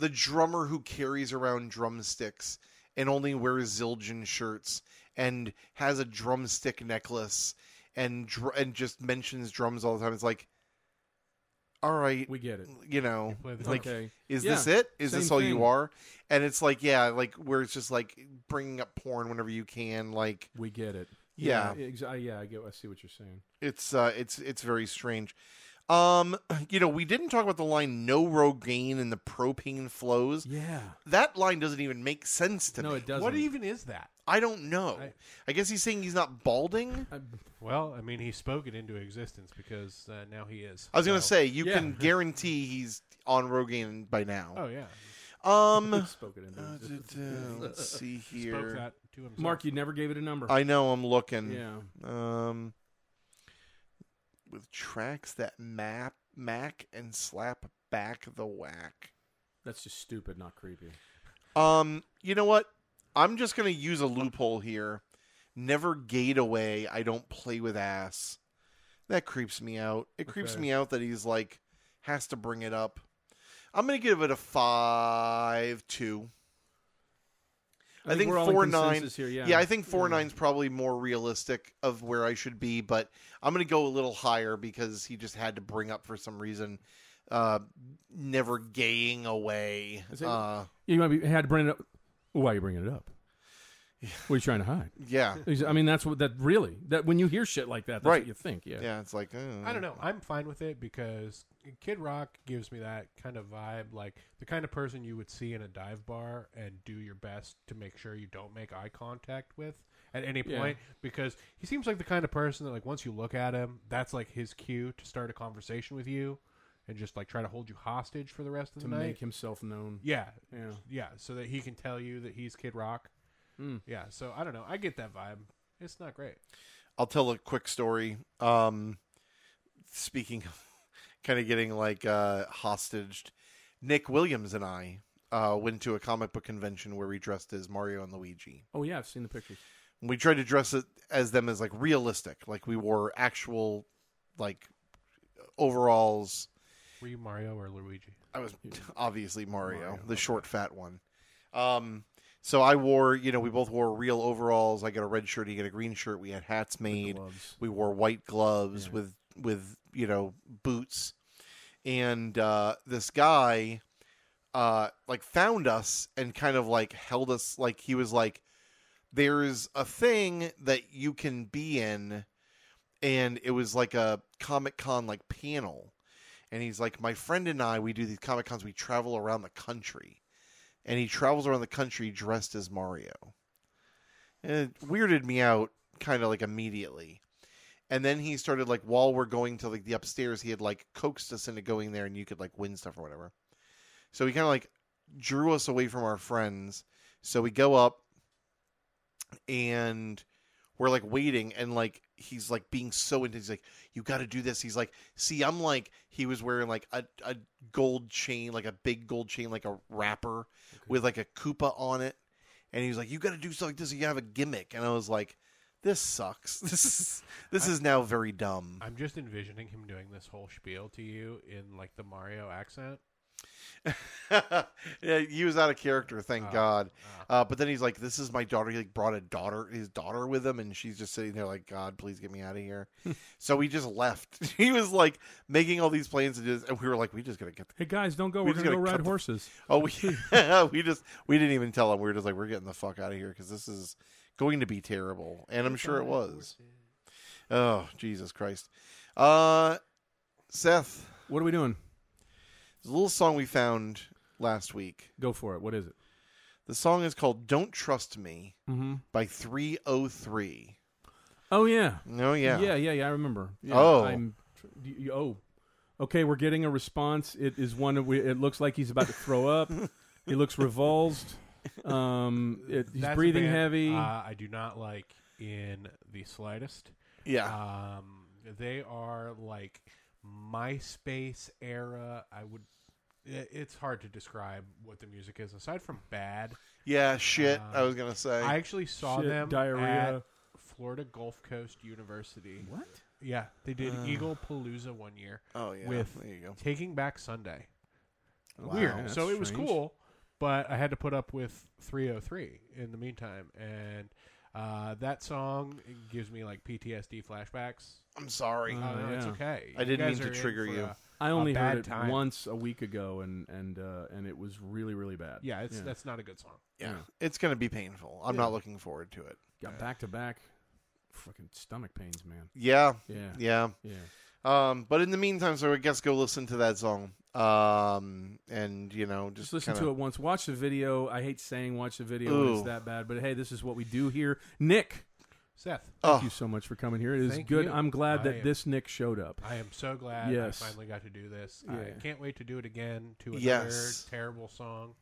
Speaker 3: the drummer who carries around drumsticks and only wears Zildjian shirts and has a drumstick necklace and dr- and just mentions drums all the time. It's like, all right,
Speaker 2: We get it.
Speaker 3: you know,
Speaker 1: play the
Speaker 3: like
Speaker 2: okay.
Speaker 3: is
Speaker 2: Yeah,
Speaker 3: this it? Is this
Speaker 2: same
Speaker 3: all
Speaker 2: thing.
Speaker 3: you are? And it's like, yeah, like where it's just like bringing up porn whenever you can. Like
Speaker 2: We get it.
Speaker 3: Yeah.
Speaker 2: Exactly. Yeah. I get. I see what you're saying.
Speaker 3: it's uh, it's it's very strange. Um, you know, we didn't talk about the line "no Rogaine" and the propane flows.
Speaker 2: Yeah.
Speaker 3: That line doesn't even make sense to
Speaker 2: No,
Speaker 3: me.
Speaker 2: it doesn't.
Speaker 1: What even is that?
Speaker 3: I don't know. I,
Speaker 1: I-
Speaker 3: guess he's saying he's not balding.
Speaker 2: I,
Speaker 1: Well, I mean, he spoke it into existence because uh, now he is.
Speaker 3: I was gonna
Speaker 1: So-
Speaker 3: say you
Speaker 2: Yeah.
Speaker 3: can guarantee he's on Rogaine by
Speaker 1: Oh
Speaker 3: now.
Speaker 1: yeah,
Speaker 2: Oh.
Speaker 3: Um,
Speaker 2: I spoke it into
Speaker 3: uh, d-
Speaker 2: existence.
Speaker 3: d- let's see
Speaker 1: spoke
Speaker 3: here.
Speaker 1: that to himself.
Speaker 2: Mark, you never gave it a number.
Speaker 3: I know I'm looking.
Speaker 2: yeah.
Speaker 3: um, with tracks that map mac and slap back the whack.
Speaker 2: That's just stupid, not creepy.
Speaker 3: Um, you know what? I'm just gonna use a loophole here. Never gate away. I don't play with ass. That creeps me out. It creeps
Speaker 2: Okay.
Speaker 3: me out that he's like has to bring it up. I'm gonna give it a five two. I think
Speaker 2: we're all in
Speaker 3: four, nine-
Speaker 2: consensus here. Yeah.
Speaker 3: Yeah, I think four nine's probably more realistic of where I should be, but I'm gonna go a little higher because he just had to bring up for some reason, uh, never gaying away.
Speaker 2: Is it-
Speaker 3: Uh,
Speaker 2: You might be had to bring it up. Why are you bringing it up? What are you trying to hide?
Speaker 3: yeah,
Speaker 2: Ex- I mean, that's what that really that when you hear shit like that, that's
Speaker 3: Right.
Speaker 2: what you think. Yeah.
Speaker 3: yeah, it's like uh,
Speaker 1: I don't
Speaker 2: Mm.
Speaker 1: know. I'm fine with it because Kid Rock gives me that kind of vibe, like the kind of person you would see in a dive bar and do your best to make sure you don't make eye contact with at any
Speaker 2: Yeah.
Speaker 1: point because he seems like the kind of person that like once you look at him, that's like his cue to start a conversation with you and just like try to hold you hostage for the rest of
Speaker 2: To
Speaker 1: the night.
Speaker 2: make himself known.
Speaker 1: yeah.
Speaker 2: Yeah.
Speaker 1: Yeah, so that he can tell you that he's Kid Rock.
Speaker 2: Mm.
Speaker 1: Yeah, so I don't know. I get that vibe. It's not great.
Speaker 3: I'll tell a quick story. Um, speaking of kind of getting like uh, hostaged, Nick Williams and I uh, went to a comic book convention where we dressed as Mario and Luigi.
Speaker 2: Oh yeah, I've seen the pictures.
Speaker 3: we tried to dress it as them as like realistic like we wore actual like overalls
Speaker 1: Were you Mario or Luigi?
Speaker 3: i was obviously mario,
Speaker 2: Mario,
Speaker 3: the short fat one um so i wore you know we both wore real overalls i got a red shirt he got a green shirt we had hats made
Speaker 2: Gloves.
Speaker 3: we wore white gloves
Speaker 2: Yeah.
Speaker 3: with with you know boots and uh this guy uh like found us and kind of like held us like he was like there's a thing that you can be in and it was like a comic con like panel and he's like my friend and i we do these comic cons we travel around the country and he travels around the country dressed as mario and it weirded me out kind of like immediately And then he started like while we're going to like the upstairs, he had like coaxed us into going there, and you could like win stuff or whatever. So he kind of like drew us away from our friends. So we go up, and we're like waiting, and like he's like being so intense. He's like, "You got to do this." He's like, "See, I'm like." He was wearing like a a gold chain, like a big gold chain, like a wrapper with like a Koopa on it, and he was like, "You got to do stuff like this. You got to have a gimmick." And I was like, "This sucks. This is this is now very dumb."
Speaker 1: I'm just envisioning him doing this whole spiel to you in like the Mario accent.
Speaker 3: yeah, he was out of character, thank
Speaker 1: Oh,
Speaker 3: God.
Speaker 1: oh.
Speaker 3: Uh, but then he's like, "This is my daughter." He like brought a daughter, his daughter, with him, and she's just sitting there like, "God, please get me out of here." so we just left. he was like making all these plans, and, just, and we were like, "We just gotta get the
Speaker 2: Hey guys, don't go.
Speaker 3: We
Speaker 2: We are
Speaker 3: just
Speaker 2: gonna go
Speaker 3: gotta cut
Speaker 2: ride
Speaker 3: the-
Speaker 2: horses.
Speaker 3: oh we we just we didn't even tell him. We were just like, we're getting the fuck out of here because this is going to be terrible, and I'm sure it was. Oh Jesus Christ, uh, Seth,
Speaker 2: What are we doing?
Speaker 3: there's a little song we found last week.
Speaker 2: Go for it. What is it?
Speaker 3: The song is called "Don't Trust Me"
Speaker 2: Mm-hmm.
Speaker 3: by 303.
Speaker 2: Oh yeah.
Speaker 3: No, yeah.
Speaker 2: yeah, yeah, yeah. I remember. Yeah,
Speaker 3: Oh.
Speaker 2: I'm, y- y- oh, okay. We're getting a response. It is one of. We, it looks like he's about to throw up. he looks revulsed. Um, it, he's
Speaker 1: That's a
Speaker 2: breathing
Speaker 1: band,
Speaker 2: heavy.
Speaker 1: Uh, I do not like in the slightest.
Speaker 3: Yeah.
Speaker 1: Um, they are like MySpace era. I would. i- It's hard to describe what the music is aside from bad.
Speaker 3: Yeah, shit.
Speaker 1: Uh,
Speaker 3: I was gonna say.
Speaker 1: I actually saw
Speaker 2: Shit,
Speaker 1: them
Speaker 2: diarrhea.
Speaker 1: at Florida Gulf Coast University.
Speaker 2: what?
Speaker 1: Yeah, they did
Speaker 3: Uh.
Speaker 1: Eagle Palooza one year,
Speaker 3: oh yeah.
Speaker 1: with-
Speaker 3: there you go.
Speaker 1: Taking Back Sunday.
Speaker 3: Wow.
Speaker 1: Weird.
Speaker 2: that's
Speaker 1: so it was
Speaker 2: strange.
Speaker 1: cool, but I had to put up with 303 in the meantime, and uh, that song gives me like PTSD flashbacks.
Speaker 3: I'm sorry.
Speaker 1: Oh,
Speaker 2: Uh,
Speaker 1: no, it's
Speaker 2: yeah.
Speaker 1: okay.
Speaker 3: I didn't
Speaker 1: guys
Speaker 3: mean
Speaker 1: are
Speaker 3: to
Speaker 1: in
Speaker 3: trigger
Speaker 1: for
Speaker 3: you.
Speaker 1: a-
Speaker 2: I only
Speaker 1: bad
Speaker 2: heard it
Speaker 1: time.
Speaker 2: once a week ago, and and uh, and it was really really bad.
Speaker 1: yeah, it's that's not a good song.
Speaker 3: yeah.
Speaker 2: yeah.
Speaker 3: It's gonna be painful. I'm not looking forward to it.
Speaker 2: got back to back, fucking stomach pains, man.
Speaker 3: Yeah.
Speaker 2: Yeah,
Speaker 3: Yeah.
Speaker 2: yeah.
Speaker 3: Um, but in the meantime, so I guess go listen to that song. Um, and you know, just,
Speaker 2: Just listen to it once. Watch the video. I hate saying watch the video when
Speaker 3: Ooh.
Speaker 2: it's that bad, but hey, this is what we do here. Nick,
Speaker 1: Seth,
Speaker 2: thank
Speaker 3: Oh.
Speaker 2: you so much for coming here. It is
Speaker 1: Thank
Speaker 2: good.
Speaker 1: you.
Speaker 2: I'm glad
Speaker 1: I
Speaker 2: that
Speaker 1: am-
Speaker 2: this Nick showed up.
Speaker 1: I am so glad
Speaker 2: Yes.
Speaker 1: I finally got to do this.
Speaker 2: Yeah.
Speaker 1: I can't wait to do it again to another
Speaker 3: Yes.
Speaker 1: terrible song.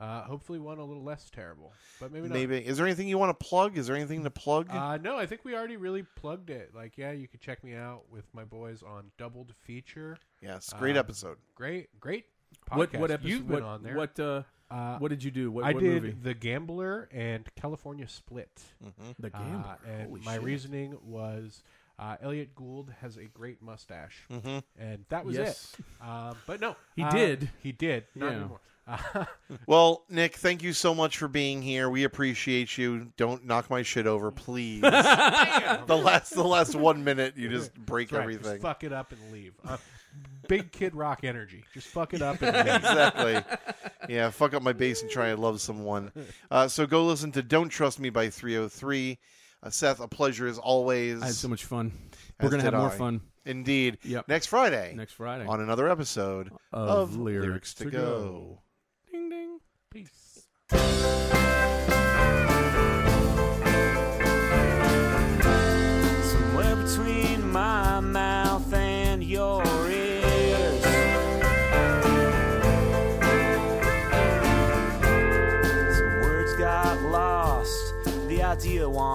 Speaker 1: Uh, hopefully, one a little less terrible, but maybe not.
Speaker 3: Maybe is there anything you want to plug? Is there anything to plug?
Speaker 1: Uh, no, I think we already really plugged it. Like, yeah, you could check me out with my boys on Doubled Feature.
Speaker 3: yes, great
Speaker 1: uh,
Speaker 3: episode.
Speaker 1: Great, great podcast.
Speaker 2: What what episode?
Speaker 1: You've been
Speaker 2: what,
Speaker 1: on there.
Speaker 2: What uh,
Speaker 1: uh,
Speaker 2: what did you do? What,
Speaker 1: I
Speaker 2: what
Speaker 1: did
Speaker 2: movie?
Speaker 1: The Gambler and California Split.
Speaker 3: hmm
Speaker 2: The
Speaker 1: Uh,
Speaker 2: Gambler.
Speaker 1: and
Speaker 2: Holy
Speaker 1: my
Speaker 2: shit.
Speaker 1: reasoning was uh, Elliot Gould has a great mustache,
Speaker 3: hmm
Speaker 1: and that was
Speaker 2: yes.
Speaker 1: it. Um, but no,
Speaker 2: He
Speaker 1: uh,
Speaker 2: did.
Speaker 1: He did. Not
Speaker 2: Yeah.
Speaker 1: anymore. Uh,
Speaker 3: Well, Nick, thank you so much for being here. We appreciate you. Don't knock my shit over, please. the last, the last one minute, you just break
Speaker 1: That's right.
Speaker 3: everything.
Speaker 1: Just fuck it up and leave. Uh, big Kid Rock energy. Just fuck it up and leave.
Speaker 3: exactly. Yeah, fuck up my bass and try and love someone. Uh, so go listen to "Don't Trust Me" by 303. Uh, Seth, a pleasure as always.
Speaker 2: I had so much fun.
Speaker 3: As
Speaker 2: We're gonna
Speaker 3: did
Speaker 2: have more
Speaker 3: I.
Speaker 2: fun
Speaker 3: Indeed.
Speaker 2: Yep.
Speaker 3: Next Friday,
Speaker 2: next Friday
Speaker 3: on another episode of, Lyrics, to, go.
Speaker 2: Ding ding.
Speaker 1: Peace.
Speaker 4: somewhere between my mouth and your ears. Some words got lost, the idea